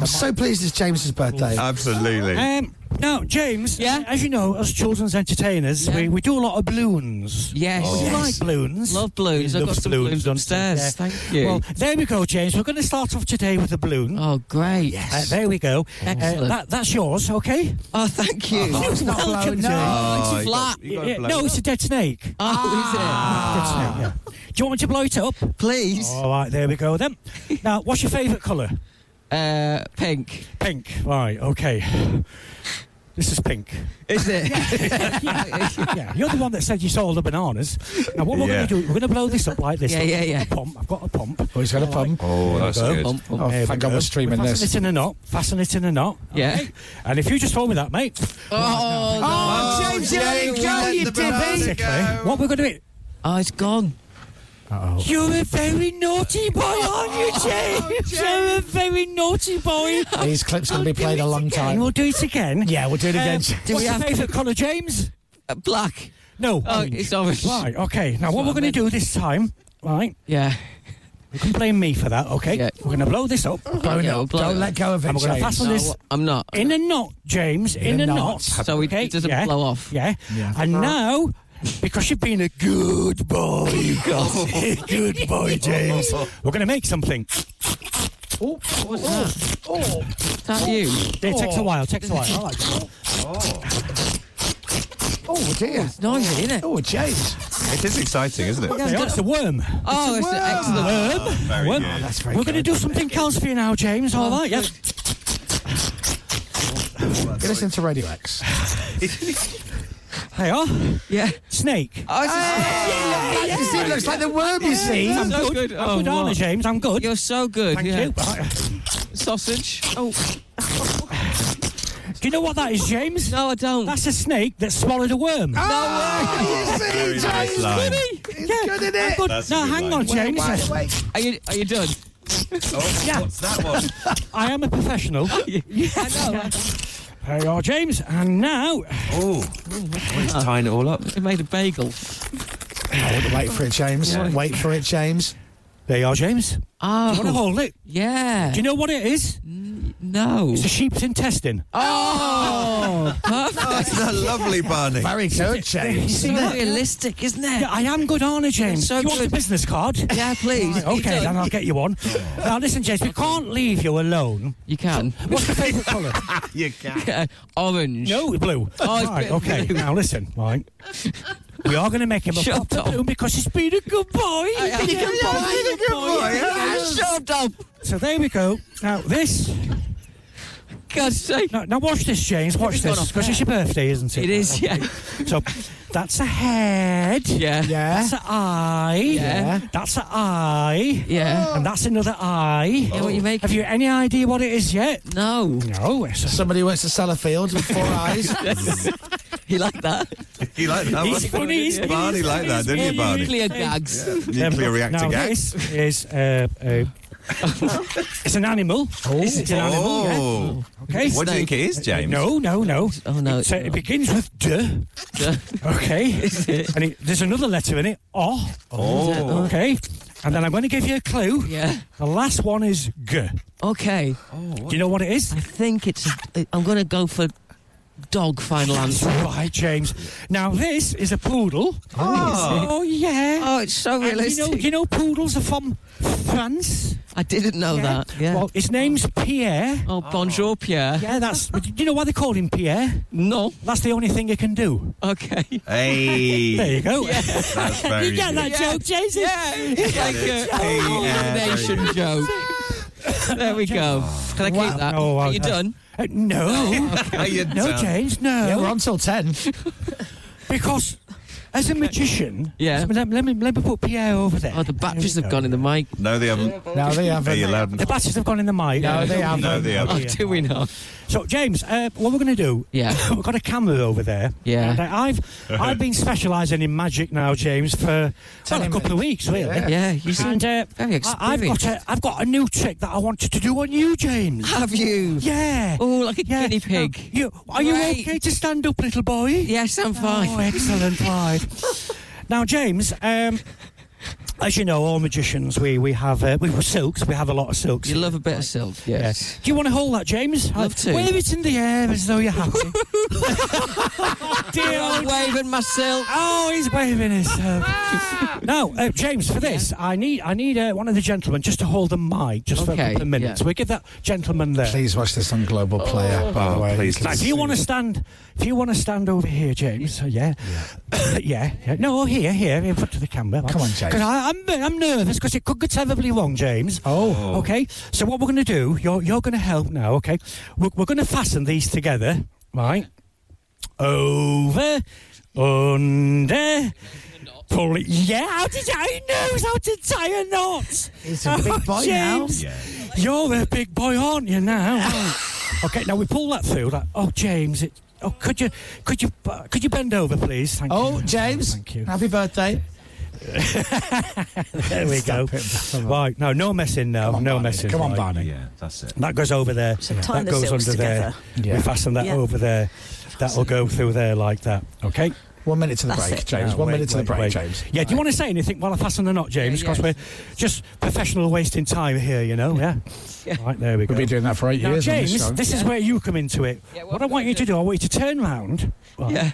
S7: I'm so pleased it's James's birthday.
S9: Absolutely.
S15: Um, now, James, yeah? as you know, as children's entertainers, we, we do a lot of balloons.
S14: Yes.
S15: Oh, you like balloons?
S14: Love balloons.
S15: We
S14: I've
S15: love
S14: got some
S15: balloons,
S14: balloons
S15: don't we?
S14: downstairs.
S15: Yeah.
S14: Thank you.
S15: Well, there we go, James. We're going to start off today with a balloon. Oh, great.
S14: Yes.
S15: there we go. Uh,
S14: Excellent.
S15: that, that's yours, okay?
S14: Oh, thank you.
S15: Oh, it's not
S14: Welcome,
S15: blown,
S14: James.
S15: no.
S14: Oh,
S15: It's
S14: you
S15: flat.
S14: got- you got
S15: Yeah,
S14: it blown
S15: no,
S14: up.
S15: it's a dead snake. Ah.
S14: Oh, is it?
S15: Dead snake, yeah. Do you want me to blow it up? Please. All right, there we go then. Now, what's your favourite colour? Uh, pink. Pink. Right. Okay. This is pink. Is it? Yeah. Yeah, You're the one that said you saw all the bananas. Now, what we're
S9: Yeah.
S15: going to do, we're going to blow this up like this.
S14: Yeah,
S15: Look,
S14: yeah,
S15: I've got
S14: yeah.
S15: A pump. I've got a pump.
S7: Oh, he's got a pump.
S9: Oh, that's
S15: There we
S9: good.
S14: Um,
S15: go.
S7: Oh,
S15: There we
S7: thank God
S15: go.
S7: we're streaming
S15: fasten
S7: this.
S15: it in a knot. Fasten it in a knot.
S14: Yeah.
S15: Okay. And if you just hold me that, mate.
S14: Oh,
S15: Oh,
S14: no.
S15: James, there you go,
S14: Let
S15: you
S14: the
S15: divvy.
S14: banana
S15: Basically, What we're going to do?
S14: Oh, it's gone.
S15: You're a very naughty boy,
S7: Oh,
S15: aren't you, James? You're a very naughty boy.
S7: These clips going to be played a long
S15: And
S7: time.
S15: we'll do it again.
S7: Yeah, we'll do it again.
S15: do Um, what's your favourite colour, James? black. No.
S14: Uh, Oh,
S15: orange.
S14: it's orange.
S15: Right, okay. Now,
S14: That's
S15: what
S14: what
S15: we're
S14: I
S15: going to
S14: meant.
S15: do this time, right? Yeah. You can blame me for that, okay? We're going to blow this up. Blow
S14: Yeah, we'll blow it up.
S15: And we're going to fasten
S14: No,
S15: this
S14: I'm not.
S15: in a knot, James.
S14: In
S15: In,
S14: a
S15: a knot.
S14: knot. So it- it doesn't
S15: yeah.
S14: blow off.
S15: Yeah. And now, because you've been a good boy,
S14: Oh,
S15: you got it. good boy, James. We're going to make something. Oh, what's that? Oh,
S14: Is that you?
S15: It takes a while. Takes a while. I like it.
S7: Oh dear!
S14: It's noisy, isn't it?
S7: Oh, James.
S9: It is exciting, isn't it?
S15: Yeah, it's a worm.
S14: Oh, it's excellent.
S15: Worm.
S9: Very
S15: worm.
S9: good. That's
S15: We're going to do something else for you now, James. All right. Yes.
S7: Get us into Radio X.
S15: Hey, oh.
S14: Yeah.
S15: Snake. Ah.
S14: Oh, it's
S7: It looks like the worm, you see.
S15: I'm
S14: so
S15: good.
S14: good.
S15: I'm
S14: Oh,
S15: good, aren't I,
S14: what?
S15: James? I'm good.
S14: You're so good.
S15: Thank
S14: yeah.
S15: you. Right.
S14: Sausage. Oh,
S15: Do you know what that is, James? No, I don't. That's a snake that swallowed a worm.
S7: Oh, you see,
S9: Very nice
S7: James.
S9: line.
S15: yeah.
S7: Good in it.
S15: Good.
S9: That's a
S15: Now,
S9: good
S15: hang
S9: line.
S15: on,
S7: Wait,
S15: James.
S7: wait.
S14: are you are you done?
S9: Oh,
S15: Yeah.
S9: what's that one?
S15: I am a professional. yes. There you are, James. And now,
S9: Oh, let's tie it all up.
S14: It made a bagel.
S7: Wait for it, James. Wait for it, James.
S15: there you are, James.
S14: Oh,
S15: Do you want to hold it?
S14: yeah.
S15: Do you know what it is?
S14: No.
S15: It's a sheep's intestine.
S14: Oh,
S15: no.
S5: That's not lovely, Barney.
S7: Very good, James.
S15: See,
S5: Isn't
S15: look-
S5: it?
S15: realistic, isn't it? Yeah, I am good, aren't I, James?
S5: So
S15: you want a
S5: good.
S15: business card?
S5: Yeah, please.
S15: Right,
S5: You
S15: okay,
S5: don't-
S15: then I'll get you one. Now, listen, James, we can't leave you alone. You can. What's your favourite colour?
S5: you can.
S15: Orange. No, blue.
S5: Oh, it's
S15: right,
S5: been
S15: okay.
S5: blue.
S15: Now, listen, right. We are going to make him a
S5: Shut
S15: proper
S5: up.
S15: balloon because he's been a good boy.
S5: I-
S15: He's been a good
S5: I-
S15: boy.
S5: I-
S15: He's been a
S5: good
S15: good boy.
S5: boy.
S15: Yes.
S5: Shut
S15: up. So there we go. Now, this. God's sake. Now, now watch this, James. Watch
S5: It's gone
S15: this.
S5: off
S15: Because it's your birthday, isn't it?
S5: It is,
S15: Okay. So that's a head. Yeah. yeah. That's an eye.
S5: Yeah.
S15: That's an eye. Yeah. And that's another eye.
S5: Yeah, what you
S15: Have you any idea what it is yet? No. No. It's a...
S7: Somebody works at Sellafield with four eyes.
S15: he liked that.
S5: He liked that
S15: He's
S5: one.
S15: funny, he's funny,
S5: Barney
S15: he's
S5: liked
S15: funny,
S5: that,
S15: he's
S5: didn't he,
S15: funny.
S5: Barney?
S15: Nuclear gags.
S5: Nuclear
S15: Um,
S5: reacting
S15: now
S5: gags.
S15: This is uh, a- it's an animal. It's, it's an animal. yeah.
S5: Oh.
S15: Okay.
S5: What do you think it is,
S15: Uh,
S5: James?
S15: No, no, no. Oh no. It's, uh, it begins with D. okay. And it, there's another letter in it. O.
S5: Oh.
S15: Okay. And then I'm going to give you a clue. Yeah. The last one is G.
S23: Okay.
S5: Oh,
S15: Do you know what it is?
S23: I think it's. I'm going to go for dog final
S15: That's
S23: answer.
S15: right, James. Now this is a poodle.
S23: Oh, is it?
S15: oh yeah. Oh, it's so You know,
S23: realistic.
S15: you know poodles are from France. I didn't know
S23: that, yeah.
S15: Well, his name's Pierre.
S23: Oh, bonjour, Pierre.
S15: Yeah, that's. Do you know why they call him Pierre? No. That's the only thing he can do. Okay.
S5: Hey.
S15: There you go.
S5: That's very
S15: you get that
S5: good.
S15: joke, Jason? Yeah.
S5: It's like a-
S23: Combination
S5: Yeah.
S23: joke. Oh, There we go. Can I keep that?
S15: Oh,
S23: Are
S15: wow,
S23: you
S15: that's-
S23: done? Oh,
S15: Uh, no.
S23: Okay.
S15: no, James, no.
S7: Yeah, we're on till 10.
S15: Because as a magician,
S23: Yeah.
S15: let, let me, let me put Pierre over there.
S23: Oh, the batteries have gone in the mic.
S5: No, they haven't.
S15: No, they haven't.
S5: Are you allowed?
S15: The batteries have gone in the mic.
S5: No, they haven't. No, they haven't.
S15: Oh, do we not? So, James, uh, what we're going to do? Yeah, we've got a camera over there.
S5: Yeah.
S15: And I- I've I've been specialising in magic now, James, for well, a couple of weeks really.
S23: Yeah. Yeah, you seem
S15: and uh,
S23: very
S15: I- I've got
S23: experienced.
S15: a I've got a new trick that I wanted to do on you, James.
S23: Have you?
S15: Yeah.
S23: Oh, like a guinea
S15: Now,
S23: pig.
S15: you, are you
S23: Great.
S15: okay to stand up, little boy? Yes, I'm
S23: fine.
S15: Oh, excellent, right. now, James, um, as you know, all magicians, we we have uh, we have silks. We have a lot of silks. You love a bit of silk, yes. Do you want to hold that, James? Uh,
S23: Love to.
S15: Wave it in the air as though you're happy. Dear old waving my silk. Oh, he's waving his silk. now, uh, James, for this, I need I need uh, one of the gentlemen just to hold the mic just for a
S7: Okay,
S15: couple of minutes.
S7: yeah.
S15: We give that gentleman there.
S7: Please watch this on Global Player, by the
S15: Oh,
S7: way.
S15: Now, if you want to stand, if you want to stand over here, James, uh, yeah, yeah, yeah, no, oh, here, here, in front of the camera.
S7: Come on, James.
S15: 'Cause I, I'm, I'm nervous because it could go terribly wrong, James. Oh. Okay. So what we're going to do? You're, you're going to help now. Okay. We're, we're going to fasten these together, right? Over, under. Pull it. Yeah, how did you, he knows how to tie a knot? Oh,
S5: He's a big boy now.
S15: James,
S5: Yeah.
S15: You're a big boy, aren't you now? okay, now we pull that through. Like, oh, James, it, oh, could you, could you, uh, could you bend over, please? Thank
S7: Oh,
S15: you.
S7: James,
S15: thank you.
S7: happy birthday.
S15: There we go.
S7: Stop it.
S15: Right, no, no messing now. no messing.
S7: Come on,
S15: right.
S7: Barney.
S15: Yeah, that's it. That goes over there.
S5: tie
S15: That
S5: the
S15: goes
S5: silks
S15: under there.
S5: together. Yeah.
S15: We fasten that
S5: Yeah.
S15: over there. That'll go through there like that. Okay.
S7: One minute to the break, James.
S15: No,
S7: One
S15: wait,
S7: minute to the
S15: wait,
S7: break,
S15: wait.
S7: James.
S15: Yeah, do you want to say anything while I fasten the knot, James? Because we're just professional wasting time here, you know, yeah? Right, there we go.
S7: We've been doing that for eight
S15: Now,
S7: years on this
S15: James,
S7: show.
S15: this is where you come into it. what I want you to do, I want you to turn round. yeah.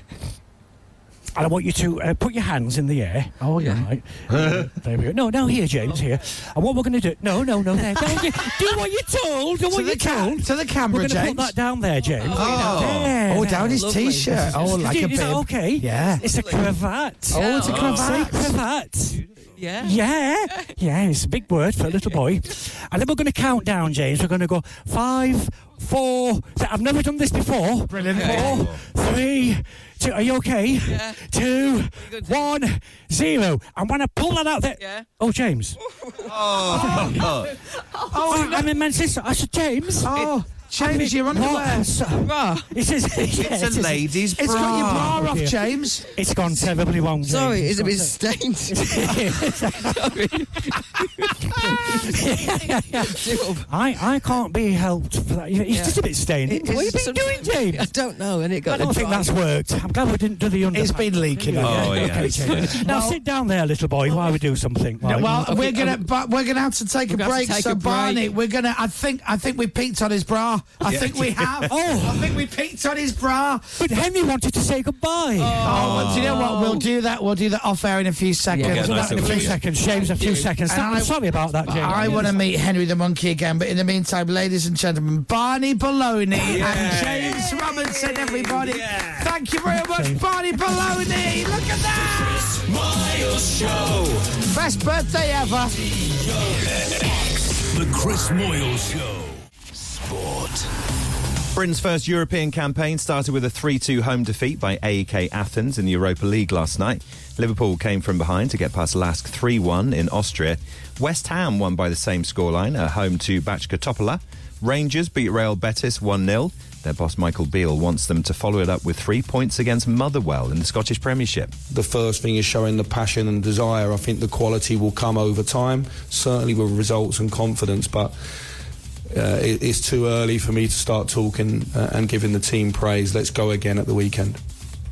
S15: And I want you to uh, put your hands in the air. Oh, yeah. Right. Uh, there we go. No, no, here, James, here. And what we're going to do... No, no, no, there. Don't you- do what you're told. Do what you're told. To the camera, We're going to
S7: James.
S15: put that down there, James.
S7: Oh.
S15: There,
S7: Oh, down
S15: there.
S7: his Lovely. t-shirt. Oh, like
S15: Is
S7: a
S15: it- is that
S7: bib.
S15: okay?
S7: Yeah.
S15: It's a cravat.
S7: Oh, it's a cravat.
S15: It's a cravat.
S23: Yeah.
S15: Yeah, yeah, it's a big word for a little boy. And then we're going to count down, James. We're going to go five, four. th- I've never done this before. Brilliant. Four, three, two. Are you okay? Yeah. Two, one, zero. And when I pull that out there. Yeah. Oh, James.
S5: Oh.
S15: Oh, I'm immensely sorry. I said, James. Oh,
S7: James, you're underwear.
S15: Bra. It is, yeah,
S5: It's a
S15: it is-
S5: lady's
S15: It's got your
S5: bra.
S15: bra
S5: Oh,
S15: off,
S5: dear.
S15: James. It's gone terribly wrong, James.
S5: Sorry, it's a bit
S15: stained. I, I can't be helped for that. You- It's
S23: Yeah.
S15: just a bit stained.
S23: It
S15: what
S23: is
S15: have you been doing, James? I
S23: don't know, and it got.
S15: I don't think that's worked. I'm glad we didn't do the under. It's been leaking.
S5: Oh, yeah.
S15: Okay, James. now
S7: Well-
S15: sit down there, little boy, while we do something. Um,
S7: No,
S15: right?
S7: well, we're gonna but we're gonna have to take a
S15: We're gonna have
S7: break.
S15: to take
S7: so
S15: a break.
S7: Barney, we're gonna. I think I think we peaked on his bra. I think we have. I think we peeked on his bra. Oh. But Henry wanted to say goodbye. Oh, well, do you know what? We'll do that. We'll do that off air in a few seconds.
S15: Yeah, nice
S7: in a
S15: little
S7: few
S15: video.
S7: seconds.
S15: James, a few seconds.
S7: And
S15: I'm sorry about that, James.
S7: I want to meet Henry the Monkey again, but in the meantime, ladies and gentlemen, Barney Baloney and James Robinson, everybody. Thank you very much, Barney Baloney. Look at that.
S3: Miles Show.
S7: Best birthday ever.
S1: The Chris Moyle Show.
S9: Britain's first European campaign started with a 3 2 home defeat by AEK Athens in the Europa League last night. Liverpool came from behind to get past Lask 3 1 in Austria. West Ham won by the same scoreline at home to Bachka Topola. Rangers beat Real Betis 1 0. Their boss Michael Beale wants them to follow it up with three points against Motherwell in the Scottish Premiership.
S11: The first thing is showing the passion and desire. I think the quality will come over time, certainly with results and confidence, but uh, it, it's too early for me to start talking uh, and giving the team praise. Let's go again at the weekend.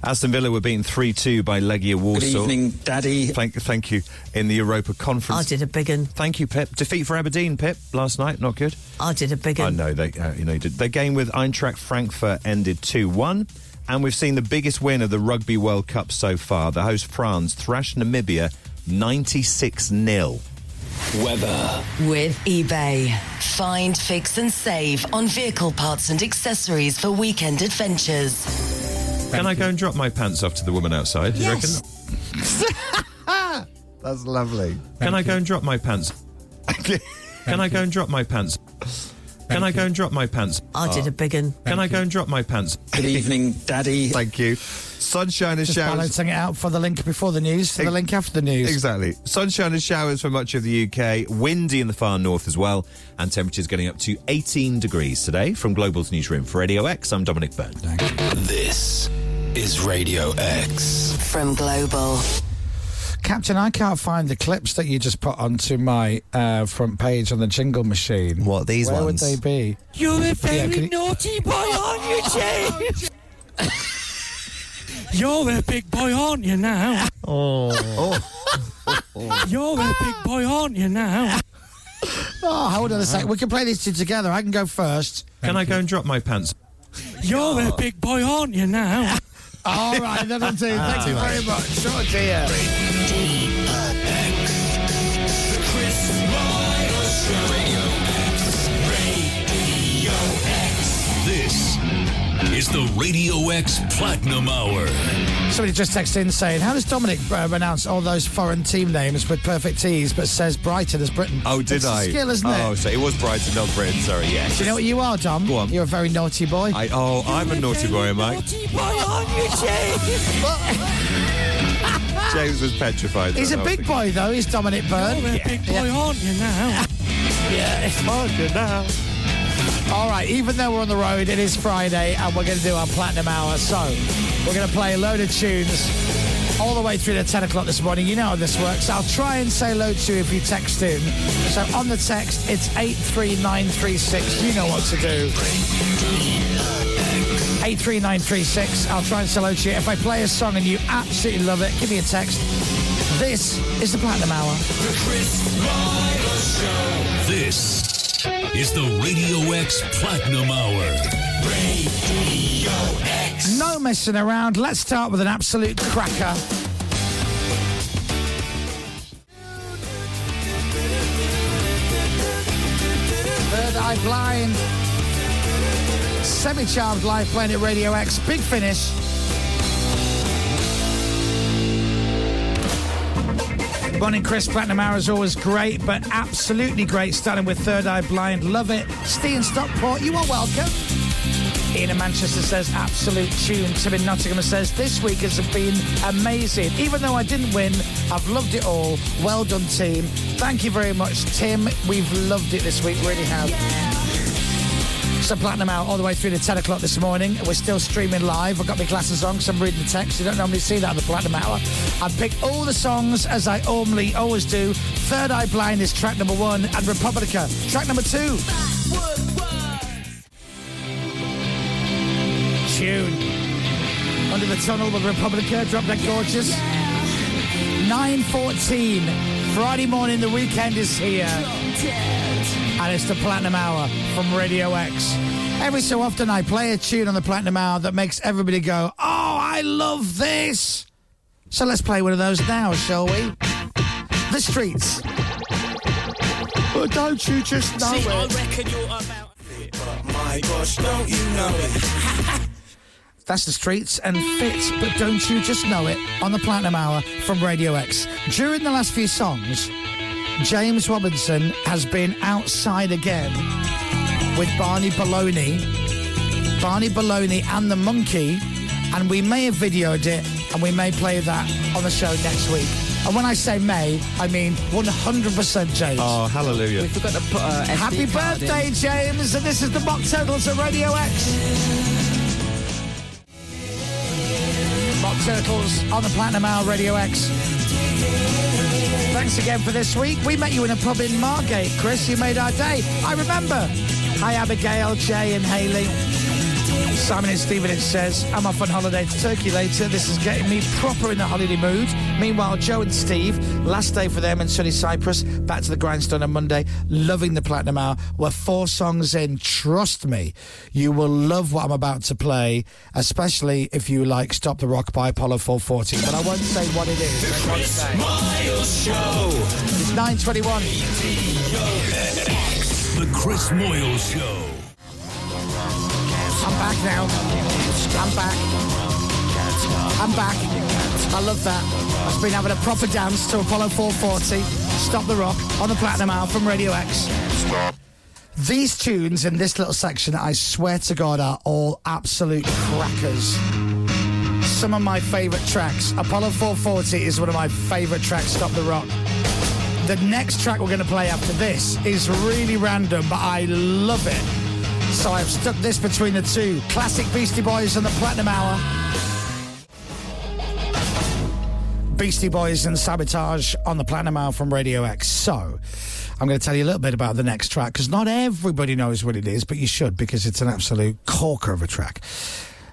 S9: Aston Villa were beaten 3 2 by Legia Warsaw.
S11: evening,
S9: Daddy. Thank, thank you. In the Europa Conference. I did a big un. Thank you, Pip. Defeat for Aberdeen, Pip, last night. Not good. I did a big un. I know, they, uh, you know, you did. Their game with Eintracht Frankfurt ended 2 1. And we've seen the biggest win of the Rugby World Cup so far. The host France thrashed Namibia 96 0.
S6: Weather.
S2: With eBay. Find, fix, and save on vehicle parts and accessories for weekend adventures.
S9: Can I go and drop my pants off to the woman outside? You
S2: Yes.
S9: reckon?
S8: That's lovely.
S9: Can I go and drop my pants? Can I go and drop my pants? Can I go and drop my pants?
S23: I did a big un.
S9: Can I go and drop my pants? Good evening, Daddy. Thank you. Sunshine and
S7: Just
S9: showers.
S7: balancing it out for the link before the news, for the link after the news.
S9: Exactly. Sunshine and showers for much of the UK. Windy in the far north as well. And temperatures getting up to 18 degrees today. From Global's newsroom for Radio X, I'm Dominic Byrne.
S6: This is Radio X.
S2: From Global.
S7: Captain, I can't find the clips that you just put onto my uh, front page on the jingle machine. What
S8: these
S7: Where
S8: ones?
S7: would they be?
S23: You're a
S7: Yeah,
S23: very
S7: can you- Oh,
S23: naughty boy, aren't you, James?
S15: You're a big boy, aren't you now?
S8: Oh.
S15: You're a big boy, aren't you now?
S7: Oh, hold on a sec. We can play these two together. I can go first.
S9: Can I go and drop my pants?
S15: You're a big boy, aren't you now?
S7: All right, that'll do. Thank
S9: Ah.
S7: you very much. Sure, dear.
S3: The Chris Miles Show. Radio X. Radio X.
S1: This is the Radio X Platinum Hour.
S7: Somebody just texted in saying, How does Dominic uh, pronounce all those foreign team names with perfect T's but says Brighton as Britain?
S9: Oh, did
S7: it's
S9: I?
S7: A skill, isn't
S9: oh,
S7: it?
S9: so it was Brighton, not Britain. Sorry, yes.
S7: Do you know what you are, Dom? Go on. You're a very naughty boy.
S9: I, oh, I'm a naughty boy, am I? James was petrified.
S7: He's a
S9: That was
S7: big boy, though. He's Dominic Byrne.
S15: You're a big boy, aren't you now?
S7: Yeah, it's harder now. All right, even though we're on the road, it is Friday and we're going to do our platinum hour. So we're going to play a load of tunes all the way through to 10 o'clock this morning. You know how this works. I'll try and say load to you if you text in. So on the text, it's 83936. You know what to do. 83936. I'll try and say load to you. If I play a song and you absolutely love it, give me a text. This is the Platinum Hour.
S3: The Chris Miles Show.
S1: This is the Radio X Platinum Hour.
S3: Radio X.
S7: No messing around. Let's start with an absolute cracker. Third Eye Blind. Semi Charmed Live playing at Radio X. Big finish. Morning, Chris. Platinum Hour is always great, but absolutely great. Starting with Third Eye Blind. Love it. Steve in Stockport, you are welcome. Ian in Manchester says, absolute tune. Tim in Nottingham says, this week has been amazing. Even though I didn't win, I've loved it all. Well done, team. Thank you very much, Tim. We've loved it this week, really have. So platinum out all the way through to 10 o'clock this morning. We're still streaming live. I've got my glasses on because I'm reading the text. You don't normally see that on the platinum hour. I picked all the songs as I normally always do. Third Eye Blind is track number one and Republica, track number two. Tune. Under the tunnel with Republica, drop that gorgeous. 9.14, Friday morning, the weekend is here. and it's the Platinum Hour from Radio X. Every so often, I play a tune on the Platinum Hour that makes everybody go, Oh, I love this! So let's play one of those now, shall we? The Streets. But don't you just know
S3: See, I
S7: it?
S3: reckon you're about it, but my gosh, don't you know it?
S7: That's the streets and fit, but don't you just know it on the Platinum Hour from Radio X. During the last few songs, James Robinson has been outside again with Barney Baloney, Barney Baloney and the Monkey, and we may have videoed it and we may play that on the show next week. And when I say may, I mean 100% James.
S9: Oh, hallelujah.
S7: forgot to put
S14: uh,
S9: SD
S7: Happy
S9: uh, card in.
S7: birthday, James, and this is the Mock Turtles at Radio X. Mock Turtles on the Platinum Hour Radio X. Thanks again for this week. We met you in a pub in Margate, Chris. You made our day. I remember. Hi, Abigail, Jay, and Haley. Simon and Stephen, it says, I'm off on holiday to Turkey later. This is getting me proper in the holiday mood. Meanwhile, Joe and Steve, last day for them in sunny Cyprus, back to the grindstone on Monday, loving the Platinum Hour. We're four songs in. Trust me, you will love what I'm about to play, especially if you like Stop the Rock by Apollo 440. But I won't say what it is.
S3: The Chris Miles Show.
S7: It's 921.
S1: The Chris Moyle Show.
S7: I'm back now. I'm back. I'm back. I love that. I've been having a proper dance to Apollo 440, Stop the Rock, on the Platinum Hour from Radio X. These tunes in this little section, I swear to God, are all absolute crackers. Some of my favourite tracks. Apollo 440 is one of my favourite tracks, Stop the Rock. The next track we're going to play after this is really random, but I love it. So I've stuck this between the two classic Beastie Boys and the Platinum Hour. Beastie Boys and Sabotage on the Platinum Hour from Radio X. So, I'm going to tell you a little bit about the next track because not everybody knows what it is, but you should because it's an absolute corker of a track.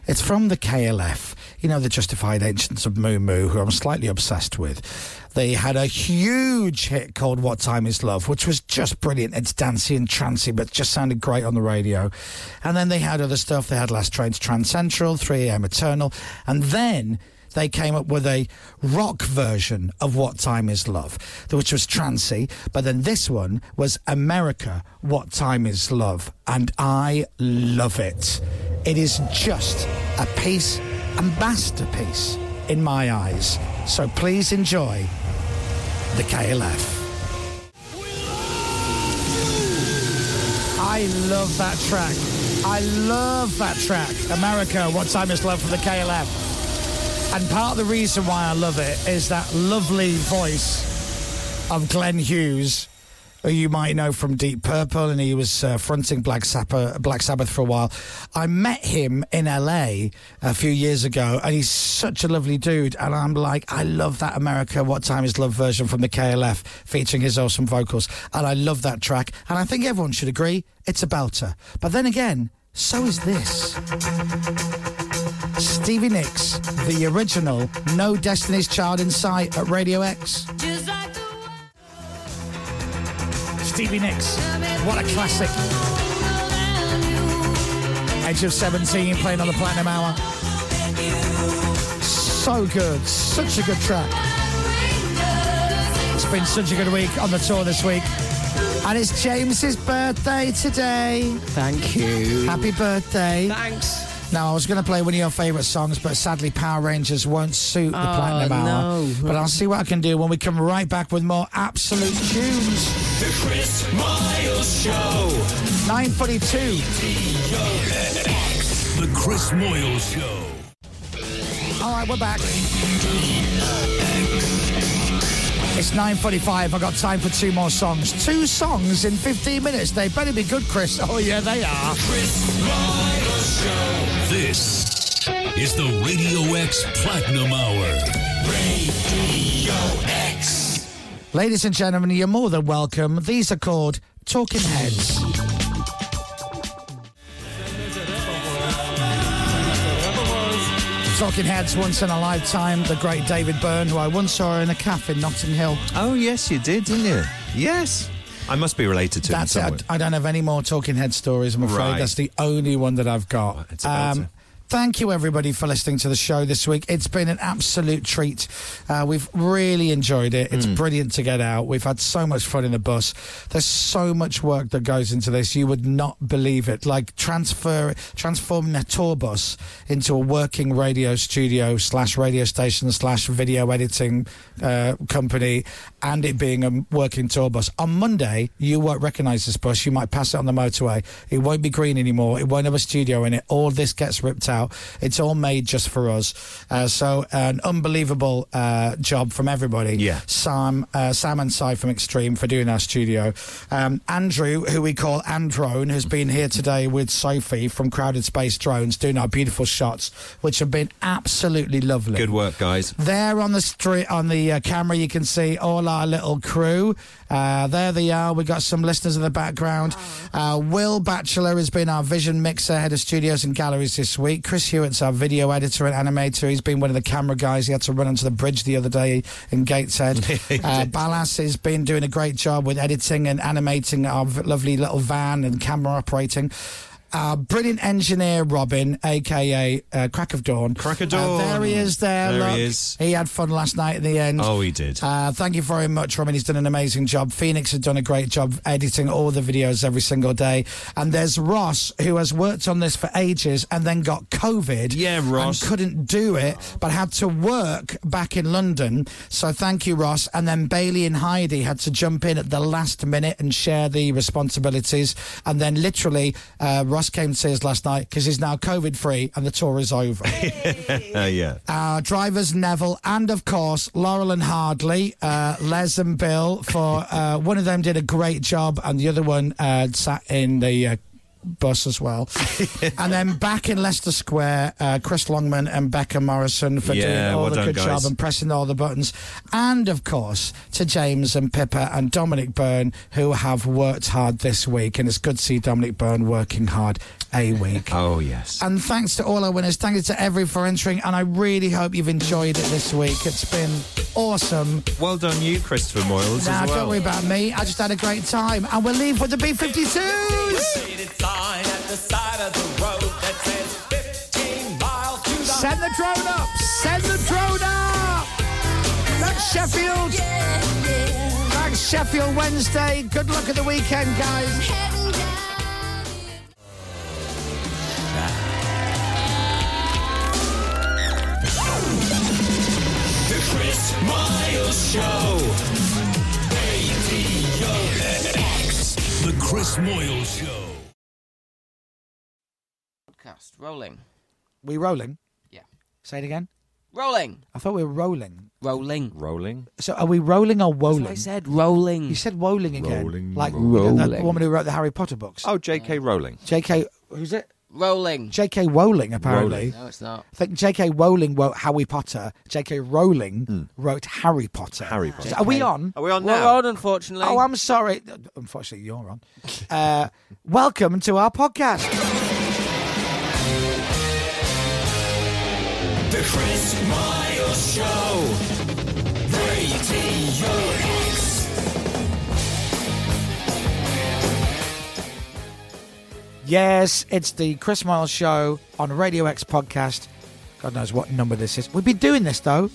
S7: It's from the KLF, you know, the Justified Ancients of Moo Moo, who I'm slightly obsessed with. They had a huge hit called What Time Is Love, which was just brilliant. It's dancey and trancy, but just sounded great on the radio. And then they had other stuff. They had Last Train to Transcentral, 3am Eternal. And then they came up with a rock version of What Time Is Love, which was trancy. But then this one was America, What Time Is Love. And I love it. It is just a piece, a masterpiece in my eyes. So please enjoy the KLF. I love that track. I love that track. America, What Time Is Love for the KLF. And part of the reason why I love it is that lovely voice of Glenn Hughes, who you might know from Deep Purple, and he was uh, fronting Black Sabbath, Black Sabbath for a while. I met him in LA a few years ago, and he's such a lovely dude. And I'm like, I love that America What Time Is Love version from the KLF featuring his awesome vocals. And I love that track. And I think everyone should agree it's a belter. But then again, so is this. Stevie Nicks, the original No Destiny's Child in Sight at Radio X. Stevie Nicks, what a classic. Age of 17 playing on the Platinum Hour. So good, such a good track. It's been such a good week on the tour this week. And it's James's birthday today.
S14: Thank you.
S7: Happy birthday.
S14: Thanks.
S7: Now, I was going to play one of your favourite songs, but sadly, Power Rangers won't suit the
S14: Oh,
S7: Platinum Hour.
S14: no.
S7: But I'll see what I can do when we come right back with more absolute tunes.
S3: The Chris Miles Show.
S7: 942.
S1: The Chris Moyle Show.
S7: All right, we're back. It's 9.45. I've got time for two more songs. Two songs in 15 minutes. They better be good, Chris. Oh, yeah, they are.
S3: Chris Miles Show.
S1: This is the Radio X Platinum Hour.
S3: Radio X.
S7: Ladies and gentlemen, you're more than welcome. These are called Talking Heads. Talking Heads, once in a lifetime, the great David Byrne, who I once saw in a cafe in Notting Hill.
S9: Oh, yes, you did, didn't you? Yes. I must be related to
S7: That's
S9: him
S7: it.
S9: in some
S7: I,
S9: way.
S7: I don't have any more Talking Head stories, I'm afraid.
S9: Right.
S7: That's the only one that I've got. Um,
S9: It's about to-
S7: Thank you, everybody, for listening to the show this week. It's been an absolute treat. Uh, we've really enjoyed it.
S9: Hmm.
S7: It's brilliant to get out. We've had so much fun in the bus. There's so much work that goes into this. You would not believe it. Like transfer, transforming a tour bus into a working radio studio slash radio station slash video editing uh, company, and it being a working tour bus. On Monday, you won't recognise this bus. You might pass it on the motorway. It won't be green anymore. It won't have a studio in it. All this gets ripped out. It's all made just for us. Uh, so an unbelievable uh, job from everybody. Yeah. Sam, uh, Sam and Cy from Extreme for doing our studio. Um, Andrew, who we call Androne, has been here today with Sophie from Crowded Space Drones doing our beautiful shots, which have been absolutely lovely.
S9: Good work, guys.
S7: There on the street, on the uh, camera, you can see all our little crew. Uh, there they are. We've got some listeners in the background.
S9: Oh.
S7: Uh, Will Batchelor has been our vision mixer, head of studios and galleries this week. Chris Hewitt's our video editor and animator. He's been one of the camera guys. He had to run onto the bridge the other day in Gateshead. uh, Ballas has been doing a great job with editing and animating our v- lovely little van and camera operating. Our brilliant engineer Robin, aka uh, Crack of Dawn. Crack
S9: of Dawn.
S7: there he is. There,
S9: There
S7: look.
S9: he is.
S7: He had fun last night at the end.
S9: Oh, he did.
S7: Uh, thank you very much, Robin. He's done an amazing job. Phoenix has done a great job editing all the videos every single day. And there's Ross, who has worked on this for ages and then got COVID. Yeah, Ross. And couldn't do it, but had to work back in London. So thank you, Ross. And then Bailey and Heidi had to jump in at the last minute and share the responsibilities. And then literally, uh, Ross came to us last night because he's now COVID free and the tour is over.
S9: Uh, yeah.
S7: Uh, drivers Neville and of course Laurel and Hardley, uh, Les and Bill. For uh, one of them did a great job, and the other one uh, sat in the. Uh, Bus as well, and then back in Leicester Square, uh, Chris Longman and Becca Morrison for
S9: Yeah,
S7: doing all
S9: well
S7: the
S9: done,
S7: good
S9: guys.
S7: job and pressing all the buttons, and of course to James and Pippa and Dominic Byrne who have worked hard this week, and it's good to see Dominic Byrne working hard a week.
S9: Oh, yes.
S7: And thanks to all our winners. Thank you to everyone for entering. And I really hope you've enjoyed it this week. It's been awesome.
S9: Well done, you, Christopher Moyles,
S7: Now,
S9: as well.
S7: don't worry about me. I just had a great time. And we'll leave with the B 52s.
S3: sign at the side of the road that says 15 miles to the
S7: Send the drone up. Send the drone up. Thanks, Sheffield. Thanks, Sheffield Wednesday. Good luck at the weekend, guys.
S3: The Chris Miles Show. Radio X.
S1: The Chris Moyle Show.
S14: Podcast rolling.
S7: We rolling?
S14: Yeah.
S7: Say it again.
S14: Rolling.
S7: I thought we were rolling.
S14: Rolling. Rolling.
S7: So are we rolling or
S14: what I
S7: woling?
S14: said, rolling.
S7: You said woling again.
S9: Rolling,
S7: like
S9: rolling.
S7: that woman who wrote the Harry Potter books.
S9: Oh, J.K. Rowling.
S7: J.K. Who's it?
S14: Rolling.
S7: J.K. Rowling, apparently.
S14: No, it's not.
S7: I think J.K. Rowling wrote Harry Potter. J.K. Rowling wrote Harry Potter. Harry
S14: Potter.
S7: Are we on?
S14: Are we on We're now? on, unfortunately.
S7: Oh, I'm sorry. Unfortunately, you're on. Uh, welcome to our podcast.
S3: The Chris Miles Show. Radio X.
S7: Yes, it's the Chris Miles Show on Radio X podcast. God knows what number this is. We've been doing this, though,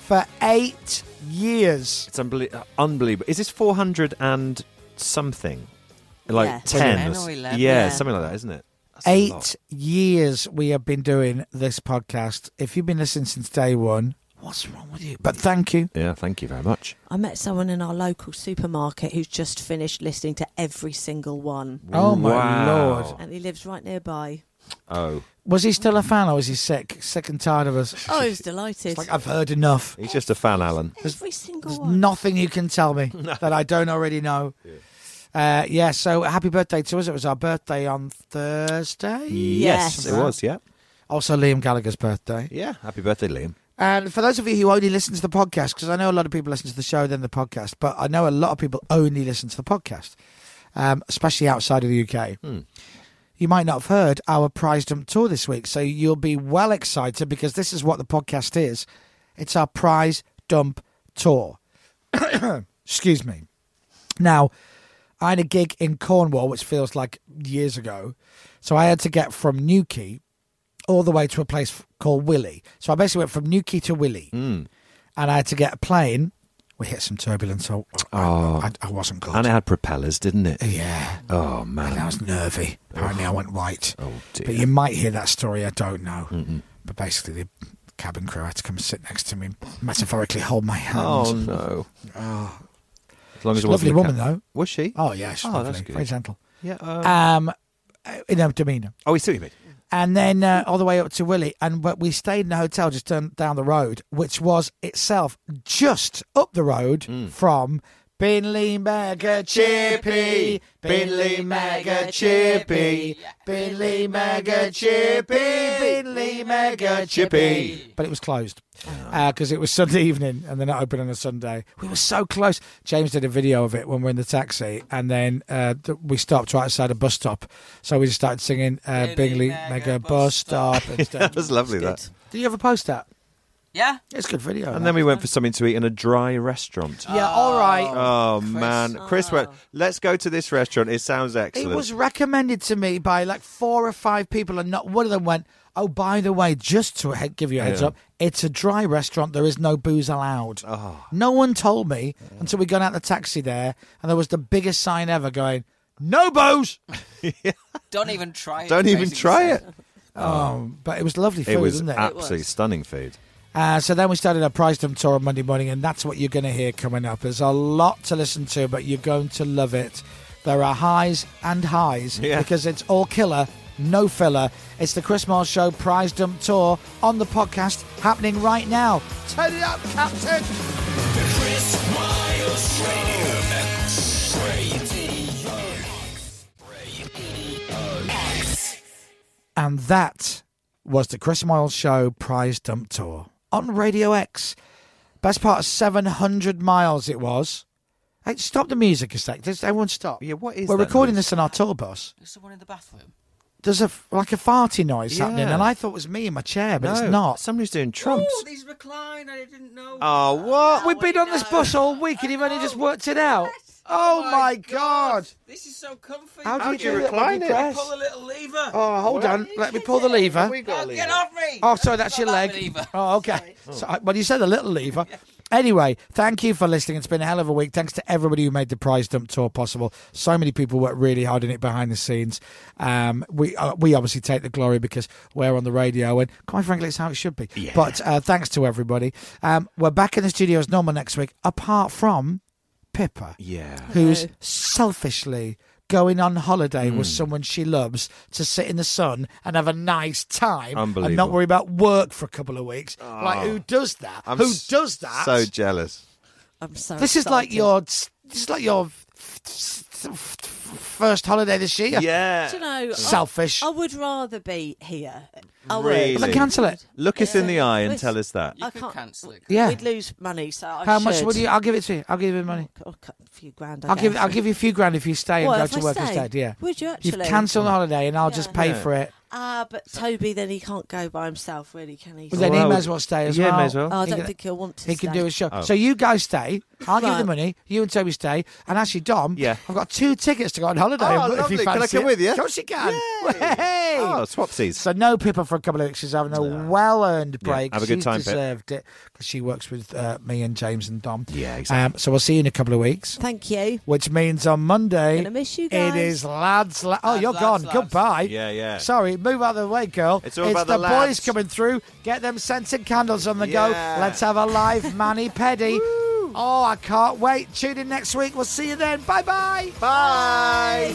S7: for eight years.
S9: It's unbelie- uh, unbelievable. Is this 400 and something? Like
S7: Yeah.
S9: 10?
S7: 10
S9: or
S7: or
S9: s-
S7: 11,
S9: yeah,
S7: yeah.
S9: something like that, isn't it?
S7: Eight years we have been doing this podcast. If you've been listening since day one, what's wrong with you? But thank you.
S9: Yeah, thank you very much.
S4: I met someone in our local supermarket who's just finished listening to every single one.
S7: Oh, my
S9: Wow.
S7: Lord.
S4: And he lives right nearby.
S9: Oh.
S7: Was he still a fan or was he sick? Sick and tired of us?
S4: Oh, he's delighted.
S7: It's like I've heard enough.
S9: He's just a fan, Alan.
S4: every single
S7: There's
S4: one.
S7: nothing you can tell me that I don't already know. Yeah. Uh, yeah, so happy birthday to us. It was our birthday on Thursday.
S9: Yes, it was, yeah.
S7: Also, Liam Gallagher's birthday.
S9: Yeah, happy birthday, Liam.
S7: And for those of you who only listen to the podcast, because I know a lot of people listen to the show, then the podcast, but I know a lot of people only listen to the podcast, um, especially outside of the UK. You might not have heard our prize dump tour this week, so you'll be well excited because this is what the podcast is. It's our prize dump tour. Excuse me. Now, I had a gig in Cornwall, which feels like years ago. So I had to get from Newquay all the way to a place f- called Willie. So I basically went from Newquay to Willie.
S9: Hmm.
S7: And I had to get a plane. We hit some turbulence. So
S9: Oh,
S7: I, I wasn't good.
S9: And it had propellers, didn't it?
S7: Yeah.
S9: Oh man,
S7: I was nervy. Apparently, I went white.
S9: Oh dear.
S7: But you might hear that story. I don't know. But basically, the cabin crew had to come sit next to me, and metaphorically hold my hand.
S9: Oh no.
S7: Oh.
S9: As long as
S7: She's
S9: it
S7: a lovely
S9: wasn't a
S7: woman
S9: cat-
S7: though.
S9: Was she?
S7: Oh yeah, she's
S9: Oh,
S7: lovely.
S9: that's good.
S7: Very gentle.
S9: Yeah.
S7: um, uh, in her demeanour.
S9: Oh, we see what you mean.
S7: And then uh, all the way up to Willie, and but we stayed in a hotel just down, down the road, which was itself just up the road from Binley Mega Chippy, Binley Mega Chippy, Binley Mega Chippy, Binley Mega Chippy. Oh. But it was closed because it was Sunday evening and they're not open on a Sunday. We were so close. James did a video of it when we were in the taxi and then uh, th- we stopped right outside a bus stop. So we just started singing uh, Bingley Mega Bus Stop. and stuff.
S9: that was lovely. That.
S7: Did you ever post that?
S14: Yeah.
S7: It's a good video.
S9: And then we went for something to eat in a dry restaurant.
S7: Yeah, all right.
S9: Oh, man, Chris, went, let's go to this restaurant. It sounds excellent.
S7: It was recommended to me by like four or five people, and not one of them went, Oh, by the way, just to he- give you a heads
S9: Yeah.
S7: up, it's a dry restaurant. There is no booze allowed.
S9: Oh.
S7: No one told me until we got out the taxi there, and there was the biggest sign ever going, No booze!
S14: Don't even try it.
S9: Don't even
S14: basically.
S9: try it.
S7: Oh, but it was lovely food,
S9: it was
S7: wasn't it?
S9: absolutely stunning food.
S7: Uh, so then we started our Pricedom tour on Monday morning, and that's what you're going to hear coming up. There's a lot to listen to, but you're going to love it. There are highs and highs because it's all killer, no filler. It's the Chris Moore Show Pricedom tour on the podcast happening right now. Turn it up, Captain!
S3: Chris Miles Radio X.
S7: And that was the Chris Miles Show prize dump tour on Radio X. Best part of 700 miles it was. Hey, stop the music a sec. Just everyone stop. Yeah, what
S14: is
S7: We're
S14: that
S7: recording this in our tour bus.
S14: There's someone in the bathroom.
S7: There's a like a farty noise happening,
S9: Yeah.
S7: and I thought it was me in my chair, but
S9: No,
S7: it's not.
S9: Somebody's doing trumps.
S14: He's reclined. I didn't know.
S9: Oh, what?
S7: We've been on this bus all week, and you've only just worked it out. Oh, my god!
S14: This is so comfy.
S7: How do How you do you do that when recline you it? press?
S14: Pull a little lever.
S7: Oh, hold on. Let me pull the lever.
S14: Oh, get off me.
S7: Oh, sorry,
S14: Not
S7: that's your
S14: that
S7: leg. Oh, okay. So, I- well, you said a little lever. Anyway, thank you for listening. It's been a hell of a week. Thanks to everybody who made the prize dump tour possible. So many people worked really hard in it behind the scenes. Um, we uh, we obviously take the glory because we're on the radio, and quite frankly, it's how it should be. But uh, thanks to everybody. Um, we're back in the studio as normal next week, apart from Pippa,
S9: yeah,
S7: who's selfishly going on holiday with
S9: Hmm.
S7: someone she loves to sit in the sun and have a nice time and not
S9: Unbelievable.
S7: worry about work for a couple of weeks. Like
S9: Oh.
S7: who does that?
S9: I'm
S7: who
S9: s-
S7: does that?
S9: So jealous.
S4: I'm so.
S7: this is like your this is like your first holiday this year.
S4: Do you know? I-
S7: selfish.
S4: I, would rather be here. I would.
S9: Really?
S7: Well, then cancel it.
S9: Look us in the eye and tell us that.
S4: I can't cancel it.
S7: Yeah.
S4: We'd lose money. So I
S7: How much
S4: should. Oh,
S7: would you? I'll give it to you. I'll give you the money.
S4: A few grand. I
S7: I'll give
S4: guess.
S7: I'll give you a few grand if you stay and
S4: Well,
S7: go
S4: if
S7: to
S4: I
S7: work
S4: stay,
S7: instead. Yeah.
S4: would you
S7: You've
S4: actually?
S7: cancelled the holiday and I'll just pay
S9: Yeah.
S7: for it.
S4: Ah, but Toby, then he can't go by himself, really, can he?
S7: Well, then he may as well stay as
S9: yeah,
S7: well.
S9: may as well.
S4: Oh, I
S7: He
S4: don't
S7: can-
S4: think he'll want to.
S7: He can
S4: stay.
S7: do his show.
S9: Oh.
S7: So you guys stay. I'll give you the
S4: Right.
S7: money. You and Toby stay. And actually, Dom,
S9: Yeah.
S7: I've got two tickets to go on holiday.
S9: Oh,
S7: if
S9: lovely.
S7: you
S9: Can I
S7: fancy
S9: come
S7: it.
S9: with you?
S7: Of course you can. Hey!
S9: Oh, swapsies.
S7: So no Pippa for a couple of weeks. She's having a well-earned
S9: Yeah,
S7: break.
S9: have a good
S7: She's
S9: time, Pip.
S7: deserved it because she works with uh, me and James and Dom.
S9: Yeah,
S7: Um, so we'll see you in a couple of weeks.
S4: Thank you.
S7: Which means on Monday,
S4: Gonna miss you
S7: it
S4: guys.
S7: is lads. La- oh, you're gone. Goodbye.
S9: Yeah, yeah.
S7: Sorry, move out of the way, girl.
S9: It's all about
S7: the,
S9: the
S7: boys
S9: lads.
S7: coming through. Get them scented candles on the
S9: Yeah.
S7: go. Let's have a live mani pedi. oh, I can't wait. Tune in next week. We'll see you then. Bye-bye. Bye.